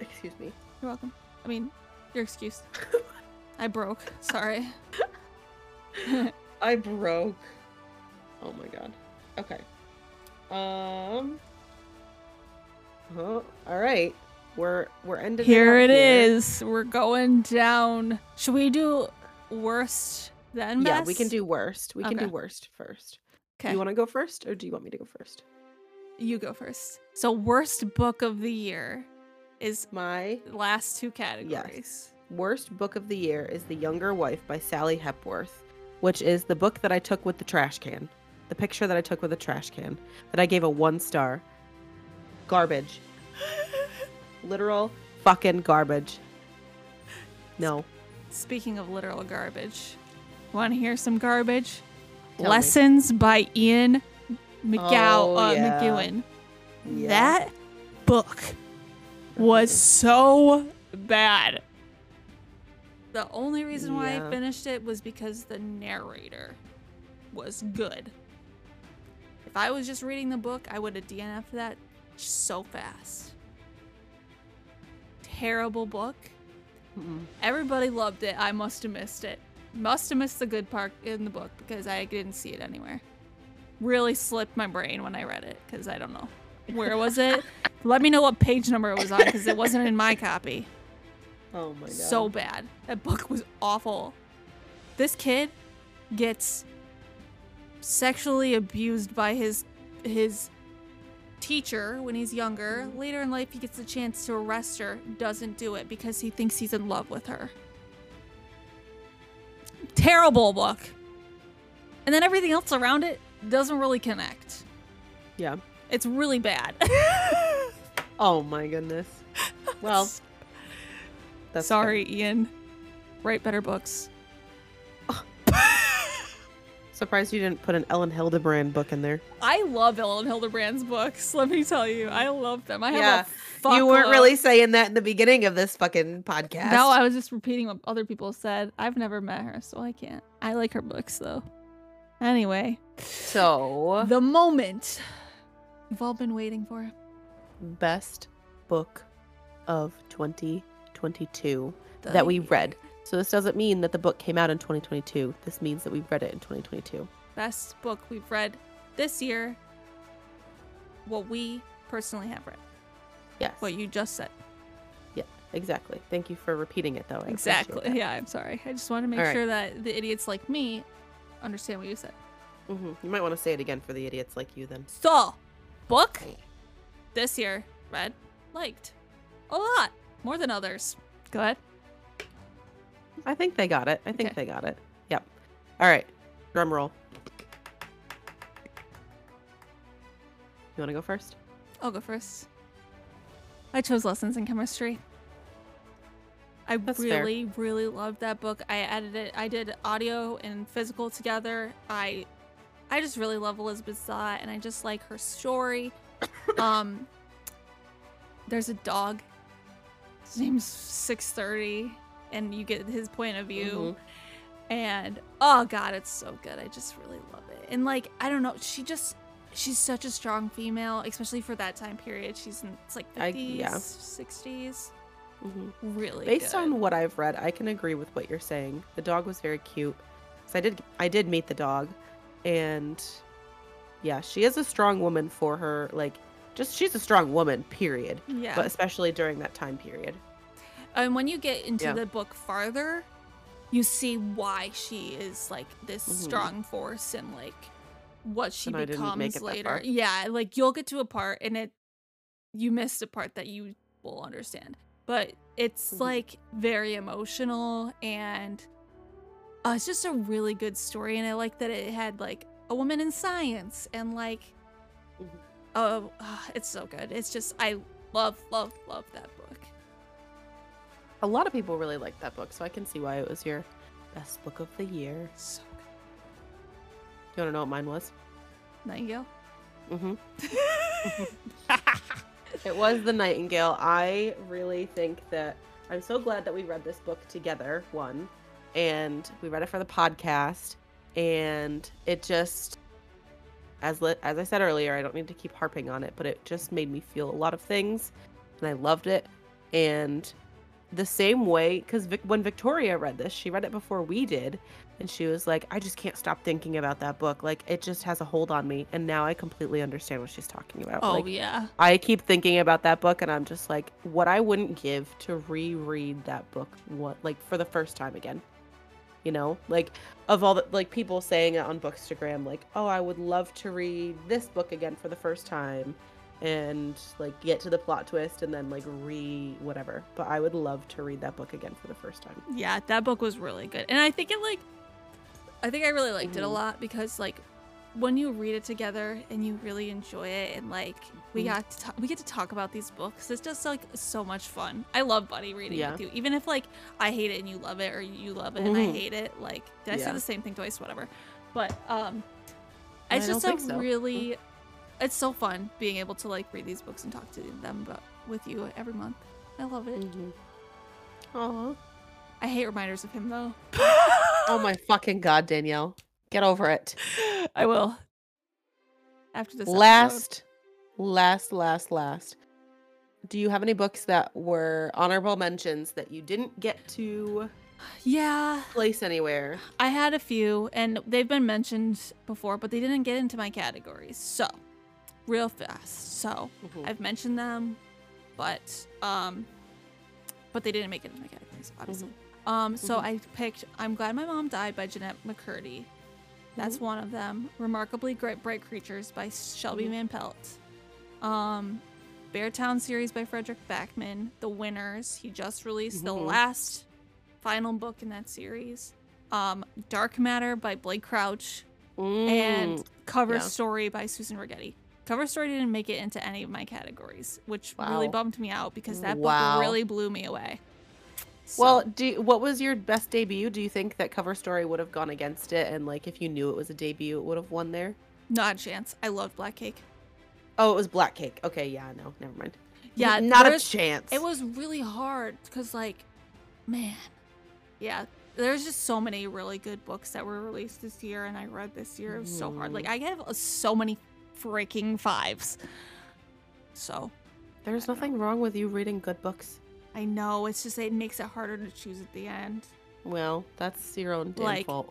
S2: Excuse me.
S1: You're welcome. I mean, your
S2: [laughs]
S1: excuse. I broke. Sorry.
S2: I broke. Oh my god. Okay. Um. Oh, all right. We're we're ending.
S1: Here
S2: it
S1: it
S2: out here.
S1: is. We're going down. Should we do worst then
S2: Yeah,
S1: best?
S2: we can do worst. We can do
S1: Okay.
S2: worst first.
S1: Okay,
S2: You
S1: you,
S2: want to go first, or do you want me to go first?
S1: go first. So worst book of the year is
S2: My
S1: last two categories.
S2: worst book of the year is *The Younger Wife* by Sally Hepworth, which is the book that I took with the trash can, the picture that I took with the trash can that I gave a one star.
S1: [laughs]
S2: Garbage. Literal fucking garbage. No.
S1: Speaking of literal garbage, want to hear some garbage?
S2: Tell me.
S1: Lessons by Ian McGow
S2: Oh,
S1: uh,
S2: yeah.
S1: McGowan.
S2: Yeah.
S1: That book was so bad. The only reason why
S2: Yeah.
S1: I finished it was because the narrator was good. If I was just reading the book, I would have DNF'd that so fast. Terrible book.
S2: Mm-mm.
S1: Everybody loved it. I must have missed it. Must have missed the good part in the book because I didn't see it anywhere. Really slipped my brain when I read it because I don't know. Where was it? Let me know what page number it was on because it wasn't in my copy.
S2: Oh my god.
S1: So bad. That book was awful. This kid gets sexually abused by his his teacher when he's younger. Later in life he gets the chance to arrest her, doesn't do it because he thinks he's in love with her. Terrible book. And then everything else around it doesn't really connect.
S2: Yeah.
S1: It's really bad. [laughs]
S2: Oh my goodness. Well,
S1: [laughs]
S2: that's
S1: Sorry, Ian. Write better books.
S2: fair. Surprised you didn't put an Ellen Hildebrand book in there.
S1: I love Ellen Hildebrand's books. [laughs] Let me tell you, I love them. I have
S2: Yeah,
S1: a fuck
S2: you weren't really saying that in the beginning of this fucking
S1: [laughs]
S2: podcast.
S1: No, I was just repeating what other people said. I've never met her, so I can't. I like her books though. Anyway,
S2: so
S1: the moment we've all been waiting for.
S2: best book of 2022 that we read. So this doesn't mean that the book came out in 2022. This means that we read it in 2022.
S1: best book we've read this year. What we personally have read.
S2: Yes.
S1: What you just said.
S2: Yeah. Exactly. Thank you for repeating it, though. I appreciate
S1: exactly.
S2: that.
S1: Yeah, I'm sorry. I just want to make
S2: All right.
S1: sure that the idiots like me understand what you said.
S2: Mhm. You might want to say it again for the idiots like you, then.
S1: So, book this year, read, liked a lot more than others. Go ahead.
S2: I think they got it. I think
S1: Okay.
S2: they got it. Yep. All right. Drum roll. You want to go first?
S1: I'll go first. I chose lessons in chemistry. I
S2: That's fair.
S1: really, really loved that book. I edited I did audio and physical together. I I just really love Elizabeth Shaw and I just like her
S2: [coughs]
S1: story. um there's a dog. His name's six thirty and you get his point of view
S2: Mm-hmm.
S1: and oh god it's so good i just really love it and like i don't know she just she's such a strong female especially for that time period she's in it's like
S2: I-
S1: 50s
S2: yeah.
S1: 60s
S2: Mhm, mhm.
S1: really
S2: Based
S1: good.
S2: on what I've read, I can agree with what you're saying. The dog was very cute. So I did I did meet the dog and yeah, she is a strong woman for her like just she's a strong woman, period.
S1: yeah
S2: But especially during that time period.
S1: and when you get into
S2: Yeah.
S1: the book farther you see why she is like this
S2: Mhm.
S1: strong force and like what she
S2: And I didn't
S1: becomes
S2: make it that
S1: later
S2: far.
S1: yeah like you'll get to a part and it you missed a part that you will understand but it's
S2: Mhm.
S1: like very emotional and uh, it's just a really good story and i like that it had like a woman in science and like
S2: Mhm.
S1: oh [sighs] ah, it's so good it's just i love love love that book
S2: A lot of people really liked that book, so I can see why it was your best book of the year.
S1: so good
S2: You wanna know what mine was?
S1: there you go
S2: Mm-hmm. It was The Nightingale. I really think that I'm so glad that we read this book together, one, and we read it for the podcast. And it just, as, li- as I said earlier, I don't need to keep harping on it, but it just made me feel a lot of things. And I loved it. And the same way, because Vic- when Victoria read this, she read it before we did. And she was like, I just can't stop thinking about that book. Like, it just has a hold on me. And now I completely understand what she's talking [laughs] about.
S1: oh
S2: Like,
S1: yeah
S2: I keep thinking about that book and I'm just like, what I wouldn't give to reread that book what like for the first time again. You know? Like of all the like people saying it on Bookstagram, like, oh I would love to read this book again for the first time and like get to the plot twist and then like re whatever. But I would love to read that book again for the first time.
S1: yeah that book was really good and i think it like i think i really liked it a
S2: Mhm.
S1: lot because like when you read it together and you really enjoy it and like we
S2: Mhm.
S1: got to talk we get to talk about these books it's just like so much fun i love buddy reading
S2: Yeah.
S1: with you even if like i hate it and you love it or you love it and i
S2: Mhm.
S1: hate it like did i say
S2: Yeah.
S1: the same thing twice whatever but um
S2: I
S1: it's
S2: don't
S1: just a
S2: think so. Mm-hmm.
S1: really it's so fun being able to like read these books and talk to them about with you every month i love it
S2: Aw.
S1: i hate reminders of him though
S2: Oh my fucking god, Danielle. Get over it.
S1: I will. After this episode.
S2: last last last last do you have any books that were honorable mentions that you didn't get to
S1: Yeah,
S2: place anywhere
S1: I had a few, and they've been mentioned before, but they didn't get into my categories. So, real fast. So, I've mentioned them, but um, but they didn't make it into my categories, obviously. Um, so
S2: Mhm.
S1: I picked "I'm Glad My Mom Died" by Jeanette McCurdy. That's
S2: Mhm.
S1: one of them. "Remarkably Great Bright Creatures" by Shelby Van Pelt. Um, Beartown series by Frederick Backman. The Winners. He just released the
S2: Mhm.
S1: last final book in that series. Um, Dark Matter by Blake Crouch and
S2: Mm,
S1: Cover
S2: yeah.
S1: Story by Susan Rigetti. Cover Story didn't make it into any of my categories, which really
S2: Wow.
S1: bummed me out because that
S2: Wow.
S1: book really blew me away.
S2: well
S1: So,
S2: do what was your best debut do you think that cover story would have gone against it and like if you knew it was a debut it would have won there
S1: not a chance. I loved Black Cake.
S2: oh it was black cake okay yeah no never mind
S1: Yeah,
S2: not a
S1: there's-
S2: chance
S1: It was really hard because, like, man, yeah, there's just so many really good books that were released this year, and I read this year. It was so hard.
S2: Mm.
S1: Like, I gave uh, so many freaking fives. So
S2: there's
S1: I don't know.
S2: nothing wrong with you reading good books
S1: I know it's just it makes it harder to choose at the end.
S2: well that's your own damn
S1: Like,
S2: fault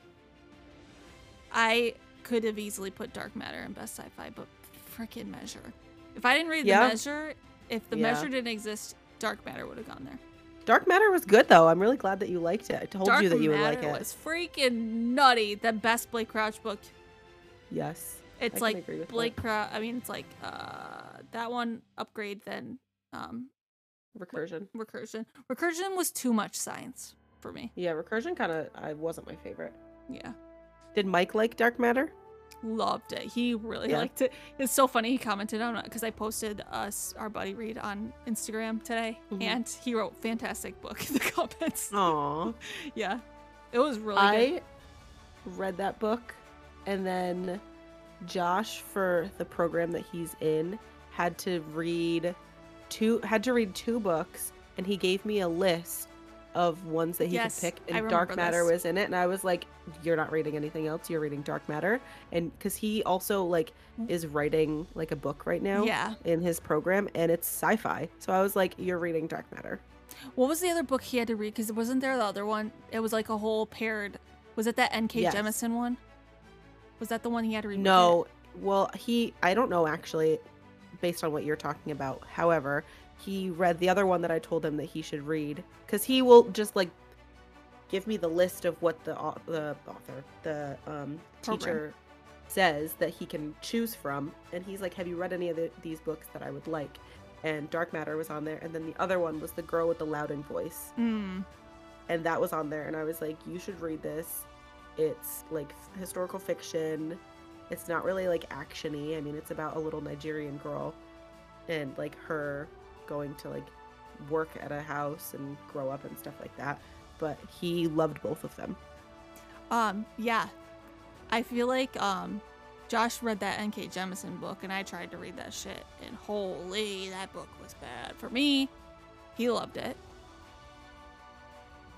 S1: I could have easily put Dark Matter in Best Sci-Fi, but freaking Measure. If I didn't read
S2: Yeah.
S1: the Measure, if the
S2: Yeah.
S1: Measure didn't exist, Dark Matter would have gone there.
S2: dark matter was good though i'm really glad that you liked it i told
S1: Dark
S2: you that you would
S1: Matter
S2: like it
S1: was freaking nutty. The best Blake Crouch book.
S2: yes I
S1: It's
S2: can
S1: like
S2: agree with that.
S1: Blake Crouch. I mean, it's like uh that one upgrade than um
S2: recursion
S1: recursion. Recursion was too much science for me.
S2: yeah recursion kind of i wasn't my favorite
S1: Yeah.
S2: did mike like dark matter
S1: loved it. He really
S2: Yeah.
S1: liked it. It's so funny. He commented on it because I posted us our buddy read on Instagram today,
S2: Mhm.
S1: and he wrote fantastic book [laughs] in the comments. [laughs]
S2: Aw.
S1: Yeah, it was really good.
S2: Oh. I read that book, and then Josh, for the program that he's in, had to read two had to read two books, and he gave me a list of ones that he
S1: Yes,
S2: could pick,
S1: I
S2: and Dark
S1: remember
S2: Matter
S1: this.
S2: was in it, and I was like, "You're not reading anything else. You're reading Dark Matter," and because he also like
S1: Mm-hmm.
S2: is writing like a book right now
S1: Yeah.
S2: in his program, and it's sci-fi. So I was like, "You're reading Dark Matter."
S1: What was the other book he had to read? Because wasn't there the other one? It was like a whole paired. Was it that N.K.
S2: Yes.
S1: Jemison one? Was that the one he had to read? with
S2: No, well, he I don't know actually based on what you're talking about. However, he read the other one that I told him that he should read cuz he will just like give me the list of what the au- the author, the um
S1: Program.
S2: teacher says that he can choose from and he's like, "Have you read any of the, these books that I would like?" And Dark Matter was on there and then the other one was The Girl with the Loudon Voice
S1: it? Mm.
S2: and that was on there and i was like you should read this it's like f- historical fiction it's not really like actiony i mean it's about a little nigerian girl and like her going to like work at a house and grow up and stuff like that but he loved both of them
S1: Um, yeah. I feel like um Josh read that N.K. Jemison book and I tried to read that shit and holy that book was bad for me. He loved it.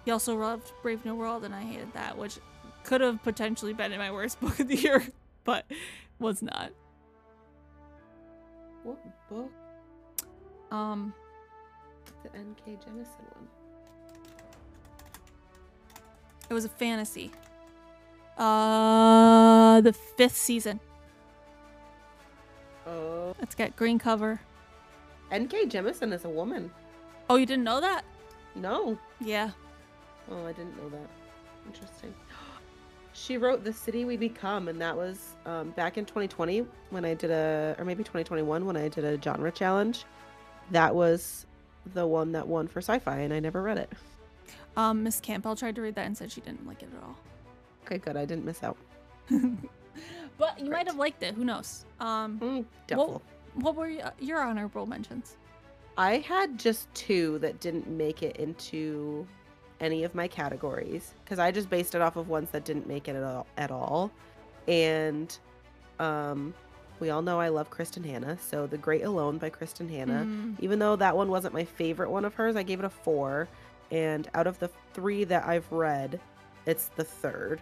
S1: He also loved Brave New World and I hated that, which could have potentially been in my worst [laughs] book of the year, but was not.
S2: what book
S1: Um
S2: the nk jemison one
S1: it was a fantasy. Uh the fifth season.
S2: oh
S1: It's got green cover.
S2: nk jemison is a woman
S1: Oh, you didn't know that?
S2: no
S1: Yeah.
S2: oh i didn't know that interesting [gasps] she wrote the city we become and that was um, back in 2020 when i did a or maybe 2021 when i did a genre challenge that was the one that won for sci-fi and i never read it
S1: Um, Miss Campbell tried to read that and said she didn't like it at all.
S2: okay good i didn't miss out
S1: but you might
S2: Great.
S1: have liked it. Who knows? Um,
S2: mm, devil
S1: what were y- your honorable mentions?
S2: i had just two that didn't make it into any of my categories because i just based it off of ones that didn't make it at all, at all. and um, we all know i love kristen hannah so the great alone by kristen hannah
S1: Mm,
S2: even though that one wasn't my favorite one of hers i gave it a four and out of the three that i've read it's the third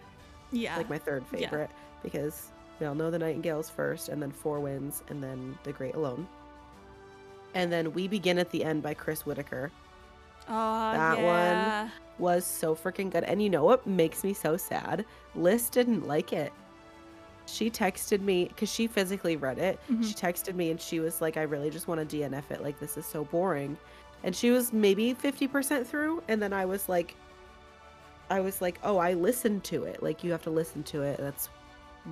S1: yeah.
S2: like my third
S1: yeah.
S2: favorite because we all know the nightingales first and then four wins and then the great alone and then we begin at the end by chris whitaker
S1: Aw,
S2: that one.
S1: yeah.
S2: was so freaking good and you know what makes me so sad liz didn't like it she texted me because she physically read it
S1: Mhm.
S2: she texted me and she was like i really just want to dnf it like this is so boring and she was maybe 50% through and then i was like i was like oh i listened to it like you have to listen to it that's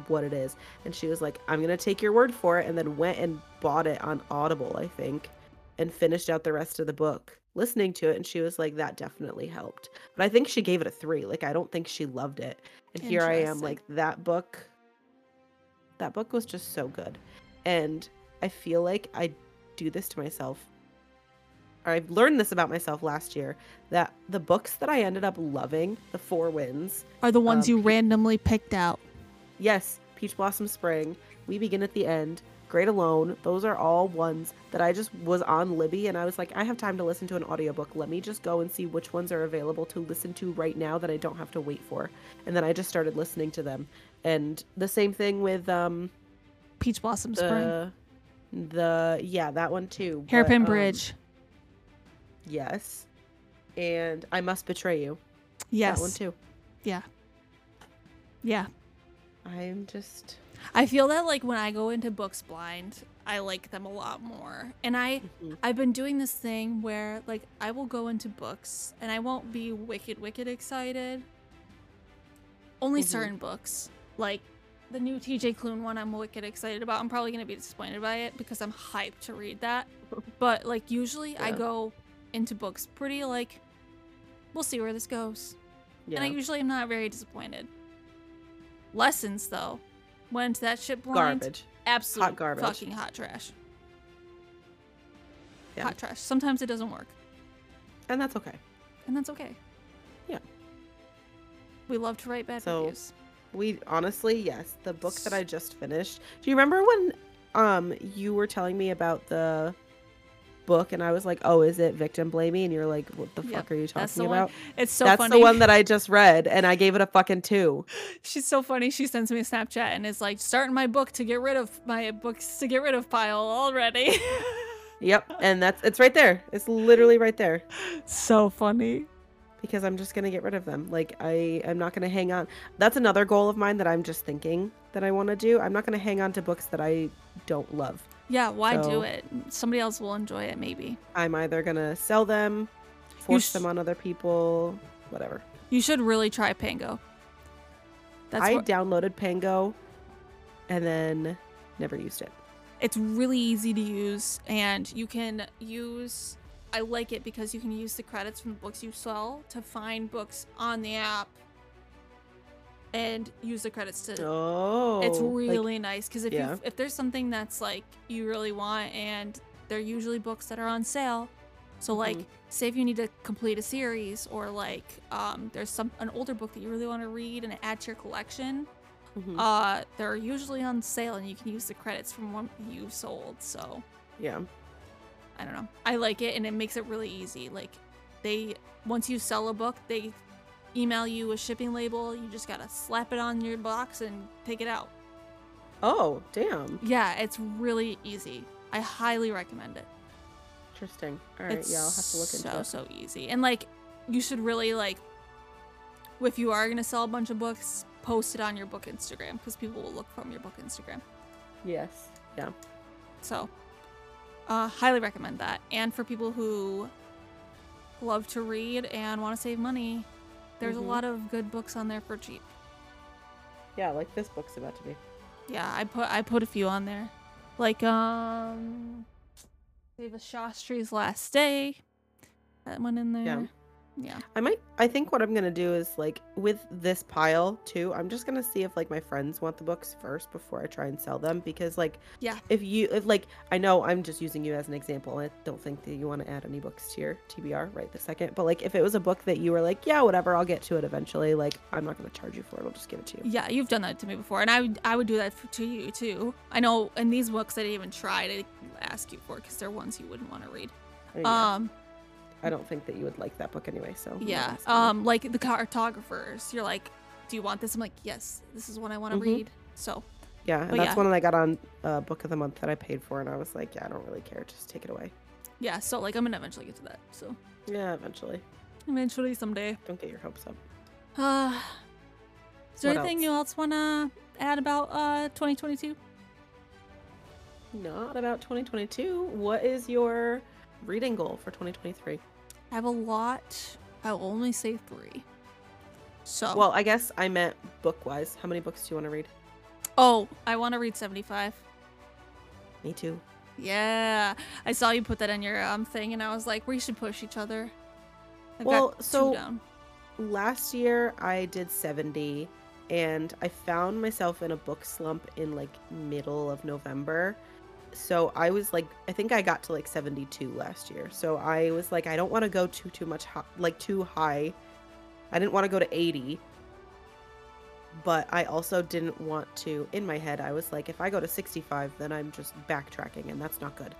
S2: what it is and she was like i'm gonna take your word for it and then went and bought it on audible i think and finished out the rest of the book listening to it and she was like that definitely helped but i think she gave it a three like i don't think she loved it and here i am
S1: Interesting.
S2: like that book that book was just so good and i feel like i do this to myself or i've learned this about myself last year that the books that i ended up loving the four wins
S1: Are the ones
S2: um,
S1: you
S2: pe-
S1: randomly picked out?
S2: Yes, Peach Blossom Spring, We Begin at the End, Great Alone, those are all ones that I just was on Libby and I was like, I have time to listen to an audiobook. Let me just go and see which ones are available to listen to right now that I don't have to wait for. And then I just started listening to them. And the same thing with um
S1: Peach Blossom Spring,
S2: the the yeah, that one too. Uh, but,
S1: Hairpin
S2: um,
S1: Bridge.
S2: Yes. And I Must Betray You.
S1: Yes.
S2: That one too.
S1: Yeah.
S2: I'm just
S1: I feel that like when I go into books blind, I like them a lot more. And I
S2: Mhm.
S1: I've been doing this thing where like I will go into books and I won't be wicked wicked excited. Only
S2: Mhm.
S1: certain books. Like the new TJ Klune one I'm wicked excited about. I'm probably going to be disappointed by it because I'm hyped to read that. But like usually I
S2: Yeah.
S1: go into books pretty like we'll see where this goes
S2: yeah.
S1: and I usually am not very disappointed. Lessons, though, Went to that shit blind.
S2: Garbage.
S1: Absolute
S2: garbage.
S1: fucking hot trash.
S2: Yeah.
S1: Hot trash. Sometimes it doesn't work,
S2: And that's okay.
S1: and that's okay.
S2: Yeah.
S1: We love to write bad
S2: So-
S1: reviews.
S2: We honestly, yes, the book that I just finished. Do you remember when um you were telling me about the book and I was like, "Oh, is it victim blaming?" and you're like, "What the
S1: Yep,
S2: fuck are you
S1: that's
S2: talking
S1: the one.
S2: about?"
S1: It's so
S2: that's
S1: funny.
S2: the one that I just read and I gave it a fucking 2.
S1: [laughs] She's so funny. She sends me a Snapchat and is like, starting my book to get rid of my books to get rid of pile already. [laughs]
S2: Yep, and that's it's right there. It's literally right there
S1: so funny.
S2: because I'm just going to get rid of them. Like I I'm not going to hang on. That's another goal of mine that I'm just thinking that I want to do. I'm not going to hang on to books that I don't love.
S1: Yeah, why
S2: So-
S1: do it? Somebody else will enjoy it, maybe.
S2: I'm either going to sell them, force
S1: sh-
S2: them on other people, whatever.
S1: You should really try Pango. That's
S2: I
S1: what,
S2: downloaded Pango and then never used it.
S1: it's really easy to use, and you can use. I like it because you can use the credits from the books you sell to find books on the app, and use the credits to
S2: Oh.
S1: it's
S2: like,
S1: really nice because if
S2: yeah.
S1: you if there's something that's like you really want and they're usually books that are on sale so like
S2: Mhm.
S1: say if you need to complete a series or like um, there's some an older book that you really want to read and add to your collection
S2: mhm,
S1: uh they're usually on sale and you can use the credits from what you've sold so
S2: yeah.
S1: i don't know i like it and it makes it really easy like they once you sell a book they email you a shipping label you just gotta slap it on your box and take it out
S2: Oh, damn.
S1: Yeah, it's really easy. I highly recommend it.
S2: Interesting. All right,
S1: it's
S2: yeah, I'll have to look into
S1: so
S2: it.
S1: so easy. And like you should really like if you are going to sell a bunch of books, post it on your book Instagram cuz people will look from your book Instagram.
S2: Yes. Yeah.
S1: So uh highly recommend that. And for people who love to read and want to save money, there's
S2: Mhm.
S1: a lot of good books on there for cheap.
S2: Yeah, like this book's about to be.
S1: Yeah, I put I put a few on there. Like um Davis Shastri's Last Day. That one in there.
S2: Yeah.
S1: Yeah.
S2: I might I think what I'm gonna do is like with this pile too, I'm just gonna see if like my friends want the books first before I try and sell them because like
S1: Yeah.
S2: if you if like I know I'm just using you as an example. I don't think that you want to add any books to your TBR right this second. But like if it was a book that you were like, yeah, whatever, I'll get to it eventually, like I'm not gonna charge you for it, I'll just give it to you.
S1: Yeah, you've done that to me before, and I would I would do that f- to you too. I know in these books I didn't even try to ask you for because they're ones you wouldn't want to read.
S2: I mean, yeah,
S1: Um,
S2: I don't think that you would like that book anyway, so I'm not
S1: yeah,
S2: gonna sell it.
S1: um, like the cartographers, you're like, do you want this? I'm like, yes, this is one I want to
S2: Mhm.
S1: read. So
S2: Yeah, and
S1: but
S2: that's
S1: yeah.
S2: one that I got on uh, book of the month that I paid for and I was like, Yeah, I don't really care, just take it away.
S1: yeah, so like I'm gonna eventually get to that. So
S2: Yeah, eventually.
S1: eventually someday. [sighs]
S2: Don't get your hopes up.
S1: Uh, is there
S2: What
S1: anything
S2: else?
S1: you else wanna add about uh 2022?
S2: Not about 2022. What is your reading goal for 2023?
S1: I have a lot. I'll only say three. So
S2: Well, I guess I meant book wise. How many books do you want to read?
S1: oh, I want to read 75.
S2: Me too.
S1: Yeah, I saw you put that in your um thing, and I was like, we should push each other. I've
S2: Well,
S1: got
S2: so-
S1: two down.
S2: Last year I did 70 and I found myself in a book slump in like middle of November. So I was like I think I got to like 72 last year. So I was like I don't want to go too too much hi- like too high. I didn't want to go to 80. But I also didn't want to in my head I was like if I go to 65 then I'm just backtracking and that's not good.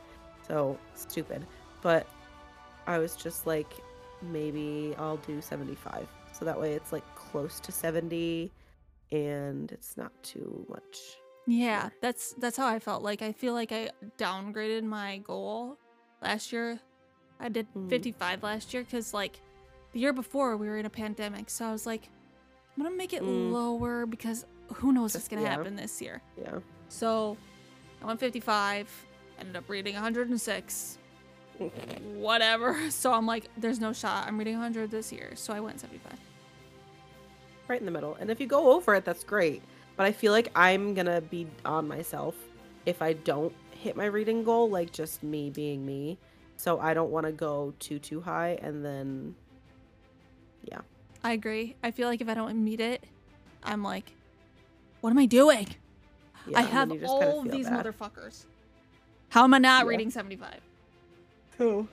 S2: So stupid. But I was just like maybe I'll do 75. So that way it's like close to 70 and it's not too much.
S1: yeah,
S2: Sure.
S1: that's that's how I felt. Like I feel like I downgraded my goal last year. I did
S2: Mhm.
S1: 55 last year because like the year before we were in a pandemic, so I was like, I'm gonna make it
S2: Mm.
S1: lower because who knows what's
S2: Just-
S1: gonna
S2: yeah.
S1: happen this year.
S2: Yeah.
S1: So I went 55, ended up reading 106. Whatever. [laughs] So I'm like, there's no shot. I'm reading 100 this year. So I went 75.
S2: Right in the middle. And if you go over it, that's great. But I feel like I'm going to be on myself if I don't hit my reading goal, like just me being me. So I don't want to go too, too high and then.
S1: I agree. I feel like if I don't meet it, I'm like, what am I doing?
S2: Yeah,
S1: I
S2: and then
S1: have
S2: you just kinda
S1: all
S2: feel
S1: these
S2: bad.
S1: motherfuckers. How am I not
S2: Yeah.
S1: reading 75?
S2: So,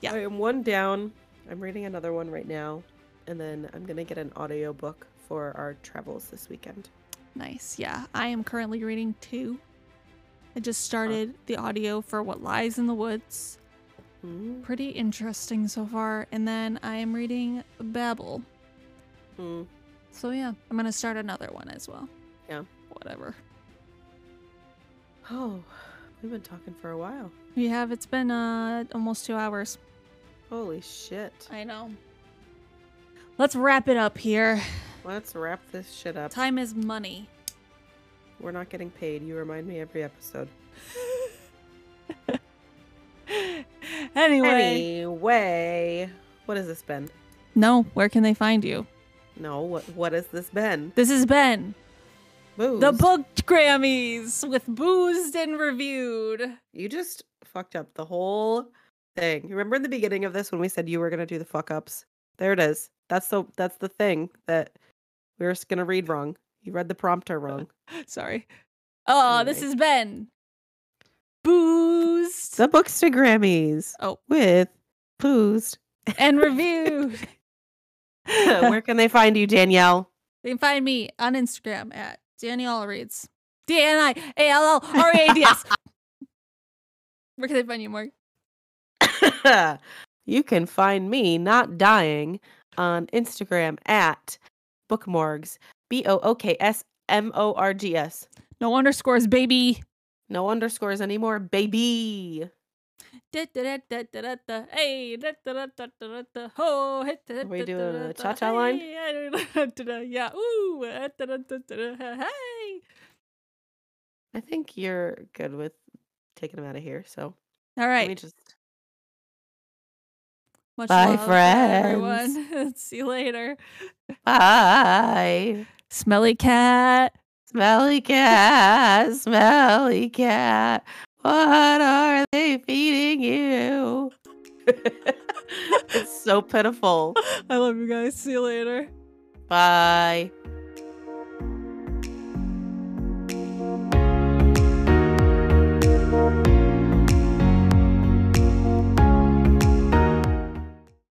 S1: Yeah.
S2: I am one down. I'm reading another one right now, and then I'm gonna get an audiobook for our travels this weekend.
S1: Nice. Yeah. I am currently reading two. I just started the audio for What Lies in the Woods.
S2: Mm,
S1: Pretty interesting so far. And then I am reading Babel.
S2: mm.
S1: So yeah, I'm going to start another one as well.
S2: Yeah.
S1: Whatever.
S2: Oh, we've been talking for a while.
S1: We have, it's been uh, almost two hours.
S2: Holy shit.
S1: I know. Let's wrap it up here.
S2: Let's wrap this shit up.
S1: Time is money.
S2: We're not getting paid. You remind me every episode.
S1: anyway.
S2: Anyway, what has this been?
S1: No, where can they find you?
S2: No, what what has this been?
S1: This has been
S2: Booze.
S1: the Booked Grammys with Boozed and Reviewed.
S2: You just fucked up the whole thing. You Remember in the beginning of this when we said you were gonna do the fuck ups? There it is. That's the that's the thing that we were just gonna read wrong. You read the prompter wrong.
S1: Sorry. Oh, this
S2: Anyway.
S1: has been Boozed
S2: [laughs] The books to Grammys.
S1: Oh.
S2: with boozed.
S1: and Reviewed.
S2: [laughs]
S1: [laughs]
S2: Where can they find you, Danielle? [coughs]
S1: They can find me on Instagram at Danielle Reads. D N I A L L R E A D
S2: [laughs]
S1: S. Where can they find you, Mark?
S2: you can find me not dying on Instagram at bookmorgs. B O O K S M O R G S.
S1: No underscores, baby.
S2: No underscores anymore, baby.
S1: Da, da, da, da, da, da, da. Hey, da, da, da, da, da, da, da. Ho, hey, da, da,
S2: we
S1: da,
S2: doing
S1: da,
S2: a
S1: da,
S2: cha-cha line?
S1: hey, I don't know, [laughs] da, da, da, Yeah. Ooh. uh, da, da, da, da, da, Hey.
S2: I think you're good with taking them out of here. So
S1: All
S2: let me
S1: right.
S2: just.
S1: Much
S2: Bye,
S1: love to Everyone. [laughs] See you later.
S2: Bye.
S1: Smelly cat.
S2: Smelly cat. Smelly cat. What are they feeding you? [laughs] it's so pitiful.
S1: I love you guys. See you later.
S2: Bye.